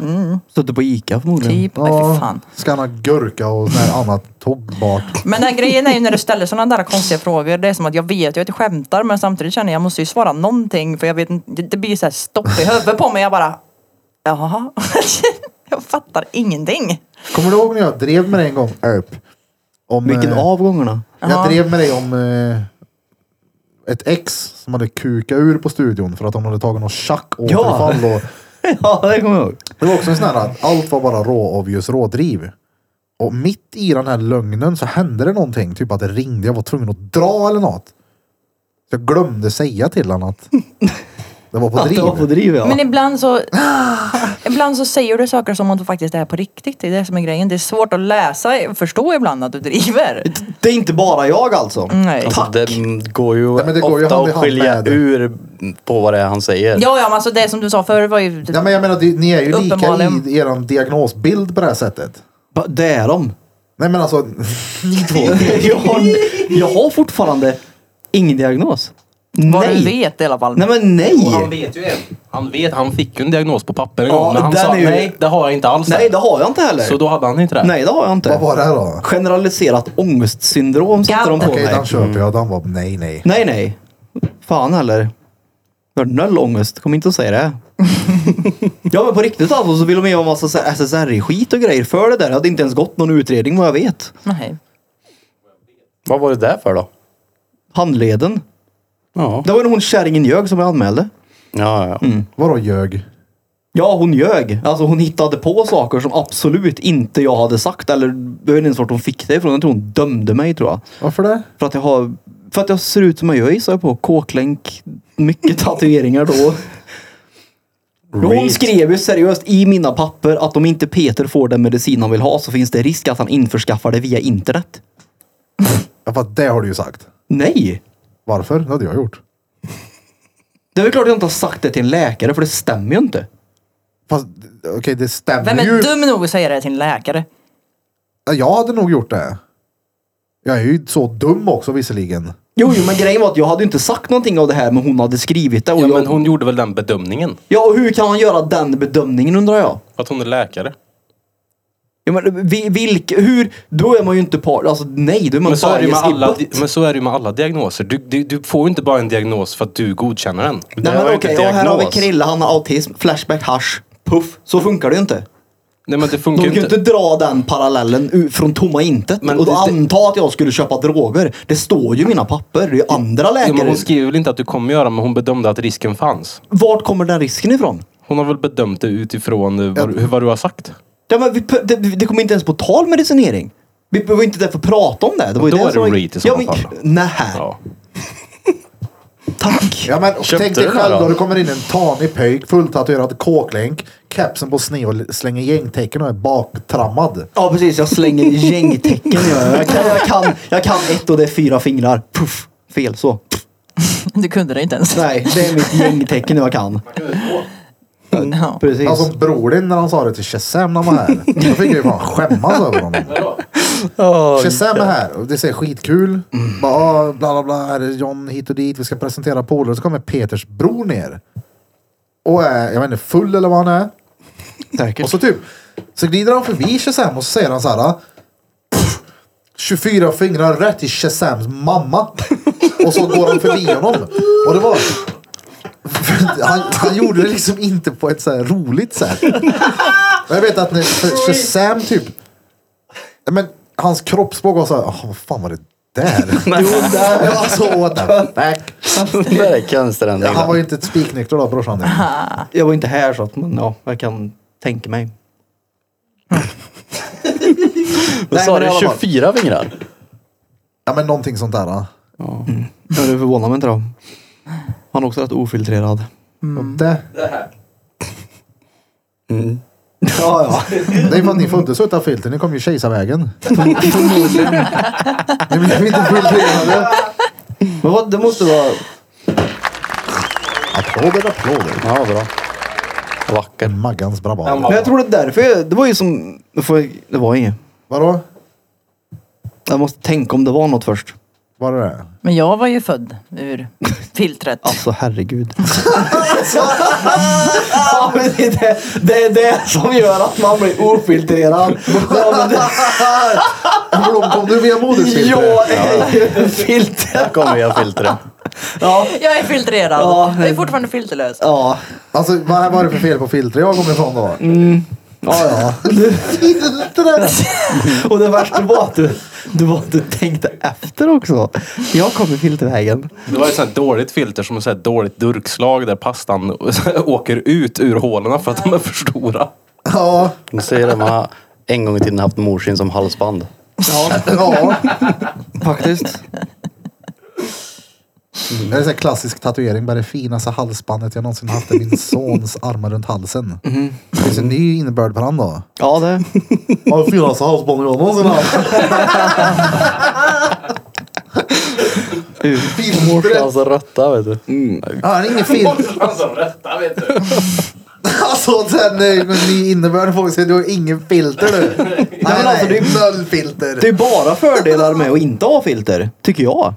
Speaker 2: Stötte på Ica förmodligen.
Speaker 3: Typ, Mm. nej fy fan.
Speaker 1: skanna gurka och sån här annat togbart.
Speaker 3: Men den här grejen är ju när du ställer sådana där konstiga frågor. Det är som att jag vet ju att jag skämtar men samtidigt känner jag att jag måste ju svara någonting för jag vet inte. Det blir så här stopp i huvudet på mig. Jag bara, jaha. Jag fattar ingenting.
Speaker 1: Kommer du ihåg när jag drev med dig en gång? Erp. Om,
Speaker 2: Vilken
Speaker 1: eh,
Speaker 2: av gångerna?
Speaker 1: Jag
Speaker 3: Jaha.
Speaker 1: drev med dig om eh, ett ex som hade kukat ur på studion för att de hade tagit något tjackåterfall.
Speaker 2: Ja.
Speaker 1: Och,
Speaker 2: ja, det kommer jag ihåg.
Speaker 1: Det var också en sån här att allt var bara råavgjus rådriv. Och mitt i den här lögnen så hände det någonting. Typ att det ringde. Jag var tvungen att dra eller något. Så jag glömde säga till honom att det var på
Speaker 2: Att
Speaker 1: driv.
Speaker 2: det var på driv, ja.
Speaker 3: Men ibland så, ibland så säger du saker som om du faktiskt är på riktigt. Det är det som är grejen. Det är svårt att läsa och förstå ibland att du driver.
Speaker 2: Det är inte bara jag alltså.
Speaker 3: Nej.
Speaker 4: Alltså, det går ju
Speaker 1: Ja, men det går ju
Speaker 4: ofta
Speaker 1: hand i
Speaker 4: att
Speaker 1: hand
Speaker 4: skilja
Speaker 1: med det.
Speaker 4: ur på vad det är han säger.
Speaker 3: Ja, ja, men alltså det som du sa förr var ju...
Speaker 1: Ja, men jag menar, det- ni är ju lika
Speaker 3: Uppenbarligen.
Speaker 1: i er diagnosbild på det här sättet.
Speaker 2: Va, Det är de.
Speaker 1: Nej men alltså, ni två.
Speaker 2: jag, har, jag har fortfarande ingen diagnos.
Speaker 3: Vad du
Speaker 2: Nej.
Speaker 3: vet i alla fall.
Speaker 2: Nej men nej!
Speaker 5: Och han vet ju en. Han, vet, han fick ju en diagnos på papper en
Speaker 2: Ja,
Speaker 5: gång, men han
Speaker 2: den
Speaker 5: sa
Speaker 2: är ju-
Speaker 5: nej, det har jag inte alls.
Speaker 2: Nej det har jag inte heller.
Speaker 5: Så då hade han inte det.
Speaker 2: Nej det har jag inte.
Speaker 1: Vad var det här då?
Speaker 2: Generaliserat ångestsyndrom satte de på
Speaker 1: Okej,
Speaker 2: mig.
Speaker 1: den köper
Speaker 2: Mm.
Speaker 1: jag. Den var nej, nej.
Speaker 2: Nej nej. Fan heller. Jag har noll ångest. Kom inte och säg det. ja men på riktigt alltså så vill de ju ha massa så här SSRI-skit och grejer för det där. Det hade inte ens gått någon utredning vad jag vet.
Speaker 3: Nej.
Speaker 4: Vad var det där för då?
Speaker 2: Handleden.
Speaker 4: Ja,
Speaker 2: Det var ju hon kärringen ljög som jag anmälde.
Speaker 4: ja, ja.
Speaker 1: Vadå ljög?
Speaker 2: Ja, hon ljög. Alltså hon hittade på saker som absolut inte jag hade sagt. Eller jag vet inte ens vart hon fick det ifrån. Jag tror hon dömde mig tror jag.
Speaker 1: Varför det?
Speaker 2: För att jag har... För att jag ser ut som jag gör gissar jag på. Kåklänk. Mycket tatueringar då. Hon skrev ju seriöst i mina papper att om inte Peter får den medicin han vill ha så finns det risk att han införskaffar det via internet.
Speaker 1: Ja, fast det har du ju sagt.
Speaker 2: Nej!
Speaker 1: Varför? Det hade jag gjort.
Speaker 2: Det är väl klart att jag inte har sagt det till en läkare för det stämmer ju inte.
Speaker 1: Fast okej, det stämmer
Speaker 3: Vem är
Speaker 1: ju.
Speaker 3: dum nog att säga det till en läkare?
Speaker 1: Ja, Jag hade nog gjort det. Jag är ju så dum också visserligen.
Speaker 2: Jo, jo, men grejen var att jag hade ju inte sagt någonting av det här men hon hade skrivit det. Och
Speaker 5: Ja,
Speaker 2: jag...
Speaker 5: men hon gjorde väl den bedömningen?
Speaker 2: Ja, och hur kan man göra den bedömningen undrar jag?
Speaker 5: Att hon är läkare.
Speaker 2: Ja, men, vi- vilk, hur, då är man ju inte par, alltså nej, då är man
Speaker 5: Men så, är det ju med
Speaker 2: bias i
Speaker 5: alla,
Speaker 2: butt.
Speaker 5: men så är det ju med alla diagnoser. Du, du, du får ju inte bara en diagnos för att du godkänner den.
Speaker 2: Nej
Speaker 4: var
Speaker 2: men
Speaker 4: ju
Speaker 2: okej,
Speaker 4: inte
Speaker 2: ja, här har vi
Speaker 4: diagnos.
Speaker 2: Krille, han har autism, Flashback, hasch, puff. Så funkar det ju inte.
Speaker 5: Nej men det
Speaker 2: De
Speaker 5: funkar
Speaker 2: kan
Speaker 5: ju
Speaker 2: ju inte
Speaker 5: inte.
Speaker 2: dra den parallellen u- från tomma intet
Speaker 5: Men
Speaker 2: och då
Speaker 5: det-
Speaker 2: anta att jag skulle köpa droger. Det står ju i mina papper, det är ju andra
Speaker 5: Ja, men
Speaker 2: läkare.
Speaker 5: hon skriver väl inte att du kommer göra men hon bedömde att risken fanns.
Speaker 2: Vart kommer den risken ifrån?
Speaker 5: Hon har väl bedömt det utifrån eh, vad, du- vad du har sagt.
Speaker 2: Ja, men vi, p- det, det kommer inte ens på tal medicinering. Vi behöver inte därför prata om det. det var ju
Speaker 5: Då
Speaker 2: det
Speaker 5: är
Speaker 2: som
Speaker 5: det
Speaker 2: var-
Speaker 5: reat i
Speaker 2: ja,
Speaker 5: sådana
Speaker 2: men,
Speaker 5: fall.
Speaker 2: Nej,
Speaker 5: Ja.
Speaker 2: tack.
Speaker 1: Ja men
Speaker 4: Köpte
Speaker 1: tänk dig
Speaker 4: du den
Speaker 1: själv
Speaker 4: då?
Speaker 1: då det kommer in en tanig pöjk, fulltatuerad kåklänk, kepsen på sned och slänger gängtecken och är baktrammad.
Speaker 2: Ja precis, jag slänger gängtecken. Jag, jag, kan, jag, kan, jag kan ett och det är fyra fingrar. Puff, fel så.
Speaker 3: Du kunde det inte ens.
Speaker 2: Nej, det är mitt gängtecken jag kan.
Speaker 3: Ja.
Speaker 2: Precis.
Speaker 1: Alltså bror din när han sa det till Shazam när han var här. Då fick jag ju fan skämmas över honom. Shazam är här och det ser skitkul. Bara, ah, bla bla bla, här är John hit och dit. Vi ska presentera polare. Så kommer Peters bror ner. Och är, jag vet inte, full eller vad han är.
Speaker 2: säkert.
Speaker 1: Och så typ, så glider han förbi Shazam och så säger han så här. "Pff, 24 fingrar rätt i Shazams mamma. Och så går han förbi honom. Och det var... Han, han gjorde det liksom inte på ett så här roligt sätt. Och jag vet att när för Shazam typ... Men hans kroppsspråk var så här, "Åh, vad fan var det där?
Speaker 2: Jo, där.
Speaker 1: Jag var så what the fuck.
Speaker 4: det där är konstigt den
Speaker 1: Han var
Speaker 4: delen.
Speaker 1: ju inte ett spiknykter då brorsan.
Speaker 2: Jag var inte här så att men, ja, jag kan tänka mig.
Speaker 4: Men sa
Speaker 2: men i
Speaker 4: du
Speaker 2: alla fall.
Speaker 4: 24 fingrar?
Speaker 1: Ja men någonting sånt där. då.
Speaker 2: Ja, det förvånar mig inte då. Han är också rätt ofiltrerad.
Speaker 1: Och Det, Mm.
Speaker 2: Ja, ja.
Speaker 1: Det är för att ni får inte sutta filter, ni kommer ju kejsarvägen. ni blev inte filtrerade.
Speaker 2: Men vad, det måste vara...
Speaker 1: Applåder, applåder.
Speaker 4: Ja, bra. Vacker.
Speaker 1: Maggans bravad.
Speaker 2: Men jag tror det är därför jag, Det var ju som... det får- Det var inget.
Speaker 1: Vadå?
Speaker 2: Jag måste tänka om det var något först.
Speaker 1: Var det det?
Speaker 3: Men jag var ju född ur filtret.
Speaker 2: Alltså herregud. ja, men det, är det, det är det som gör att man blir ofiltrerad. Ja, men det,
Speaker 1: Blom, kom du via modersfiltret?
Speaker 2: jag är filter.
Speaker 4: Där kommer jag filtret.
Speaker 2: Ja.
Speaker 3: Jag är filtrerad.
Speaker 2: Ja,
Speaker 3: jag är
Speaker 2: nej.
Speaker 3: fortfarande filterlös.
Speaker 2: Ja.
Speaker 1: Alltså vad var det för fel på filtret jag kom ifrån då?
Speaker 2: Mm. Ja, ja.
Speaker 1: Filtret!
Speaker 2: Och det värsta var att du, du, var, du tänkte efter också. Jag kom i filtervägen.
Speaker 5: Det var ett sånt här dåligt filter som ett sånt här dåligt durkslag där pastan åker ut ur hålorna för att de är för stora.
Speaker 1: Ja.
Speaker 4: De säger att man har en gång i tiden haft morsin som halsband.
Speaker 1: Ja. ja.
Speaker 2: Faktiskt.
Speaker 1: Mm, Det är en klassisk tatuering. Bara det finaste halsbandet jag någonsin haft är min sons armar runt halsen. Det finns en ny innebörd på den då.
Speaker 2: Ja, det.
Speaker 1: Ja, det finaste halsbandet jag någonsin haft. Filtret!
Speaker 2: Alltså.
Speaker 4: Morsan som råtta, alltså vet du.
Speaker 1: Ja, det är ingen film. Han som rätta vet du. alltså den är en ny innebörd folk säger du har ingen filter du. nej, nej,
Speaker 2: alltså, det
Speaker 1: noll filter.
Speaker 2: Det är bara fördelar med att inte ha filter, tycker jag.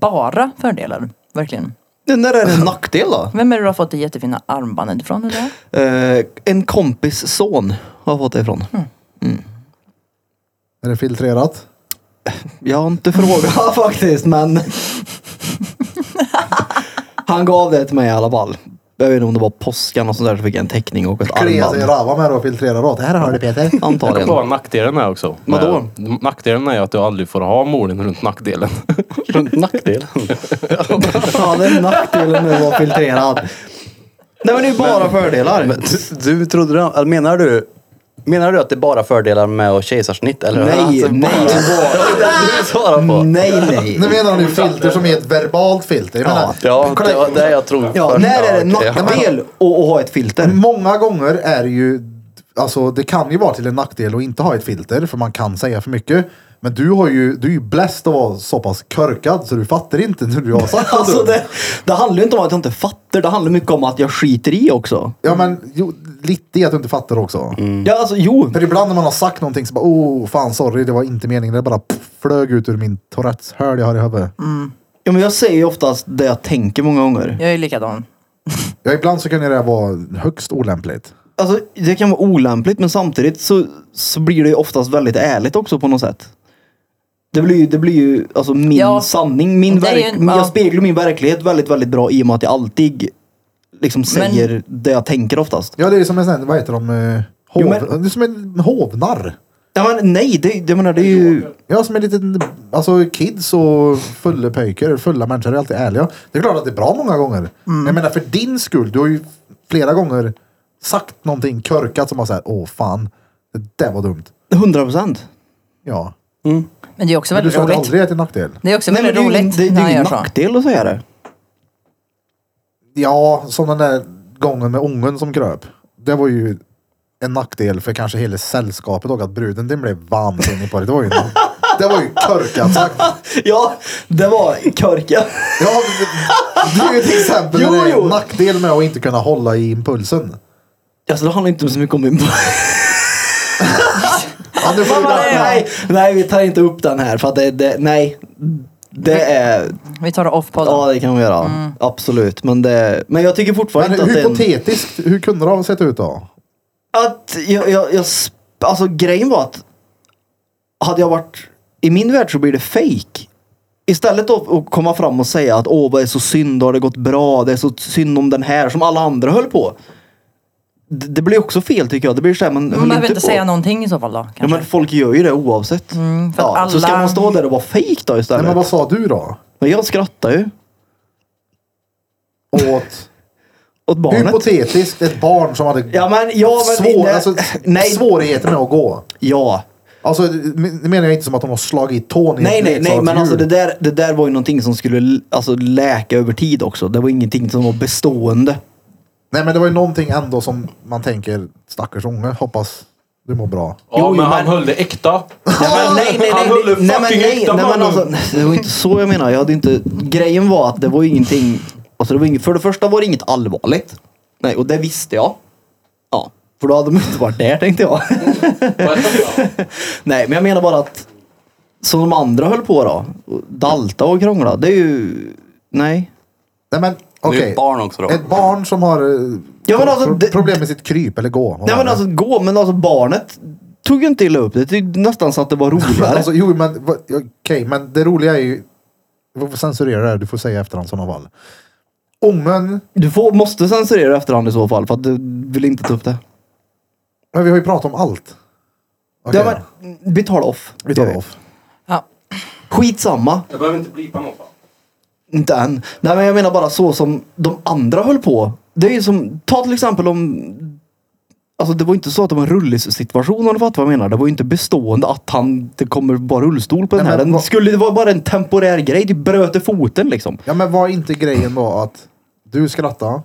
Speaker 3: bara fördelar. Verkligen.
Speaker 2: Den där är en nackdel då.
Speaker 3: Vem är det du har fått det jättefina armbandet ifrån idag?
Speaker 2: Eh, en kompis son har jag fått det ifrån.
Speaker 1: Är det filtrerat?
Speaker 2: Jag har inte frågat faktiskt men... Han gav det till mig i alla fall. Jag vet inte om det var påskan och sånt där så fick jag en teckning och ett
Speaker 1: Klia sig i
Speaker 2: armband.
Speaker 1: rava med det och filtrera åt. Här har du Peter.
Speaker 5: Jag
Speaker 2: Antagligen.
Speaker 5: kommer ihåg nackdelen här också.
Speaker 2: Vadå?
Speaker 5: Med- Nackdelen är ju att du aldrig får ha målen runt nackdelen.
Speaker 4: Runt nackdelen.
Speaker 2: Ja, det är nackdelen med att vara filtrerad. Nej men det är ju bara fördelar.
Speaker 4: Du, du trodde, eller menar du, menar du att det är bara fördelar med att kejsarsnitt? Eller?
Speaker 2: nej,
Speaker 4: Alltså,
Speaker 2: nej,
Speaker 4: Det Mm. var det du svarade på.
Speaker 2: nej, nej.
Speaker 1: Nu menar du filter som är ett verbalt filter. Jag menar,
Speaker 4: Ja, det var det jag tror.
Speaker 2: Ja,
Speaker 4: först.
Speaker 2: när är det
Speaker 4: okej.
Speaker 2: nackdel att att ha ett
Speaker 3: Mm.
Speaker 2: filter?
Speaker 1: Många gånger är det ju, alltså det kan ju vara till en nackdel att inte ha ett filter för man kan säga för mycket. Men du har ju, du är ju bläst att vara så pass körkad så du fattar inte när du har sagt något
Speaker 2: Alltså
Speaker 1: dumt.
Speaker 2: det, det handlar ju inte om att jag inte fattar. Det handlar mycket om att jag skiter i också.
Speaker 1: Ja men jo, lite i att du inte fattar också.
Speaker 3: Mm.
Speaker 2: Ja, alltså jo.
Speaker 1: För ibland när man har sagt någonting så bara oh fan sorry det var inte meningen. Det bara pff, flög ut ur min touretteshörd jag har i huvudet.
Speaker 2: Mm. Ja, men jag säger ju oftast det jag tänker många gånger.
Speaker 3: Jag är likadan.
Speaker 1: Ja ibland så kan ju det här vara högst olämpligt.
Speaker 2: Alltså, det kan vara olämpligt, men samtidigt så, så blir det ju oftast väldigt ärligt också på något sätt. Det blir ju, det blir ju alltså min
Speaker 3: Ja.
Speaker 2: sanning. Min
Speaker 3: Det är
Speaker 2: verk,
Speaker 3: ju en- ja.
Speaker 2: Jag speglar min verklighet väldigt, väldigt bra i och med att jag alltid liksom säger det jag tänker oftast.
Speaker 1: Ja det är ju som en sån här, vad heter de? eh, Hov,
Speaker 2: Jo, men-
Speaker 1: Det är som en hovnarr.
Speaker 2: Ja, men nej, det, jag menar, det är ju...
Speaker 1: Ja, som är lite, alltså kids och fulla pojkar, fulla människor är alltid ärliga. Det är klart att det är bra många gånger. Jag menar för din skull, du har ju flera gånger sagt någonting körkat som har såhär, åh fan, det där var dumt.
Speaker 2: 100 procent.
Speaker 1: Ja.
Speaker 3: Men det är också
Speaker 1: Men du
Speaker 3: väldigt
Speaker 1: sa det
Speaker 3: roligt.
Speaker 1: aldrig till nackdel.
Speaker 3: Det är också
Speaker 2: Nej, men
Speaker 3: väldigt
Speaker 2: det är ju
Speaker 3: roligt
Speaker 2: det, det
Speaker 3: när
Speaker 2: är
Speaker 3: han
Speaker 2: ju
Speaker 3: gör
Speaker 2: en
Speaker 3: så.
Speaker 2: nackdel att säga det.
Speaker 1: Ja, som den där gången med ången som kröp. Det var ju en nackdel för kanske hela sällskapet och att bruden den blev vansinnig på det. Det var ju, det var ju körkat sagt.
Speaker 2: Ja, det var körka.
Speaker 1: Ja, det- det är ju ett exempel
Speaker 2: Jo,
Speaker 1: när det är
Speaker 2: jo.
Speaker 1: en nackdel med att inte kunna hålla i impulsen.
Speaker 2: Alltså det handlar inte så mycket om min...
Speaker 1: Ja, nu får vi
Speaker 3: nej,
Speaker 1: dra-
Speaker 2: nej, nej, vi tar inte upp den här för att det, det nej. Det är...
Speaker 3: Vi tar det off podden.
Speaker 2: Ja, det kan vi göra. Absolut. Men, det, men jag tycker fortfarande
Speaker 1: Men
Speaker 2: inte att det är en,
Speaker 1: hypotetiskt, hur kunde det ha sett ut då?
Speaker 2: att jag, jag, jag, sp- Alltså grejen var att hade jag varit... I min värld så blir det fake. Istället då att komma fram och säga att åh vad är så synd, har det gått bra, det är så synd om den här som alla andra höll på. Det, det blir också fel tycker jag. Det blir såhär, man
Speaker 3: Man
Speaker 2: höll
Speaker 3: behöver inte
Speaker 2: på.
Speaker 3: säga någonting i så fall då. Kanske. Mm,
Speaker 2: Ja, men folk gör ju det oavsett.
Speaker 3: för att
Speaker 2: Så ska
Speaker 3: alla-
Speaker 2: man stå där och vara fake då istället?
Speaker 1: Nej, men
Speaker 2: men,
Speaker 1: vad sa du då?
Speaker 2: jag skrattar ju
Speaker 1: Åt
Speaker 2: åt barnet.
Speaker 1: hypotetiskt ett barn som hade
Speaker 2: Ja men ja men
Speaker 1: svår,
Speaker 2: nej,
Speaker 1: alltså,
Speaker 2: nej,
Speaker 1: svårigheter med att gå.
Speaker 2: ja.
Speaker 1: Alltså, men- nu menar jag inte som att hon har slagit tån i
Speaker 2: Nej
Speaker 1: ett
Speaker 2: nej nej men
Speaker 1: leksaksdjur.
Speaker 2: alltså det där, det där var ju någonting som skulle l- alltså, läka över tid också. Det var ingenting som var bestående.
Speaker 1: Nej, men det var ju någonting ändå som man tänker, stackars unge, hoppas du mår bra.
Speaker 5: Ja, men han höll det äkta.
Speaker 2: Nej, men nej, nej,
Speaker 5: Han höll
Speaker 2: nej,
Speaker 5: det
Speaker 2: nej, nej, men
Speaker 5: fucking
Speaker 2: nej,
Speaker 5: äkta
Speaker 2: nej, men
Speaker 5: mannen.
Speaker 2: alltså, det var inte så jag menar. Jag hade inte, grejen var att det var ju ingenting, alltså det var inget, för det första var det inget allvarligt. Nej, och det visste jag. Ja, för då hade de inte varit där tänkte jag. nej, men jag menar bara att som de andra höll på då, och dalta och krångla, det är ju, nej.
Speaker 1: Nej, men
Speaker 4: Det är ju
Speaker 1: okej.
Speaker 4: ett barn också då.
Speaker 1: Ett barn som har eh,
Speaker 2: Ja, men alltså,
Speaker 1: pro-
Speaker 2: det-
Speaker 1: problem med sitt kryp eller gå. vad
Speaker 2: Nej
Speaker 1: var
Speaker 2: men
Speaker 1: det?
Speaker 2: alltså gå, men alltså barnet tog ju inte illa upp det. Det är ju nästan så att det var
Speaker 1: Men
Speaker 2: roligare.
Speaker 1: alltså, jo, men vad- okej, men det roliga är ju... Vi får censurera det här, du får säga efterhand i sådana fall. Ungen,
Speaker 2: Du får, måste censurera efterhand i så fall för att du vill inte ta upp det.
Speaker 1: men vi har ju pratat om allt. Okej,
Speaker 2: Ja, men, vi tar det off.
Speaker 1: vi tar off.
Speaker 3: Ja.
Speaker 2: Skitsamma.
Speaker 5: Jag behöver inte blipa något.
Speaker 2: Inte än. Nej men jag menar bara så som de andra höll på. Det är ju som, ta till exempel om... Alltså det var inte så att det var en rullsituation om du fattar vad jag menar. Det var ju inte bestående att han, det kommer bara rullstol på den
Speaker 1: Nej,
Speaker 2: här.
Speaker 1: men
Speaker 2: Den
Speaker 1: vad-
Speaker 2: skulle, det var bara en temporär grej. Du bröt i foten liksom.
Speaker 1: Ja, men var inte grejen då att du skrattade?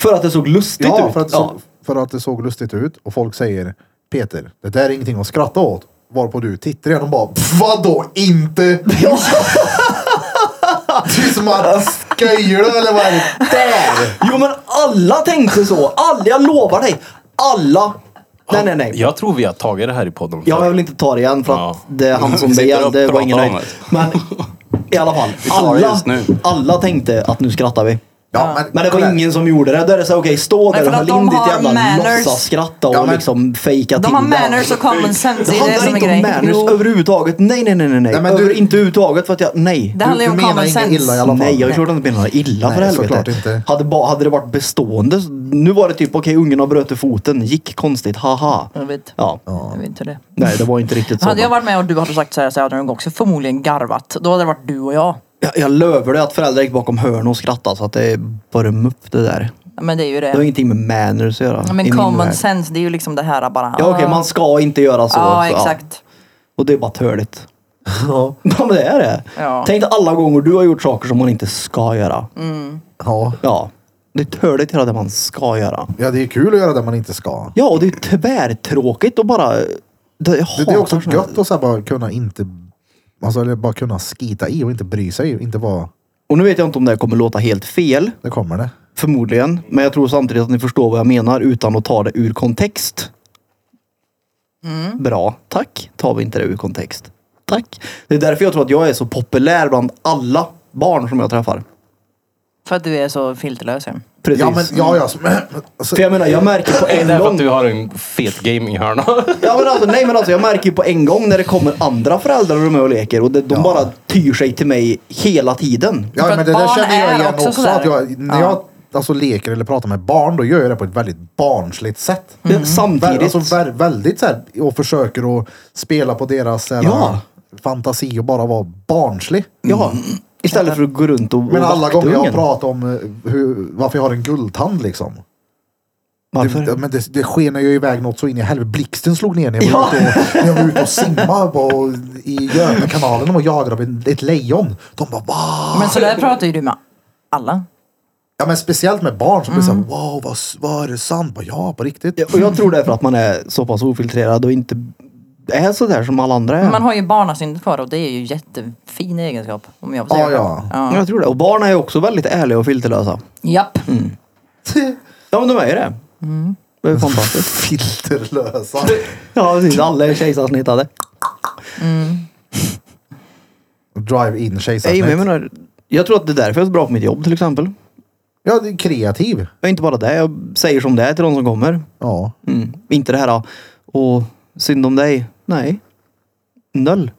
Speaker 2: För att det såg lustigt
Speaker 1: Ja,
Speaker 2: ut.
Speaker 1: för att, det
Speaker 2: ja.
Speaker 1: såg, för att det såg lustigt ut. Och folk säger Peter, det där är ingenting att skratta åt. Varpå du tittar igen och bara, vadå inte? du som har sköjlat eller vad är det?
Speaker 2: Där! Jo men alla tänkte så. Alla, jag lovar dig. Alla. Nej nej nej.
Speaker 5: Jag tror vi har tagit det här i podden.
Speaker 2: Ja, jag vill inte ta det igen för att
Speaker 5: Ja.
Speaker 2: det är han som det
Speaker 4: Vi sitter
Speaker 2: igen.
Speaker 4: och
Speaker 2: Det var
Speaker 4: pratar
Speaker 2: ingen
Speaker 4: om
Speaker 2: nöjd. Men I alla fall,
Speaker 4: Vi tar det
Speaker 2: alla,
Speaker 4: just nu.
Speaker 2: alla tänkte att nu skrattar vi.
Speaker 1: Ja,
Speaker 2: Men det
Speaker 1: kolla
Speaker 2: var
Speaker 1: här.
Speaker 2: ingen som gjorde det. Då är det så okej, stå
Speaker 3: Nej,
Speaker 2: där och
Speaker 3: för
Speaker 2: håll
Speaker 3: att de
Speaker 2: in ditt
Speaker 3: har
Speaker 2: jävla
Speaker 3: manners.
Speaker 2: låtsasskratta
Speaker 1: Ja,
Speaker 2: och
Speaker 1: men-
Speaker 2: liksom fejka
Speaker 3: De
Speaker 2: till
Speaker 3: har
Speaker 2: det.
Speaker 3: manners och common sense.
Speaker 2: Det
Speaker 3: Det är det
Speaker 2: handlar
Speaker 3: som är
Speaker 2: inte om
Speaker 3: grejen.
Speaker 2: manners
Speaker 3: Jo.
Speaker 2: överhuvudtaget. Nej, nej, nej, nej. nej.
Speaker 1: Nej, men
Speaker 2: Över,
Speaker 1: du-
Speaker 2: Inte överhuvudtaget för att jag, nej.
Speaker 3: Det handlar ju
Speaker 1: Du
Speaker 3: om
Speaker 1: menar
Speaker 3: common
Speaker 1: ingen
Speaker 3: sense.
Speaker 1: illa i alla fall.
Speaker 2: Nej, jag tror inte menar illa för
Speaker 1: Nej,
Speaker 2: helvete.
Speaker 1: såklart inte.
Speaker 2: Hade, ba, hade det varit bestående, så- nu var det typ okej, ungen har brutit foten, gick konstigt, haha.
Speaker 3: Jag vet.
Speaker 2: Ja,
Speaker 3: Jag vet inte det.
Speaker 2: nej det var inte riktigt så.
Speaker 3: Hade jag varit med och du hade sagt så här så hade jag också förmodligen garvat. Då hade det varit du och jag.
Speaker 2: Jag, jag löver det att föräldrar gick bakom hörn och skrattade så att det bara mupp det där.
Speaker 3: Men det är ju
Speaker 2: Det har
Speaker 3: det.
Speaker 2: ingenting med manners att göra.
Speaker 3: Ja,
Speaker 2: i
Speaker 3: Men
Speaker 2: min
Speaker 3: common
Speaker 2: värld.
Speaker 3: sense, det är ju liksom det här bara.
Speaker 2: Ja okej, man ska inte göra så.
Speaker 3: Ja,
Speaker 2: så,
Speaker 3: exakt.
Speaker 2: Och det är bara törligt.
Speaker 1: Ja.
Speaker 2: Ja men det är det.
Speaker 3: Ja.
Speaker 2: Tänk dig alla gånger du har gjort saker som man inte ska göra.
Speaker 1: Ja.
Speaker 2: Ja. Det är törligt hela det man ska göra.
Speaker 1: ja, det är kul att göra det man inte ska.
Speaker 2: Ja och det är tvärtråkigt och bara... Det, jag
Speaker 1: Det, det är
Speaker 2: hatar
Speaker 1: också
Speaker 2: såna här-
Speaker 1: gött att så här bara kunna inte, alltså, eller bara kunna skita i och inte bry sig. Inte vara,
Speaker 2: Och nu vet jag inte om det här kommer låta helt fel.
Speaker 1: det kommer det.
Speaker 2: Förmodligen. Men jag tror samtidigt att ni förstår vad jag menar utan att ta det ur kontext. Bra, tack. Tar vi inte det ur kontext. Tack. Det är därför jag tror att jag är så populär bland alla barn som jag träffar.
Speaker 3: För att du är så filterlös. ja.
Speaker 2: Precis.
Speaker 1: Ja, men ja, ja. så- Alltså,
Speaker 2: För jag menar, jag märker på
Speaker 5: Det är
Speaker 2: en
Speaker 5: därför
Speaker 2: gång.
Speaker 5: att du har en fet gaminghörna.
Speaker 2: Ja, men alltså, nej men alltså jag märker ju på en gång när det kommer andra föräldrar och de är med och leker och det, de
Speaker 1: Ja.
Speaker 2: bara tyr sig till mig hela tiden.
Speaker 1: Ja,
Speaker 3: För
Speaker 1: men
Speaker 3: att
Speaker 1: det där
Speaker 3: barn
Speaker 1: känner
Speaker 3: är
Speaker 1: jag igen
Speaker 3: också
Speaker 1: också.
Speaker 3: sådär.
Speaker 1: att jag, när
Speaker 3: Ja.
Speaker 1: jag alltså, leker eller pratar med barn, då gör jag det på ett väldigt barnsligt sätt.
Speaker 3: Mm.
Speaker 2: Men Samtidigt.
Speaker 1: Vär, alltså, vär, väldigt så här, och försöker att spela på deras så här,
Speaker 2: Ja.
Speaker 1: fantasi och bara vara barnslig.
Speaker 2: ja, istället för att gå runt och
Speaker 1: Mm. Men
Speaker 2: och
Speaker 1: alla
Speaker 2: vakta
Speaker 1: gånger jag
Speaker 2: ungen.
Speaker 1: pratar om eh, hur, varför jag har en guldtand liksom.
Speaker 2: Varför?
Speaker 1: Det, men det, det skenar ju iväg något så in i helvete. Blixten slog ner när jag var,
Speaker 2: Ja.
Speaker 1: ute, och, när jag var ute och simmade på, i Götakanalen och jagade av en- ett lejon. De bara va?
Speaker 3: Men så där pratar ju du med alla.
Speaker 2: Mm.
Speaker 1: Ja men speciellt med barn som blir såhär wow vad, s- vad är det sant? Bara, ja på riktigt.
Speaker 2: Ja, Och jag tror det är för att man är så pass ofiltrerad och inte är sådär som alla andra är.
Speaker 3: Men man har ju barnasyndet kvar och det är ju jättefin egenskap. Om jag får säga
Speaker 1: Ja, ja.
Speaker 2: Ja,
Speaker 3: ja.
Speaker 2: Jag tror det. Och barn är ju också väldigt ärliga och filterlösa.
Speaker 3: Japp.
Speaker 2: Mm. Ja men de är ju det.
Speaker 5: Mm.
Speaker 2: Det är ju fantastiskt.
Speaker 1: Filterlösa.
Speaker 2: Ja precis, alla är kejsarsnittade.
Speaker 1: Drive-in
Speaker 2: Nej, men Jag,
Speaker 1: kejsarsnitt.
Speaker 2: menar, jag tror att det är därför jag är så bra på mitt jobb till exempel.
Speaker 1: Ja, det är kreativ.
Speaker 2: Jag är inte bara det, jag säger som det är till de som kommer.
Speaker 1: Ja.
Speaker 2: Mm. Inte det här, och synd om dig. Nej. Noll.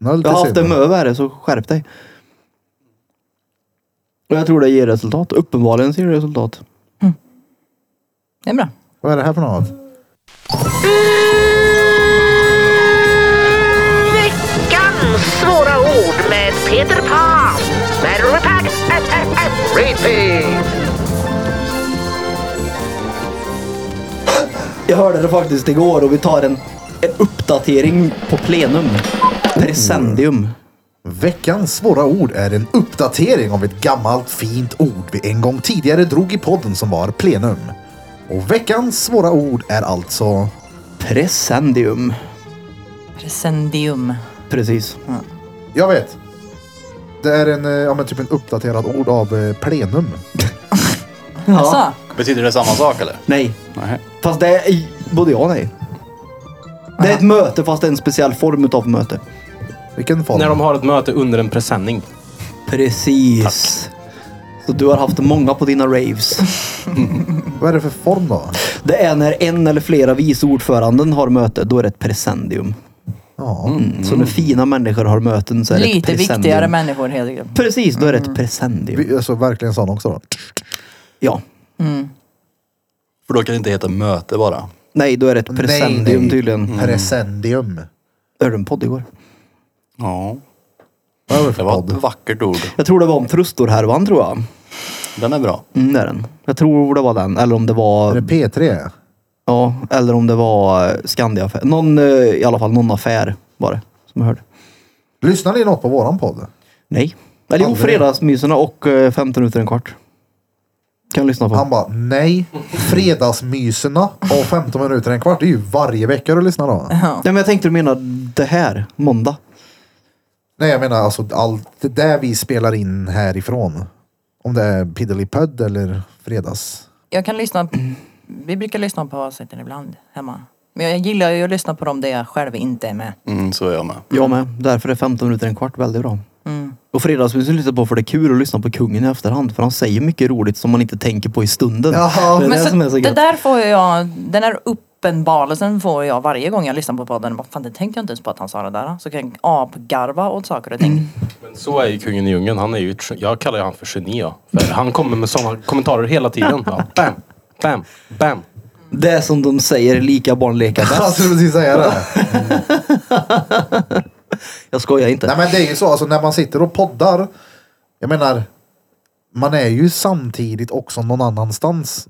Speaker 1: Noll
Speaker 2: Jag
Speaker 1: till
Speaker 2: har haft
Speaker 1: synd.
Speaker 2: en möv här så skärp dig. Och jag tror det ger resultat. Uppenbarligen ser det resultat.
Speaker 3: Det är bra.
Speaker 1: Vad är det här för något?
Speaker 6: Veckans svåra ord med Peter Pan. Battery pack, app, app, app, repeat.
Speaker 2: Jag hörde det faktiskt igår och vi tar en, en uppdatering på plenum. Presendium.
Speaker 1: Veckans svåra ord är en uppdatering av ett gammalt fint ord vi en gång tidigare drog i podden som var plenum. Och veckans svåra ord är alltså...
Speaker 2: Presendium.
Speaker 3: Presendium.
Speaker 2: Precis.
Speaker 1: Jag vet. Det är en, eh, ja, men typ en uppdaterad ord av eh, plenum.
Speaker 3: Alltså,
Speaker 4: Betyder det samma sak eller?
Speaker 2: Nej.
Speaker 4: Nej.
Speaker 2: Fast det är i- både ja och nej. Det är ett möte fast det är en speciell form utav möte.
Speaker 1: Vilken form?
Speaker 5: När de har ett möte under en presenning.
Speaker 2: Precis. Så du har haft många på dina raves.
Speaker 1: Vad är det för form då?
Speaker 2: Det är när en eller flera vice ordföranden har möte, då är det ett presendium.
Speaker 1: Ja.
Speaker 2: Så
Speaker 1: Mm.
Speaker 2: när fina människor har möten så är det ett
Speaker 3: lite
Speaker 2: presendium.
Speaker 3: viktigare Mm. människor helt enkelt.
Speaker 2: Precis, då är det ett presendium.
Speaker 1: Vi- Alltså verkligen sån också då.
Speaker 2: Ja.
Speaker 4: För då kan det inte heta möte bara.
Speaker 2: Nej, då är det ett
Speaker 1: Nej, Mm.
Speaker 2: presendium
Speaker 1: nej.
Speaker 2: tydligen.
Speaker 1: Presendium.
Speaker 2: Hörde du en podd igår?
Speaker 4: Ja.
Speaker 1: Vad är det
Speaker 4: Det
Speaker 1: för
Speaker 4: var ett
Speaker 1: podd?
Speaker 4: vackert ord.
Speaker 2: Jag tror det var om Trustor-härvan tror jag.
Speaker 4: Den är bra.
Speaker 2: Mm, det är den. Jag tror det var den. Eller om det
Speaker 1: Är det
Speaker 2: var...
Speaker 1: P3?
Speaker 2: Ja, eller om det var eh, Skandia-affär. Någon, eh, i alla fall någon affär var det som jag hörde.
Speaker 1: Lyssnar ni något på våran podd?
Speaker 2: Nej. Eller jo,
Speaker 1: Aldrig.
Speaker 2: Fredagsmyserna och eh, 15 minuter en kvart. Kan lyssna på.
Speaker 1: Han bara, nej. Fredagsmyserna och 15 minuter en kvart. Det är ju varje vecka du lyssnar då.
Speaker 2: Nej, men jag tänkte du menar det här, måndag.
Speaker 1: Nej, jag menar alltså allt det där vi spelar in härifrån. Om det är Piddelipödd eller Fredags.
Speaker 3: Jag kan lyssna. Vi brukar lyssna på avsnitten ibland hemma. Men jag gillar ju att lyssna på dem där jag själv inte är med.
Speaker 4: Mm, så är jag med.
Speaker 2: Jag med. Därför är 15 minuter en kvart väldigt bra. Och fredagsmysen lyssnar på för det är kul att lyssna på kungen i efterhand. För han säger mycket roligt som man inte tänker på i stunden.
Speaker 1: Jaha.
Speaker 2: Det är
Speaker 3: Men
Speaker 2: det
Speaker 3: så,
Speaker 2: som är så
Speaker 3: det
Speaker 2: gött.
Speaker 3: där får jag, den här uppenbarelsen får jag varje gång jag lyssnar på podden. Bara, Fan det tänkte jag inte ens på att han sa det där. Så kan jag apgarva åt saker och
Speaker 2: Mm.
Speaker 3: ting.
Speaker 5: Men så är ju kungen i djungeln. Han är ju, ett- jag kallar ju han för geni. Ja. För han kommer med sådana kommentarer hela tiden. Ja, bam, bam, bam.
Speaker 2: Det är som de säger, lika barn leka
Speaker 1: Jag
Speaker 2: bäst.
Speaker 1: skulle precis säga det.
Speaker 2: Jag skojar
Speaker 1: Nej
Speaker 2: inte.
Speaker 1: men det är ju så, alltså när man sitter och poddar. Jag menar, man är ju samtidigt också någon annanstans.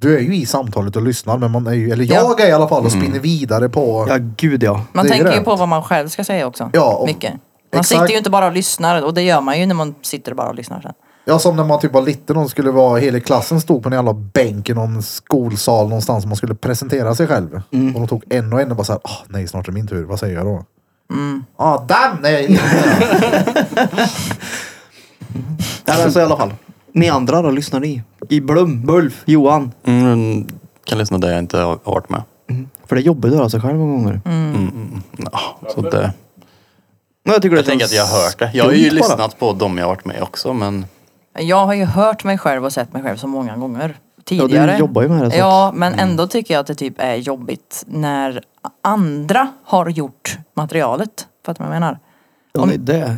Speaker 1: Du är ju i samtalet och lyssnar, men man är ju, eller jag är i alla fall och spinner vidare på.
Speaker 2: Ja, gud ja.
Speaker 3: Man
Speaker 1: Det är
Speaker 3: tänker ju
Speaker 1: grönt.
Speaker 3: på vad man själv ska säga också.
Speaker 1: Ja, och-
Speaker 3: Mycket. Man
Speaker 1: exakt.
Speaker 3: sitter ju inte bara och lyssnar och det gör man ju när man sitter och bara och lyssnar sen.
Speaker 1: Ja, som när man typ var liten och skulle vara, hela klassen stod på en jävla bänk i någon skolsal någonstans och man skulle presentera sig själv. Och de tog en och en och bara såhär, ah nej snart är det min tur, vad säger jag då? Ah, damn! Nej,
Speaker 2: Nej, men så i alla fall. Ni andra då, lyssnar ni? I Blum, Bulf, Johan.
Speaker 4: Mm, kan lyssna där jag inte har har varit med.
Speaker 2: För det jobbar du alltså själv många gånger.
Speaker 4: Ja, så det,
Speaker 2: Men jag tycker
Speaker 4: jag tänker att jag har hört det. Jag har ju
Speaker 2: skumt bara.
Speaker 4: lyssnat på dem jag har varit med också men
Speaker 3: Jag har ju hört mig själv och sett mig själv så många gånger tidigare.
Speaker 2: jobbar ju med det, så Mm.
Speaker 3: Ja, men ändå tycker jag att det typ är jobbigt när andra har gjort materialet. Fattar du vad jag menar?
Speaker 2: Ja, nej, det.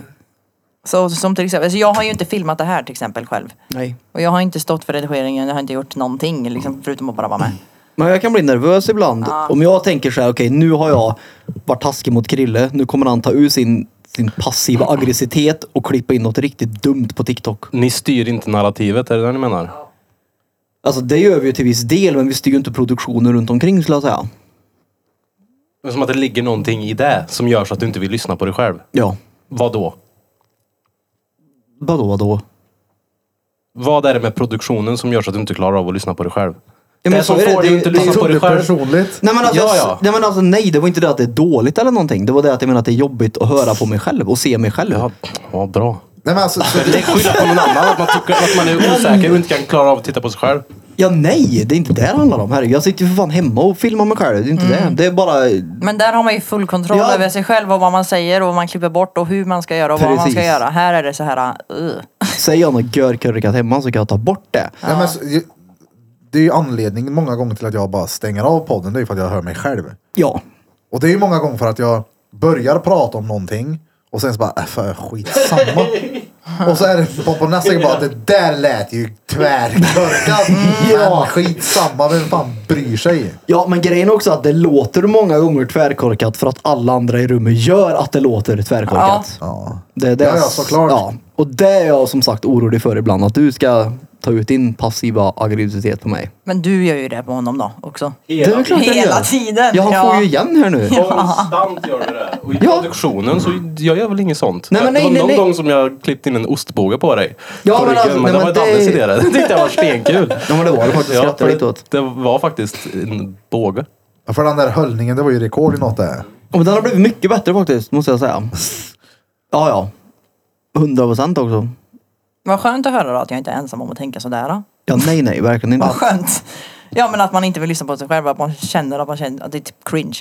Speaker 3: Så, som till exempel, alltså jag har ju inte filmat det här till exempel själv.
Speaker 2: Nej.
Speaker 3: Och jag har inte stått för redigeringen, jag har inte gjort någonting
Speaker 2: Mm.
Speaker 3: liksom, förutom att bara vara med.
Speaker 2: Men jag kan bli nervös ibland. Om jag tänker så här, okej nu har jag varit taskig mot Krille. Nu kommer han ta ur sin, sin passiva aggressivitet och klippa in något riktigt dumt på TikTok.
Speaker 5: Ni styr inte narrativet, är det det ni menar?
Speaker 2: Alltså det gör vi ju till viss del, men vi styr ju inte produktionen runt omkring skulle jag säga.
Speaker 5: Det är som att det ligger någonting i det som gör så att du inte vill lyssna på dig själv.
Speaker 2: Ja.
Speaker 5: Vad då?
Speaker 2: Vadå vadå?
Speaker 5: Vad är det med produktionen som gör så att du inte klarar av att lyssna på dig själv?
Speaker 2: Ja,
Speaker 5: det som får dig att inte lyssna
Speaker 1: jag
Speaker 5: på
Speaker 1: tog
Speaker 5: dig
Speaker 1: det
Speaker 5: själv.
Speaker 1: personligt.
Speaker 2: Nej men, alltså,
Speaker 5: Ja, ja.
Speaker 2: nej men alltså nej, det var inte det att det är dåligt eller någonting. Det var det att jag menar att det är jobbigt att höra på mig själv och se mig själv.
Speaker 5: Ja, ja bra.
Speaker 1: Nej men alltså, så,
Speaker 5: Lägg skylla på någon annan att man tycker att man är osäker och inte kan klara av att titta på sig själv.
Speaker 2: Ja nej, det är inte det det handlar om. Herregud, jag sitter ju för fan hemma och filmar mig själv. Det är inte det. Det är bara
Speaker 3: Men där har man ju full kontroll
Speaker 2: Ja.
Speaker 3: över sig själv och vad man säger och vad man klipper bort och hur man ska göra och vad man ska
Speaker 2: Precis.
Speaker 3: göra. Här är det så här, uh.
Speaker 2: Säger jag något görkurkat hemma så kan jag ta bort det.
Speaker 1: nej, men så, ju- det är ju anledningen många gånger till att jag bara stänger av podden, det är ju för att jag hör mig själv.
Speaker 2: Ja.
Speaker 1: Och det är ju många gånger för att jag börjar prata om någonting och sen så bara, äh, för skitsamma. och så är det på, på nästa gång bara, det där lät ju tvärkorkat. Men skitsamma, vem fan bryr sig?
Speaker 2: Ja, men grejen är också att det låter många gånger tvärkorkat för att alla andra i rummet gör att det låter tvärkorkat.
Speaker 1: Ja.
Speaker 2: Det, det
Speaker 1: Ja, ja, såklart.
Speaker 2: Ja. Och det är jag som sagt orolig för ibland, att du ska ta ut din passiva aggressivitet på mig.
Speaker 3: Men du gör ju det på honom då också.
Speaker 2: Hela, det är klart jag
Speaker 3: Hela
Speaker 2: gör.
Speaker 3: tiden,
Speaker 2: Ja, han
Speaker 3: ja.
Speaker 2: får ju igen här nu.
Speaker 5: Konstant gör du det. Och i
Speaker 2: Ja.
Speaker 5: produktionen så jag gör väl inget sånt.
Speaker 2: Nej, men
Speaker 5: det
Speaker 2: nej,
Speaker 5: var
Speaker 2: nej,
Speaker 5: någon
Speaker 2: nej.
Speaker 5: gång som jag klippte in en ostbåge på dig.
Speaker 2: Ja,
Speaker 5: på
Speaker 2: men
Speaker 5: ryggen,
Speaker 2: alltså,
Speaker 5: men
Speaker 2: nej,
Speaker 5: det var
Speaker 2: men
Speaker 5: Dannes
Speaker 2: det-
Speaker 5: idé det. Det tyckte jag var stenkul.
Speaker 2: Ja, men det var det faktiskt. Jag skrattade
Speaker 5: för
Speaker 2: lite åt.
Speaker 5: Det var faktiskt en båge.
Speaker 1: Ja, För den där höllningen, det var ju rekord i något det.
Speaker 2: Och den har blivit mycket bättre faktiskt, måste jag säga. Ja, ja. 100 procent också.
Speaker 3: Vad skönt att höra då att jag inte är ensam om att tänka sådär.
Speaker 2: Ja, nej, nej, verkligen inte.
Speaker 3: Vad skönt. Ja men att man inte vill lyssna på sig själv, att man känner att man känner att det är typ cringe.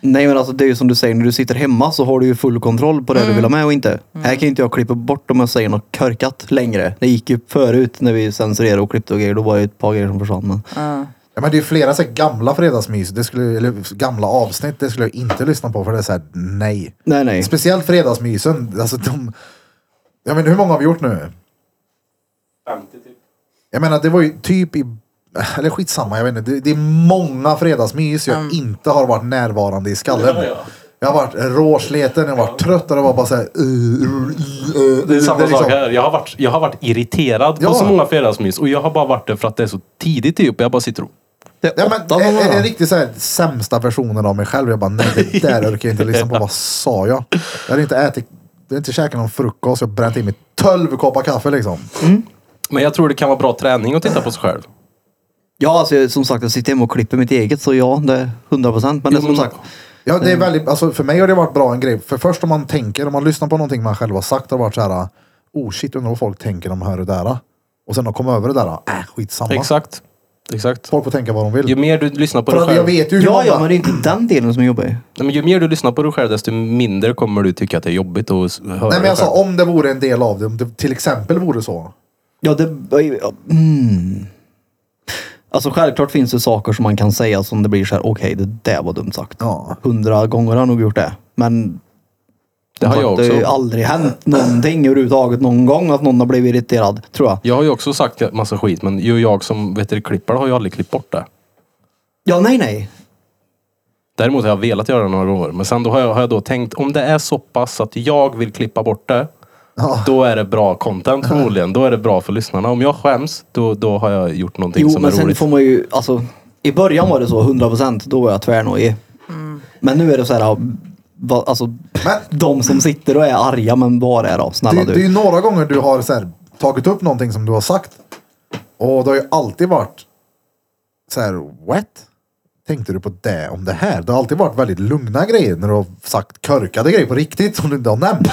Speaker 2: Nej men alltså det är ju som du säger, när du sitter hemma så har du ju full kontroll på det du vill ha med och inte. Här kan ju inte jag klippa bort om jag säger något körkat längre. Det gick ju förut när vi censurerade och klippte och grejer, då var det ju ett par grejer som försvann. Men...
Speaker 1: Ja, men det är ju flera så här gamla fredagsmys, det skulle, eller gamla avsnitt, det skulle jag inte lyssna på för det är så här, nej.
Speaker 2: Nej nej.
Speaker 1: Speciellt fredagsmysen, alltså de... Jag menar hur många har vi gjort nu?
Speaker 5: typ.
Speaker 1: Jag menar det var ju typ i... Eller skitsamma, jag vet inte. Det, det är många fredagsmys
Speaker 2: Mm.
Speaker 1: jag inte har varit närvarande i skallen. Jag har varit råsleten, jag har varit trött och det var bara såhär... Uh, uh, uh, uh,
Speaker 5: Det är samma
Speaker 1: liksom-
Speaker 5: sak här. Jag har varit, jag har varit irriterad
Speaker 1: Ja.
Speaker 5: på så många fredagsmys och jag har bara varit det för att det är så tidigt typ. Jag bara sitter och...
Speaker 2: Det är
Speaker 1: Ja,
Speaker 2: åtta
Speaker 1: men, är, är
Speaker 2: månader.
Speaker 1: det riktigt såhär sämsta versionen av mig själv? Jag bara nej, det där orkar jag inte lyssna på. Vad sa jag? Jag hade inte ätit, jag hade inte käkat någon frukost. Jag bränt i mig tolv koppar kaffe liksom.
Speaker 5: Men jag tror det kan vara bra träning att titta på sig själv.
Speaker 2: Ja alltså jag- som sagt, jag sitter hemma och klipper mitt eget så ja, det är 100 procent. Men det är som
Speaker 5: men-
Speaker 2: sagt,
Speaker 1: Ja,
Speaker 2: Mm.
Speaker 1: det är väldigt, alltså, för mig har det varit bra en grej. För först om man tänker, om man lyssnar på någonting man själv har sagt, har det varit så här, oh shit, undrar vad folk tänker om hör det där. Och sen har kommit över det där, äh, skitsamma.
Speaker 5: Exakt. Exakt.
Speaker 1: Folk får tänka vad de
Speaker 5: Ju
Speaker 1: vill.
Speaker 5: mer du lyssnar på
Speaker 1: För
Speaker 5: dig
Speaker 1: att jag
Speaker 5: själv,
Speaker 1: vet ju hur
Speaker 2: Ja, ja, men
Speaker 1: många...
Speaker 2: det är inte den delen som jobbar i.
Speaker 5: Nej, men ju mer du lyssnar på dig själv desto mindre kommer du tycka att det är jobbigt att s- höra
Speaker 1: Nej men
Speaker 5: dig
Speaker 1: jag
Speaker 5: själv.
Speaker 1: sa om det vore en del av det. Om det till exempel vore så.
Speaker 2: Ja, det... ja, Mm. Alltså självklart finns det saker som man kan säga som det blir så här, okej det där var dumt sagt.
Speaker 1: Ja.
Speaker 2: Hundra gånger har jag nog gjort det. Men
Speaker 5: Det har jag
Speaker 2: det har ju
Speaker 5: också.
Speaker 2: aldrig hänt någonting överhuvudtaget någon gång att någon har blivit irriterad, tror jag.
Speaker 5: Jag har ju också sagt massa skit men ju jag som vet du, klippare har ju aldrig klippt bort det.
Speaker 2: Ja, nej, nej.
Speaker 5: Däremot har jag velat göra det några gånger. Men sen då har jag, har jag då tänkt, om det är så pass att jag vill klippa bort det, då är det bra content förmodligen. Då är det bra för lyssnarna. Om jag skäms, då, då har jag gjort någonting
Speaker 2: Jo,
Speaker 5: som är
Speaker 2: men sen
Speaker 5: roligt.
Speaker 2: får man ju, alltså. I början var det så, 100 procent. Då var jag tvärnojig. Men nu är det så här, ja, va, alltså.
Speaker 1: Men-
Speaker 2: De som sitter och är arga, men var är då? Snälla
Speaker 1: Det, det är
Speaker 2: du.
Speaker 1: ju några gånger du har så här, tagit upp någonting som du har sagt. Och det har ju alltid varit så här, what? Tänkte du på det om det här? Det har alltid varit väldigt lugna grejer när du har sagt körkade grejer på riktigt som du inte har nämnt.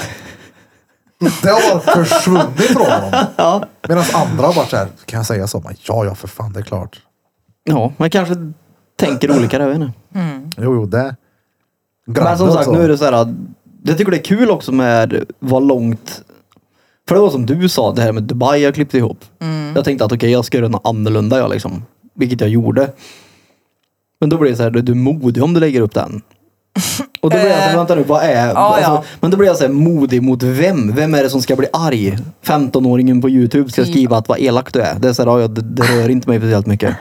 Speaker 1: Det har bara försvunnit från dem. Medan andra har varit så här, kan jag säga så? Men Ja, ja för fan, det är klart.
Speaker 2: Ja, man kanske tänker olika där, jag vet inte.
Speaker 1: Jo, jo, det.
Speaker 2: Men som
Speaker 1: Grannen
Speaker 2: sagt,
Speaker 1: så.
Speaker 2: nu är det så här. Jag tycker det är kul också med vad långt... För det var som du sa, det här med Dubai jag klippte ihop.
Speaker 3: Mm.
Speaker 2: Jag tänkte att okej, jag ska göra något annorlunda jag liksom. Vilket jag gjorde. Men då blir det så här, du du är modig om du lägger upp den. Och då blir jag så här,
Speaker 3: Eh.
Speaker 2: vänta nu, vad är... alltså,
Speaker 3: Ja, ja.
Speaker 2: Men då blir jag så här, modig mot vem? Vem är det som ska bli arg? 15-åringen på YouTube ska
Speaker 3: Typ.
Speaker 2: skriva att vad elak du är. Det är så här, ja, ja, det, det rör inte mig speciellt mycket.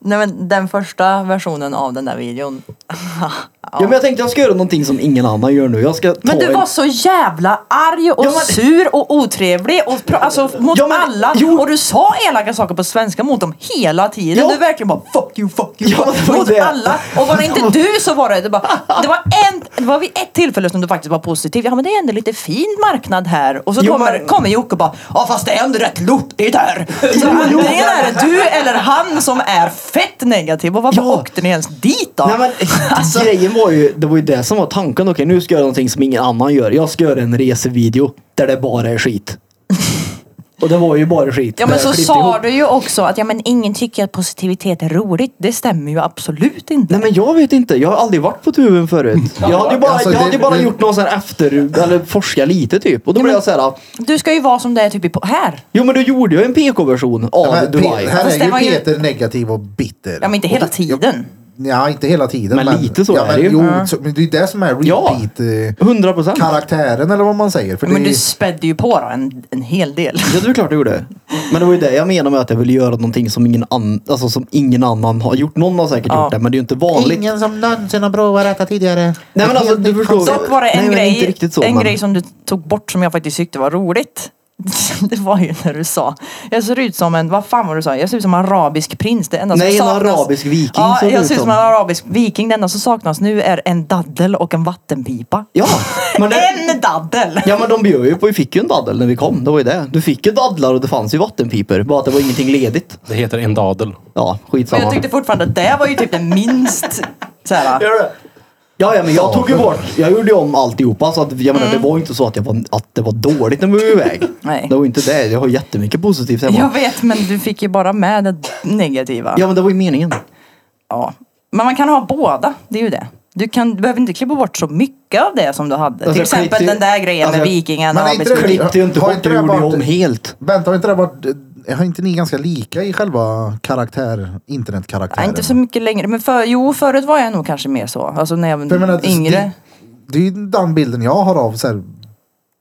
Speaker 3: Nej men den första versionen av den där videon.
Speaker 2: Ja, men jag tänkte jag ska göra någonting som ingen annan gör nu. Jag ska ta
Speaker 3: Men du
Speaker 2: en-
Speaker 3: var så jävla arg och
Speaker 2: Ja, men-
Speaker 3: sur och otrevlig och pra- alltså, mot
Speaker 2: Ja, men-
Speaker 3: alla.
Speaker 2: jo.
Speaker 3: Och du sa elaka saker på svenska mot dem hela tiden.
Speaker 2: Ja.
Speaker 3: Du verkligen bara fuck you, fuck you,
Speaker 2: Ja, det
Speaker 3: fuck
Speaker 2: var
Speaker 3: you mot
Speaker 2: det.
Speaker 3: alla. Och var det inte du så var det, det, bara, det var en, det var vid ett tillfälle som du faktiskt var positiv. Ja men det är ändå lite fin marknad här. Och så
Speaker 2: Jo,
Speaker 3: kommer,
Speaker 2: men-
Speaker 3: kommer Jocke och bara ja fast det är ändå rätt lortigt här. Så antingen är det du eller han som är fett negativ. Och varför
Speaker 2: Ja.
Speaker 3: åkte ni ens dit då?
Speaker 2: Nej, men, eh,
Speaker 3: Alltså.
Speaker 2: Grejen var ju, det var ju det som var tanken. Okej, nu ska jag göra någonting som ingen annan gör. Jag ska göra en resevideo där det bara är skit. Och det var ju bara skit.
Speaker 3: Ja men
Speaker 2: Det
Speaker 3: så
Speaker 2: jag klippte
Speaker 3: sa
Speaker 2: ihop.
Speaker 3: du ju också att ja, men ingen tycker att positivitet är roligt. Det stämmer ju absolut inte.
Speaker 2: Nej men jag vet inte. Jag har aldrig varit på tuben förut. Jag hade ju bara,
Speaker 1: Alltså,
Speaker 2: jag
Speaker 1: det-
Speaker 2: hade ju bara
Speaker 1: det-
Speaker 2: gjort någon sån här efter, eller forska lite typ. Och då blev jag så här.
Speaker 3: Du ska ju vara som det är typ i po- här.
Speaker 2: Jo men då gjorde jag en PK-version av
Speaker 1: Ja, men
Speaker 2: Dubai.
Speaker 1: Pe- här
Speaker 3: Fast
Speaker 1: är
Speaker 3: det
Speaker 1: ju
Speaker 3: var ju-
Speaker 1: Peter negativ och bitter.
Speaker 3: Ja men inte hela tiden.
Speaker 1: Ja, inte hela tiden.
Speaker 2: Men lite så
Speaker 1: ja,
Speaker 2: är
Speaker 1: men,
Speaker 2: det ju.
Speaker 1: Jo,
Speaker 2: Mm.
Speaker 1: så, men det är det som är
Speaker 2: Ja.
Speaker 1: repeat-karaktären
Speaker 2: 100 procent.
Speaker 1: eller vad man säger. För
Speaker 3: Men
Speaker 1: det,
Speaker 3: du
Speaker 1: är-
Speaker 3: spädde ju på då en, en hel del.
Speaker 2: Ja, det är klart jag gjorde. Men det var ju det jag menade med att jag ville göra någonting som ingen, an- alltså, som ingen annan har gjort. Någon har säkert
Speaker 3: Ja.
Speaker 2: gjort det, men det är ju inte vanligt.
Speaker 7: Ingen som någonsin har provat detta tidigare.
Speaker 2: Nej men alltså du förstår.
Speaker 3: Dock var det en,
Speaker 2: Nej, men
Speaker 3: grej,
Speaker 2: Inte riktigt så,
Speaker 3: en
Speaker 2: men...
Speaker 3: grej som du tog bort som jag faktiskt tyckte var roligt. Det var ju när du sa, jag ser ut som en, vad fan var det du sa, jag ser ut som en arabisk prins. Det enda som
Speaker 2: Nej, en
Speaker 3: saknas,
Speaker 2: arabisk viking
Speaker 3: Ja,
Speaker 2: ser du
Speaker 3: jag
Speaker 2: ut
Speaker 3: ser ut som
Speaker 2: som.
Speaker 3: en arabisk viking. Det enda som saknas nu är en daddel och en vattenpipa.
Speaker 2: Ja, men det...
Speaker 3: En daddel!
Speaker 2: ja men de bjöd ju på, vi fick ju en daddel när vi kom. Det var ju det. Du fick ju dadlar och det fanns ju vattenpipor. Bara att det var ingenting ledigt.
Speaker 5: Det heter en dadel.
Speaker 2: Ja,
Speaker 3: Men jag
Speaker 2: skitsamma.
Speaker 3: tyckte fortfarande att det var ju typ det minst såhär.
Speaker 2: Gör det. Ja, ja, men jag tog ju bort, jag gjorde ju om alltihopa så att, jag menar, det var ju inte så att, jag var, att det var dåligt när vi var iväg.
Speaker 3: Mm. Nej.
Speaker 2: Det var ju inte det, jag har jättemycket positivt hemma.
Speaker 3: Jag vet men du fick ju bara med det negativa.
Speaker 2: Ja men det var ju meningen.
Speaker 3: Ja. Men man kan ha båda, det är ju det. Du, kan, du behöver inte klippa bort så mycket av det som du hade.
Speaker 2: Alltså,
Speaker 3: Till exempel
Speaker 2: klipp-
Speaker 3: den där grejen
Speaker 2: alltså,
Speaker 3: med vikingen
Speaker 1: men
Speaker 3: och
Speaker 1: är inte
Speaker 3: arbetsmiljö.
Speaker 1: det-
Speaker 2: Klippte ju inte
Speaker 1: Har
Speaker 2: bort,
Speaker 1: inte
Speaker 2: det
Speaker 1: det
Speaker 2: gjorde ju
Speaker 1: varit-
Speaker 2: om helt.
Speaker 1: Vänta, har inte det varit... Har inte ni ganska lika i själva karaktär, internetkaraktären?
Speaker 3: Nej, inte så mycket längre. Men för, jo, förut var jag nog kanske mer så. Alltså när jag
Speaker 1: För
Speaker 3: var
Speaker 1: jag menar,
Speaker 3: yngre.
Speaker 1: Det, det är ju den bilden jag har av så här,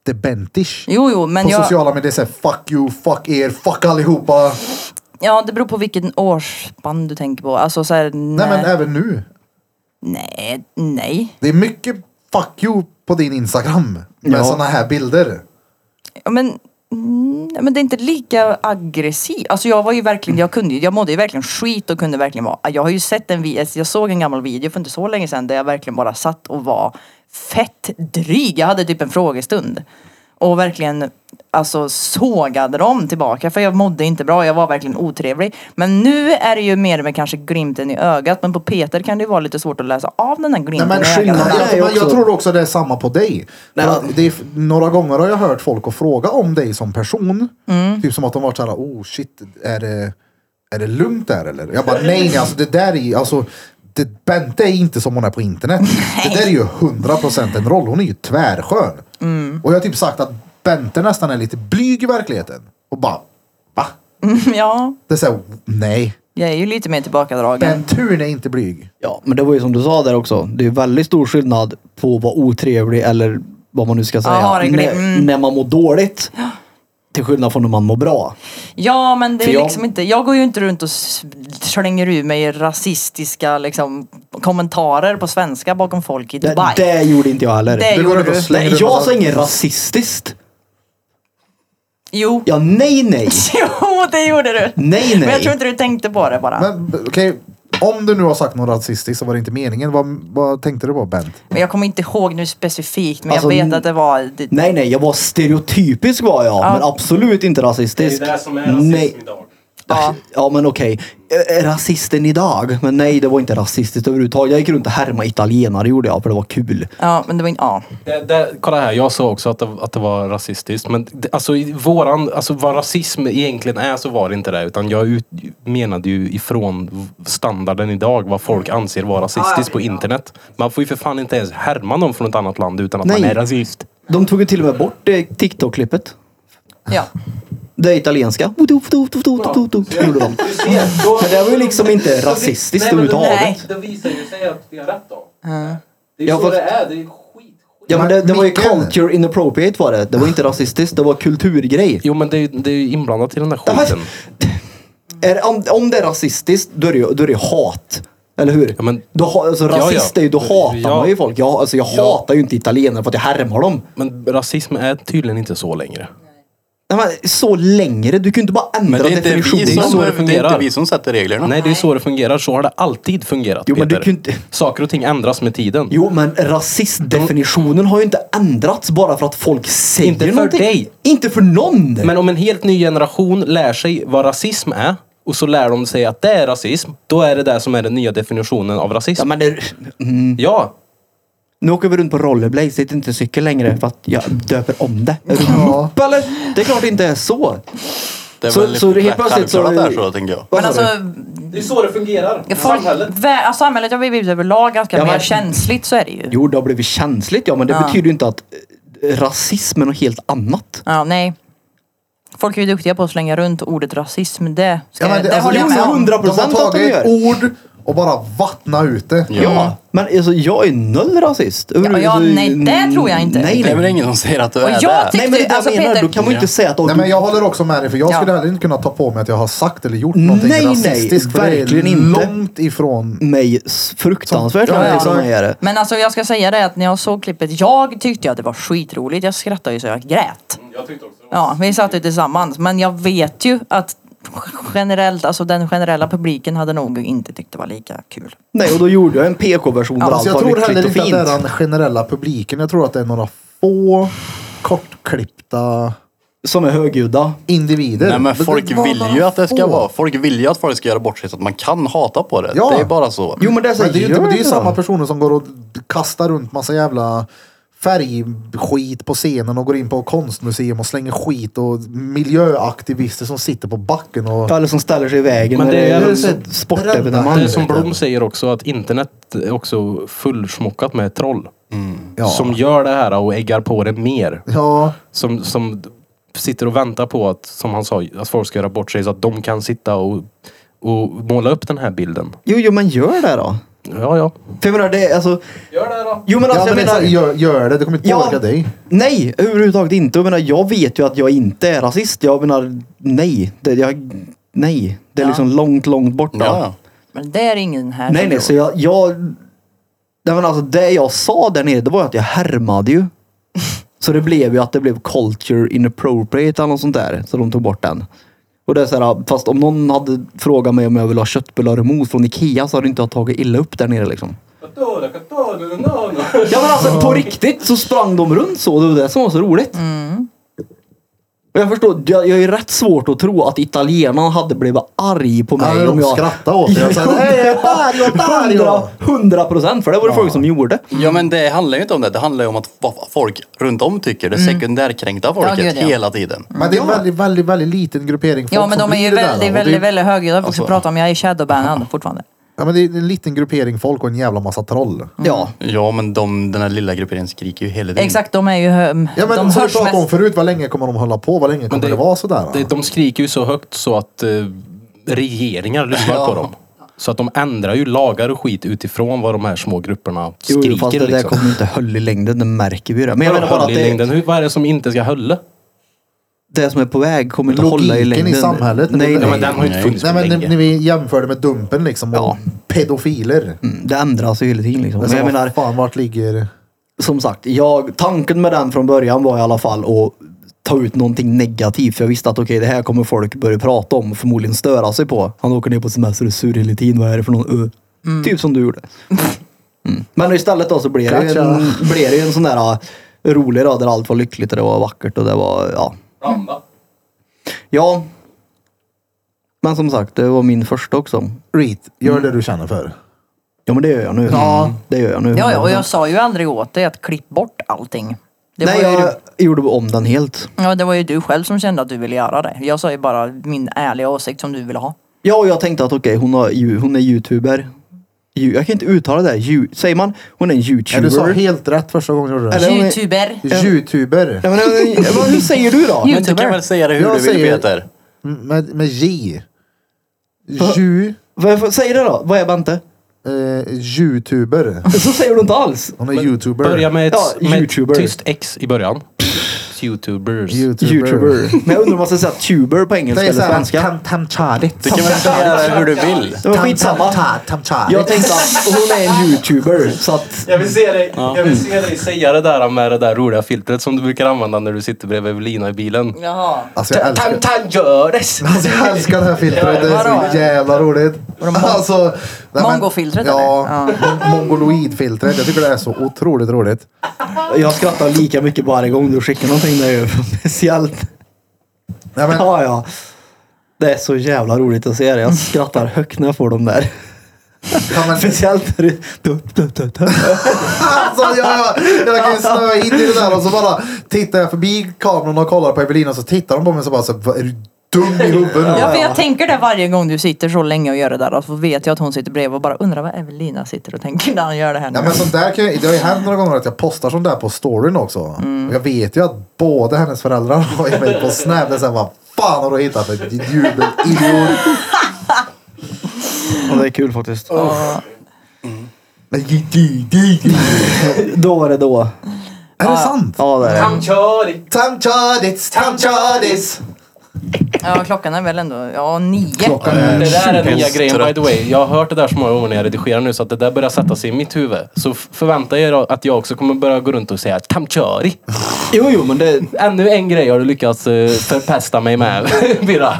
Speaker 1: debentish.
Speaker 3: Jo, jo, men
Speaker 1: På
Speaker 3: jag...
Speaker 1: sociala medier, så här, fuck you, fuck er, fuck allihopa.
Speaker 3: Ja, det beror på vilken årsspann du tänker på. Alltså så här, nej,
Speaker 1: Nej men även nu.
Speaker 3: nej, nej.
Speaker 1: Det är mycket fuck you på din Instagram. Med
Speaker 2: Ja.
Speaker 1: såna sådana här bilder.
Speaker 3: Ja, men, mm, men det är inte lika aggressivt. Alltså jag var ju verkligen, jag kunde ju, jag mådde ju verkligen skit och kunde verkligen vara, jag har ju sett en video, jag såg en gammal video för inte så länge sedan där jag verkligen bara satt och var fett dryg. Jag hade typ en frågestund. Och verkligen alltså sågade dem tillbaka för jag mådde inte bra, jag var verkligen otrevlig. Men nu är det ju mer med kanske glimten i ögat men på Peter kan det ju vara lite svårt att läsa av den här
Speaker 1: Nej,
Speaker 3: glimten
Speaker 1: men
Speaker 3: i ögat.
Speaker 1: skillnaden,
Speaker 2: Nej,
Speaker 1: jag, men
Speaker 2: också.
Speaker 1: jag tror också det är samma på dig.
Speaker 2: Nej,
Speaker 1: För att
Speaker 2: men-
Speaker 1: det är, några gånger har jag
Speaker 2: Mm.
Speaker 1: hört folk att fråga om dig som person. Typ som att de varit såhär, oh shit, är det är det lugnt där eller? Jag bara, nej, nej, alltså det där är ju, alltså, det, Bente är inte som hon är på internet. Det där är ju 100% en roll. Hon är ju tvärskön.
Speaker 2: Mm.
Speaker 1: Och jag har typ sagt att Bente nästan är lite blyg i verkligheten. Och bara, va?
Speaker 3: ja,
Speaker 1: Det är såhär, nej.
Speaker 3: jag är ju lite mer tillbakadragen.
Speaker 1: Benturen är inte blyg.
Speaker 2: Ja, men det var ju som du sa där också. Det är ju väldigt stor skillnad på att vara otrevlig eller vad man nu ska säga.
Speaker 3: Ja, det är gre-
Speaker 2: när,
Speaker 3: mm.
Speaker 2: när man mår dåligt. Till skillnad från när man mår bra.
Speaker 3: Ja, men det
Speaker 2: För
Speaker 3: är
Speaker 2: jag-
Speaker 3: liksom inte, jag går ju inte runt och s- slänger ur mig rasistiska liksom, kommentarer på svenska bakom folk i
Speaker 2: Det,
Speaker 3: Dubai.
Speaker 2: det gjorde inte jag heller.
Speaker 3: Det
Speaker 1: Du går
Speaker 3: gjorde
Speaker 1: ut och
Speaker 3: du.
Speaker 1: slä-
Speaker 2: Nej, jag sa inget rasistiskt.
Speaker 3: Jo.
Speaker 2: Ja, nej, nej.
Speaker 3: jo, det gjorde du.
Speaker 2: Nej, nej.
Speaker 3: Men jag tror inte du tänkte på det bara. Men,
Speaker 1: Men b- okej, om du nu har sagt något rasistiskt så var det inte meningen. Vad, vad tänkte du på Bent?
Speaker 3: jag kommer inte ihåg nu specifikt, men
Speaker 2: Alltså,
Speaker 3: jag vet att det var... Det,
Speaker 2: Nej, nej, jag var stereotypisk var jag, men absolut inte rasistisk. nej.
Speaker 5: idag.
Speaker 3: ja.
Speaker 2: Ja, men okej. Eh, Rasisten idag? Men nej, det var inte rasistiskt överhuvudtaget. Jag gick runt och härma italienare gjorde jag, för det var kul.
Speaker 3: ja, men det var inte... Ja.
Speaker 5: Det, det, kolla här, jag sa också att det, att det var rasistiskt. Men det, alltså, i våran, alltså vad rasism egentligen är så var det inte det. Utan jag ut, menade ju ifrån standarden idag vad folk
Speaker 2: Mm.
Speaker 5: anser vara
Speaker 2: Ah,
Speaker 5: rasistiskt på internet. Man får ju för fan inte ens härma någon från ett annat land utan att
Speaker 2: Nej.
Speaker 5: man är rasist.
Speaker 2: De tog ju till och med bort det TikTok-klippet.
Speaker 3: ja.
Speaker 2: Det italienska. Gjorde de. Men det var ju liksom inte rasistiskt
Speaker 3: nej.
Speaker 2: överhuvudtaget.
Speaker 5: Det visar ju sig att vi har rätt då. Det
Speaker 2: ju Ja, så fast- det
Speaker 5: är. Det är skit.
Speaker 2: Ja, men det, det var ju
Speaker 1: Mikael.
Speaker 2: culture inappropriate var det. Det var inte rasistiskt, det var kulturgrej.
Speaker 5: Jo men det är ju det är ju inblandat i den där
Speaker 2: Det här-
Speaker 5: skiten.
Speaker 2: Är, om, om det är rasistiskt, då är det ju då är det ju hat. Eller hur?
Speaker 5: Ja, men-
Speaker 2: då, ha- alltså,
Speaker 5: Ja, ja.
Speaker 2: rasist är ju, då hatar
Speaker 5: Ja.
Speaker 2: man ju folk. Jag, alltså, jag hatar ju inte italienare för att jag härmar dem.
Speaker 5: Men rasism är tydligen inte så längre.
Speaker 2: Nej, men, så längre, du kan ju inte bara ändra
Speaker 4: Men det är, inte vi som,
Speaker 2: definitionen.
Speaker 5: Det är så det
Speaker 4: det är inte
Speaker 5: fungerar.
Speaker 4: vi som sätter reglerna.
Speaker 5: Nej, det är så det fungerar. Så har det alltid fungerat,
Speaker 2: Jo, men du
Speaker 5: Peter.
Speaker 2: kan ju inte-
Speaker 5: Saker och ting ändras med tiden.
Speaker 2: Jo, men rasistdefinitionen har ju inte ändrats bara för att folk säger
Speaker 5: Inte för
Speaker 2: någonting.
Speaker 5: dig.
Speaker 2: Inte för någon.
Speaker 5: Men om en helt ny generation lär sig vad rasism är och så lär de sig att det är rasism, då är det det som är den nya definitionen av rasism.
Speaker 2: Ja,
Speaker 5: Ja,
Speaker 2: men det, nu åker vi runt på rollerblades, det är inte cykel längre för att jag döper om det. Är du
Speaker 1: Ja.
Speaker 2: upp, eller? Det är klart det inte är så.
Speaker 4: Det är
Speaker 2: Så-
Speaker 4: väl
Speaker 2: så det är helt
Speaker 4: rätt
Speaker 2: plötsligt så-
Speaker 4: självklart att det är så, tänker jag.
Speaker 2: Vad
Speaker 3: Men
Speaker 2: sa
Speaker 3: alltså,
Speaker 2: du?
Speaker 5: det är så det fungerar.
Speaker 3: folk, vä- ja, samhället har blivit överlag ganska
Speaker 2: Ja, men-
Speaker 3: mer känsligt, så är det ju.
Speaker 2: Jo, det har blivit känsligt ja, men det
Speaker 3: Ja.
Speaker 2: betyder ju inte att eh, rasism är något helt annat.
Speaker 3: Ja, nej. Folk är ju duktiga på att slänga runt ordet rasism. Det, ska,
Speaker 1: Ja, men
Speaker 3: Eh, det,
Speaker 1: alltså,
Speaker 3: håller jag
Speaker 1: det är
Speaker 3: med
Speaker 1: så
Speaker 3: om.
Speaker 2: hundra- 100%
Speaker 1: De har
Speaker 2: att de
Speaker 1: tagit
Speaker 2: gör.
Speaker 1: ett ord och bara vattnat ut det.
Speaker 4: Ja.
Speaker 2: Men alltså, jag är noll rasist. Alltså,
Speaker 3: Ja, ja, nej, det tror jag inte.
Speaker 2: Nej,
Speaker 4: Det är väl
Speaker 2: nej.
Speaker 4: ingen som säger att du
Speaker 3: Och
Speaker 4: är
Speaker 3: jag
Speaker 4: det.
Speaker 3: tycker-
Speaker 2: nej men det är det
Speaker 3: Alltså,
Speaker 2: jag menar.
Speaker 3: Peter-
Speaker 2: Då kan man ju inte säga att...
Speaker 1: Nej, men jag håller också med dig för jag skulle
Speaker 3: Ja.
Speaker 1: heller inte kunna ta på mig att jag har sagt eller gjort någonting
Speaker 2: Nej, nej,
Speaker 1: rasistiskt. för
Speaker 2: verkligen
Speaker 1: det är
Speaker 2: inte.
Speaker 1: långt ifrån.
Speaker 2: mig s- fruktansvärt
Speaker 1: Ja,
Speaker 2: när
Speaker 1: ja,
Speaker 2: jag som
Speaker 1: exakt.
Speaker 2: är det.
Speaker 3: Men alltså jag ska säga det att när jag såg klippet, jag tyckte ju att det var skitroligt. Jag skrattade ju så jag grät.
Speaker 1: Mm,
Speaker 3: Ja, vi satt ju tillsammans. Men jag vet ju att generellt, alltså den generella publiken hade nog inte tyckt det var lika kul.
Speaker 2: Nej, och då gjorde jag en PK-version där
Speaker 1: Alltså,
Speaker 2: allt
Speaker 1: jag
Speaker 2: var
Speaker 1: tror heller
Speaker 2: lyckligt och
Speaker 1: inte att
Speaker 2: fint.
Speaker 1: det är den generella publiken. Jag tror att det är några få kortklippta
Speaker 2: Som är högljudda.
Speaker 1: individer.
Speaker 4: Nej men
Speaker 1: det
Speaker 4: folk
Speaker 1: var
Speaker 4: vill
Speaker 1: några
Speaker 4: ju att det ska
Speaker 1: få.
Speaker 4: vara. Folk vill ju att folk ska göra bort sig så att man kan hata på det.
Speaker 1: Ja.
Speaker 4: Det är bara så.
Speaker 2: Jo, men det är så
Speaker 1: Men det är ju inte,
Speaker 2: gör
Speaker 1: det är ju
Speaker 2: det
Speaker 1: samma
Speaker 2: då.
Speaker 1: personer som går och kastar runt massa jävla färgskit på scenen och går in på konstmuseum och slänger skit och miljöaktivister som sitter på backen och...
Speaker 2: Eller som ställer sig i vägen.
Speaker 5: Men det är-
Speaker 2: eller
Speaker 5: det är
Speaker 1: så-
Speaker 2: ett sportevenemang.
Speaker 5: Det är som
Speaker 1: vet jag.
Speaker 5: Blom säger också, att internet är också fullsmockat med troll.
Speaker 2: Mm.
Speaker 5: Som gör det här och äggar på det mer.
Speaker 1: Ja,
Speaker 5: Som, som sitter och väntar på att, som han sa, att folk ska göra bort sig så att de kan sitta och, och måla upp den här bilden.
Speaker 2: Jo, jo, men gör det då.
Speaker 5: Ja, ja.
Speaker 2: För jag menar, det är alltså...
Speaker 5: Gör det då.
Speaker 2: Jo, men alltså
Speaker 1: ja men
Speaker 2: jag menar...
Speaker 1: exakt, gör, gör det, det kommer inte påverka dig.
Speaker 2: Nej, överhuvudtaget inte. Jag menar, jag vet ju att jag inte är rasist. Jag menar, nej. Det, jag, nej. det är
Speaker 3: Ja.
Speaker 2: liksom långt, långt borta.
Speaker 4: Ja, ja.
Speaker 3: Men det är ingen här
Speaker 2: Nej,
Speaker 3: som
Speaker 2: nej,
Speaker 3: tror.
Speaker 2: så jag... jag nej, men alltså, det jag sa där nere, det var ju att jag härmade ju. Så det blev ju att det blev culture inappropriate eller något sånt där. Så de tog bort den. Och det är så här, fast om någon hade frågat mig om jag ville ha köttbullar och mos från Ikea så hade inte jag tagit illa upp där nere liksom. Ja men alltså på riktigt så sprang de runt så. Det var det som var så roligt. Och jag förstår, jag, jag är rätt svårt att tro att italienaren hade blivit arg på mig
Speaker 1: Nej, de
Speaker 2: om jag...
Speaker 1: skrattade åt det. Jag sa, "Hej, Dario, Dario!"
Speaker 2: Hundra- Hundra procent, för det var det folk som gjorde.
Speaker 4: Ja men det handlar ju inte om det. Det handlar ju om att vad folk runt om tycker. Det sekundärkränkta folket
Speaker 3: gud, ja.
Speaker 4: hela tiden.
Speaker 1: Men det är en väldigt, väldigt, väldigt liten gruppering.
Speaker 3: Ja
Speaker 1: folk
Speaker 3: men
Speaker 1: som
Speaker 3: de är ju
Speaker 1: blir det där, va?
Speaker 3: väldigt,
Speaker 1: Och
Speaker 3: väldigt,
Speaker 1: det, Mm.
Speaker 3: väldigt högljudda. Jag får också
Speaker 4: Alltså.
Speaker 3: prata om jag är shadowbannad fortfarande.
Speaker 1: Ja, men det är en liten gruppering folk och en jävla massa troll.
Speaker 2: Ja.
Speaker 4: Ja men de, den här lilla gruppen skriker ju hela tiden.
Speaker 3: Exakt, de är ju... hö-
Speaker 1: Ja, men
Speaker 3: de
Speaker 1: som vi
Speaker 3: hörs
Speaker 1: pratade om
Speaker 3: mest.
Speaker 1: förut, vad länge kommer de hålla på? Vad länge kommer det, vara sådär?
Speaker 5: Det, de skriker ju så högt så att eh, regeringar lyssnar på dem. Så att de ändrar ju lagar och skit utifrån vad de här små grupperna
Speaker 2: Jo,
Speaker 5: skriker.
Speaker 2: fast det där
Speaker 5: liksom.
Speaker 2: kommer ju inte höll i längden, det märker vi ju det. Men jag menar bara att
Speaker 5: det...
Speaker 2: det,
Speaker 5: Hur, vad är det som inte ska hålla?
Speaker 2: det som är på väg kommer inte hålla i
Speaker 1: Logiken
Speaker 2: längden.
Speaker 1: i samhället.
Speaker 2: Nej,
Speaker 5: Ja,
Speaker 2: nej.
Speaker 5: men den har ju inte
Speaker 4: Nej.
Speaker 5: funnits
Speaker 1: Nej,
Speaker 5: på
Speaker 1: men
Speaker 5: länge.
Speaker 1: när, när vi jämförde med Dumpen liksom och
Speaker 2: Ja.
Speaker 1: pedofiler.
Speaker 2: Mm, Det ändras ju hela tiden liksom.
Speaker 1: Men
Speaker 2: Men jag menar,
Speaker 1: fan vart ligger...
Speaker 2: som sagt, jag, tanken med den från början var i alla fall att ta ut någonting negativt. För jag visste att okej, det här kommer folk börja prata om och förmodligen störa sig på. Han åker ner på semester och är sur hela tiden. Vad är det för någon? ö?" Typ som du gjorde. Mm. Men istället då så blir det, ju en,
Speaker 1: Gotcha.
Speaker 2: blir det ju en sån där ah, rolig rad där allt var lyckligt och det var vackert och det var, ja. Ja. Men som sagt, det var min första också.
Speaker 1: Reet, gör det du känner för.
Speaker 2: Ja men det gör jag nu. Mm.
Speaker 1: Ja.
Speaker 2: Det gör jag nu.
Speaker 3: Ja, ja, och jag sa ju aldrig åt dig att klipp bort allting. Det
Speaker 2: Nej,
Speaker 3: var ju
Speaker 2: jag gjorde om den helt.
Speaker 3: Ja, det var ju du själv som kände att du ville göra det. Jag sa ju bara min ärliga åsikt som du ville ha.
Speaker 2: Ja, och jag tänkte att okej, hon, har, ju- hon är youtuber. Ju- Jag kan inte uttala det. Ju, säger man hon är en
Speaker 1: Ja,
Speaker 2: youtuber?
Speaker 1: du sa helt rätt första gången du gjorde det.
Speaker 2: Eller- om jag-
Speaker 3: Youtuber.
Speaker 1: Youtuber.
Speaker 2: ja, men, men, men, hur säger du då?
Speaker 4: Men du kan väl säga det hur
Speaker 1: Jag
Speaker 4: du vill
Speaker 1: säger-
Speaker 4: Peter.
Speaker 1: M- Med, med J. Ju...
Speaker 2: Vad- vad- Säg det då. Vad är Bente?
Speaker 1: Eh, youtuber.
Speaker 2: Så säger du inte alls.
Speaker 1: Hon är youtuber.
Speaker 5: Börja med ett,
Speaker 2: Ja,
Speaker 5: med
Speaker 2: YouTuber.
Speaker 5: ett tyst X i början. Youtubers.
Speaker 1: Youtuber.
Speaker 2: Youtuber. Men jag undrar om man ska säga tuber på engelska
Speaker 1: Det är
Speaker 2: eller
Speaker 1: såhär
Speaker 2: svenska.
Speaker 1: tam tam charit.
Speaker 4: Du kan väl säga det hur du vill.
Speaker 2: Det var skitsamma.
Speaker 1: Tam charit.
Speaker 2: Jag tänkte att hon är en youtuber. Så att,
Speaker 5: Jag vill, se dig, jag vill se dig säga det där med det där roliga filtret som du brukar använda när du sitter bredvid Evelina i bilen.
Speaker 3: Jaha.
Speaker 1: Alltså jag älskar,
Speaker 5: Tantangöres!
Speaker 1: alltså, jag älskar det här filtret. Det är
Speaker 3: Vadå?
Speaker 1: så jävla roligt. Alltså, nej, men-
Speaker 3: Mongofiltret,
Speaker 1: Ja,
Speaker 3: eller?
Speaker 1: mon- mongoloidfiltret. Jag tycker det är så otroligt roligt.
Speaker 2: jag skrattar lika mycket varje gång du skickar någonting. Det är ju speciellt.
Speaker 1: Nej, men,
Speaker 2: Ja, ja. Det är så jävla roligt att se det. Jag skrattar högt när jag får dem där.
Speaker 1: ja, men,
Speaker 2: Speciellt när det... Du, du, du, du.
Speaker 1: Alltså jag, jag, jag kan ju snöa in i det där och så bara tittar jag förbi kameran och kollar på Evelina och så tittar de på mig och så bara så, "Vad, är du dum i huvudet?
Speaker 3: Ja, för jag tänker det varje gång du sitter så länge och gör det där. Och så vet jag att hon sitter bredvid och bara undrar vad Evelina sitter och tänker när hon gör det här nu.
Speaker 1: Ja, men sånt där kan jag, det har ju hänt några gånger att jag postar sånt där på storyn också.
Speaker 3: Mm.
Speaker 1: Och jag vet ju att båda hennes föräldrar har ju mig på snap. Det är så här, vad fan har du hittat för jubelidiot?
Speaker 2: Ja, det är kul faktiskt.
Speaker 1: Men ge- ge- ge- ge.
Speaker 2: Då var det då.
Speaker 1: Är det sant?
Speaker 2: Ja, det är det.
Speaker 1: Tamchadits, tamchadits.
Speaker 3: Ja, klockan är väl ändå, ja, nio.
Speaker 1: Klockan
Speaker 2: Eh,
Speaker 1: är...
Speaker 5: Det där är den nya
Speaker 4: Supertrött.
Speaker 5: grejen by the way. Jag har hört det där så många gånger när jag redigerar nu så att det där börjar sätta sig i mitt huvud. Så f- förvänta er att jag också kommer börja gå runt och säga tamköri.
Speaker 2: Jo, jo, men det...
Speaker 5: Ännu en grej har du lyckats eh, förpesta mig med Birra.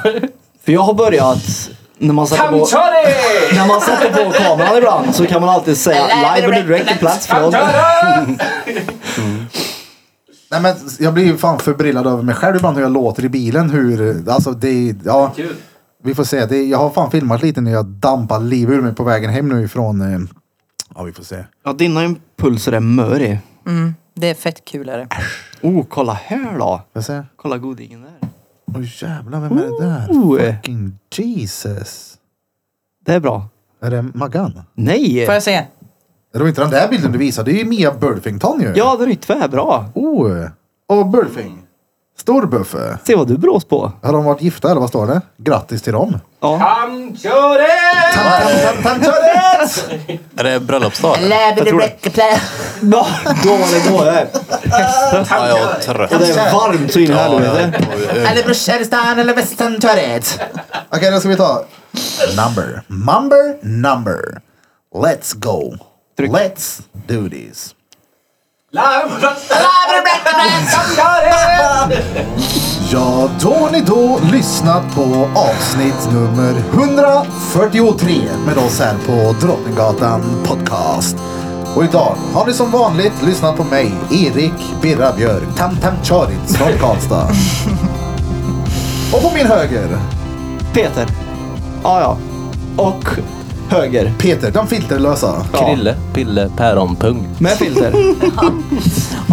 Speaker 2: För jag har börjat... När man sätter på,
Speaker 5: Tamköri!
Speaker 2: när man sätter på kameran ibland så kan man alltid säga live eller direkt till plats. Förlåt.
Speaker 1: Nej men jag blir ju fan förbryllad över mig själv ibland hur jag låter i bilen. Hur, alltså det, ja. Vi får se. Det, jag har fan filmat lite när jag dampar liv ur mig på vägen hem nu ifrån, eh, ja vi får se.
Speaker 2: Ja, dina impulser är möri.
Speaker 3: Det är fett kul är det.
Speaker 2: Oh, kolla här då.
Speaker 1: Får jag se?
Speaker 2: Kolla godingen där.
Speaker 1: Oj jävlar, vem är det
Speaker 2: Ooh.
Speaker 1: där? Fucking Jesus.
Speaker 2: Det är bra.
Speaker 1: Är det Maggan?
Speaker 2: Nej!
Speaker 3: Får jag se?
Speaker 1: Det var inte den där bilden du visade, det är ju Mia Bulfington ju.
Speaker 2: Ja, den är ju tvärbra.
Speaker 1: Oh. Och Bulfing. Storbuffe.
Speaker 2: Se vad du brås på.
Speaker 1: Har de varit gifta eller vad står det? Grattis till dem.
Speaker 2: Ja.
Speaker 1: Tam, tam, tam, tam, kör det!
Speaker 4: Är det bröllopsdag? eller?
Speaker 2: Nå, Då var det då. Jag är.
Speaker 4: Ja, jag är trött.
Speaker 2: Och det är varmt så in i helvete.
Speaker 7: Eller brorsan eller västern tar det.
Speaker 1: Okej, då ska vi ta number, number, number. Let's go. Let's do this. Ja, då har ni då lyssnat på avsnitt nummer 143 med oss här på Drottninggatan Podcast. Och idag har ni som vanligt lyssnat på mig, Erik Birra Björk, Tam Tam Charits från Karlstad. Och på min höger,
Speaker 2: Peter. Ja, ja. Och höger.
Speaker 1: Peter, de filterlösa.
Speaker 2: Ja.
Speaker 5: Krille, Pille, Päron, Pung.
Speaker 2: Med filter.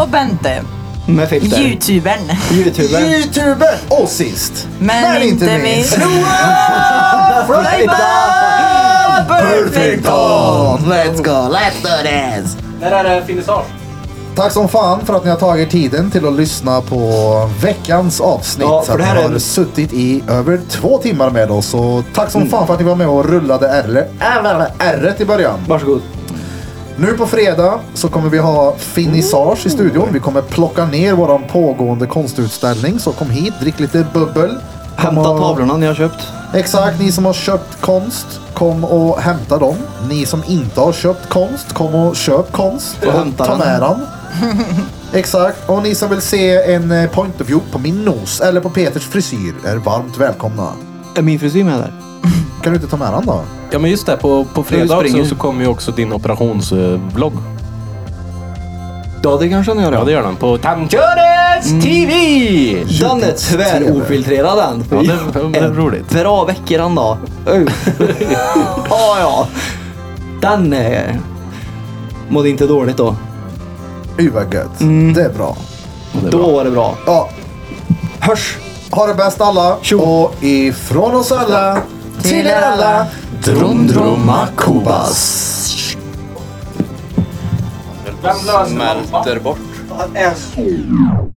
Speaker 3: Och Bente,
Speaker 2: Med filter.
Speaker 3: youtubern.
Speaker 2: Youtube.
Speaker 1: Youtuber! Och sist,
Speaker 3: Men, inte, minst.
Speaker 1: Perfect
Speaker 7: Oh, let's go, let's do this!
Speaker 5: Där är det finissage.
Speaker 1: Tack som fan för att ni har tagit tiden till att lyssna på veckans avsnitt.
Speaker 2: Ja,
Speaker 1: så
Speaker 2: för
Speaker 1: att
Speaker 2: det
Speaker 1: ni
Speaker 2: här
Speaker 1: har
Speaker 2: är en-
Speaker 1: suttit i över två timmar med oss. Och tack
Speaker 2: Mm.
Speaker 1: som fan för att ni var med och rullade R- R- R i början.
Speaker 2: Varsågod.
Speaker 1: Nu på fredag så kommer vi ha
Speaker 2: Mm.
Speaker 1: finissage i studion. Vi kommer plocka ner våran pågående konstutställning. Så kom hit, drick lite bubbel. Kom
Speaker 2: Hämta
Speaker 1: och-
Speaker 2: tavlorna ni har köpt.
Speaker 1: Exakt, ni som har köpt konst, kom och hämta dem. Ni som inte har köpt konst, kom och köp konst.
Speaker 2: Och hämta
Speaker 1: ta
Speaker 2: den.
Speaker 1: med den. Exakt, och ni som vill se en eh, point of view på min nos eller på Peters frisyr är varmt välkomna.
Speaker 2: Är min frisyr med där?
Speaker 1: Kan du inte ta med den då?
Speaker 5: Ja men just det, på, på fredag
Speaker 2: springer.
Speaker 5: också, så kommer ju också din eh, operationsvlogg.
Speaker 2: Ja, det kanske han gör.
Speaker 5: Ja det Mm. gör den. På Tamkörets TV!
Speaker 2: Den är tvärofiltrerad den.
Speaker 5: Ja, det- det är roligt.
Speaker 2: Bra veckor han då. Oj. ja, ja. Den eh, mådde inte dåligt då.
Speaker 1: Uy vad gött.
Speaker 2: Mm.
Speaker 1: Det är bra.
Speaker 5: Det är
Speaker 2: Då
Speaker 5: bra.
Speaker 2: var det bra.
Speaker 1: Ja,
Speaker 2: Hörs!
Speaker 1: ha det bäst alla.
Speaker 2: Tjo.
Speaker 1: Och ifrån oss alla till er alla.
Speaker 2: Drumdrumma Kubas.
Speaker 4: Smälter bort.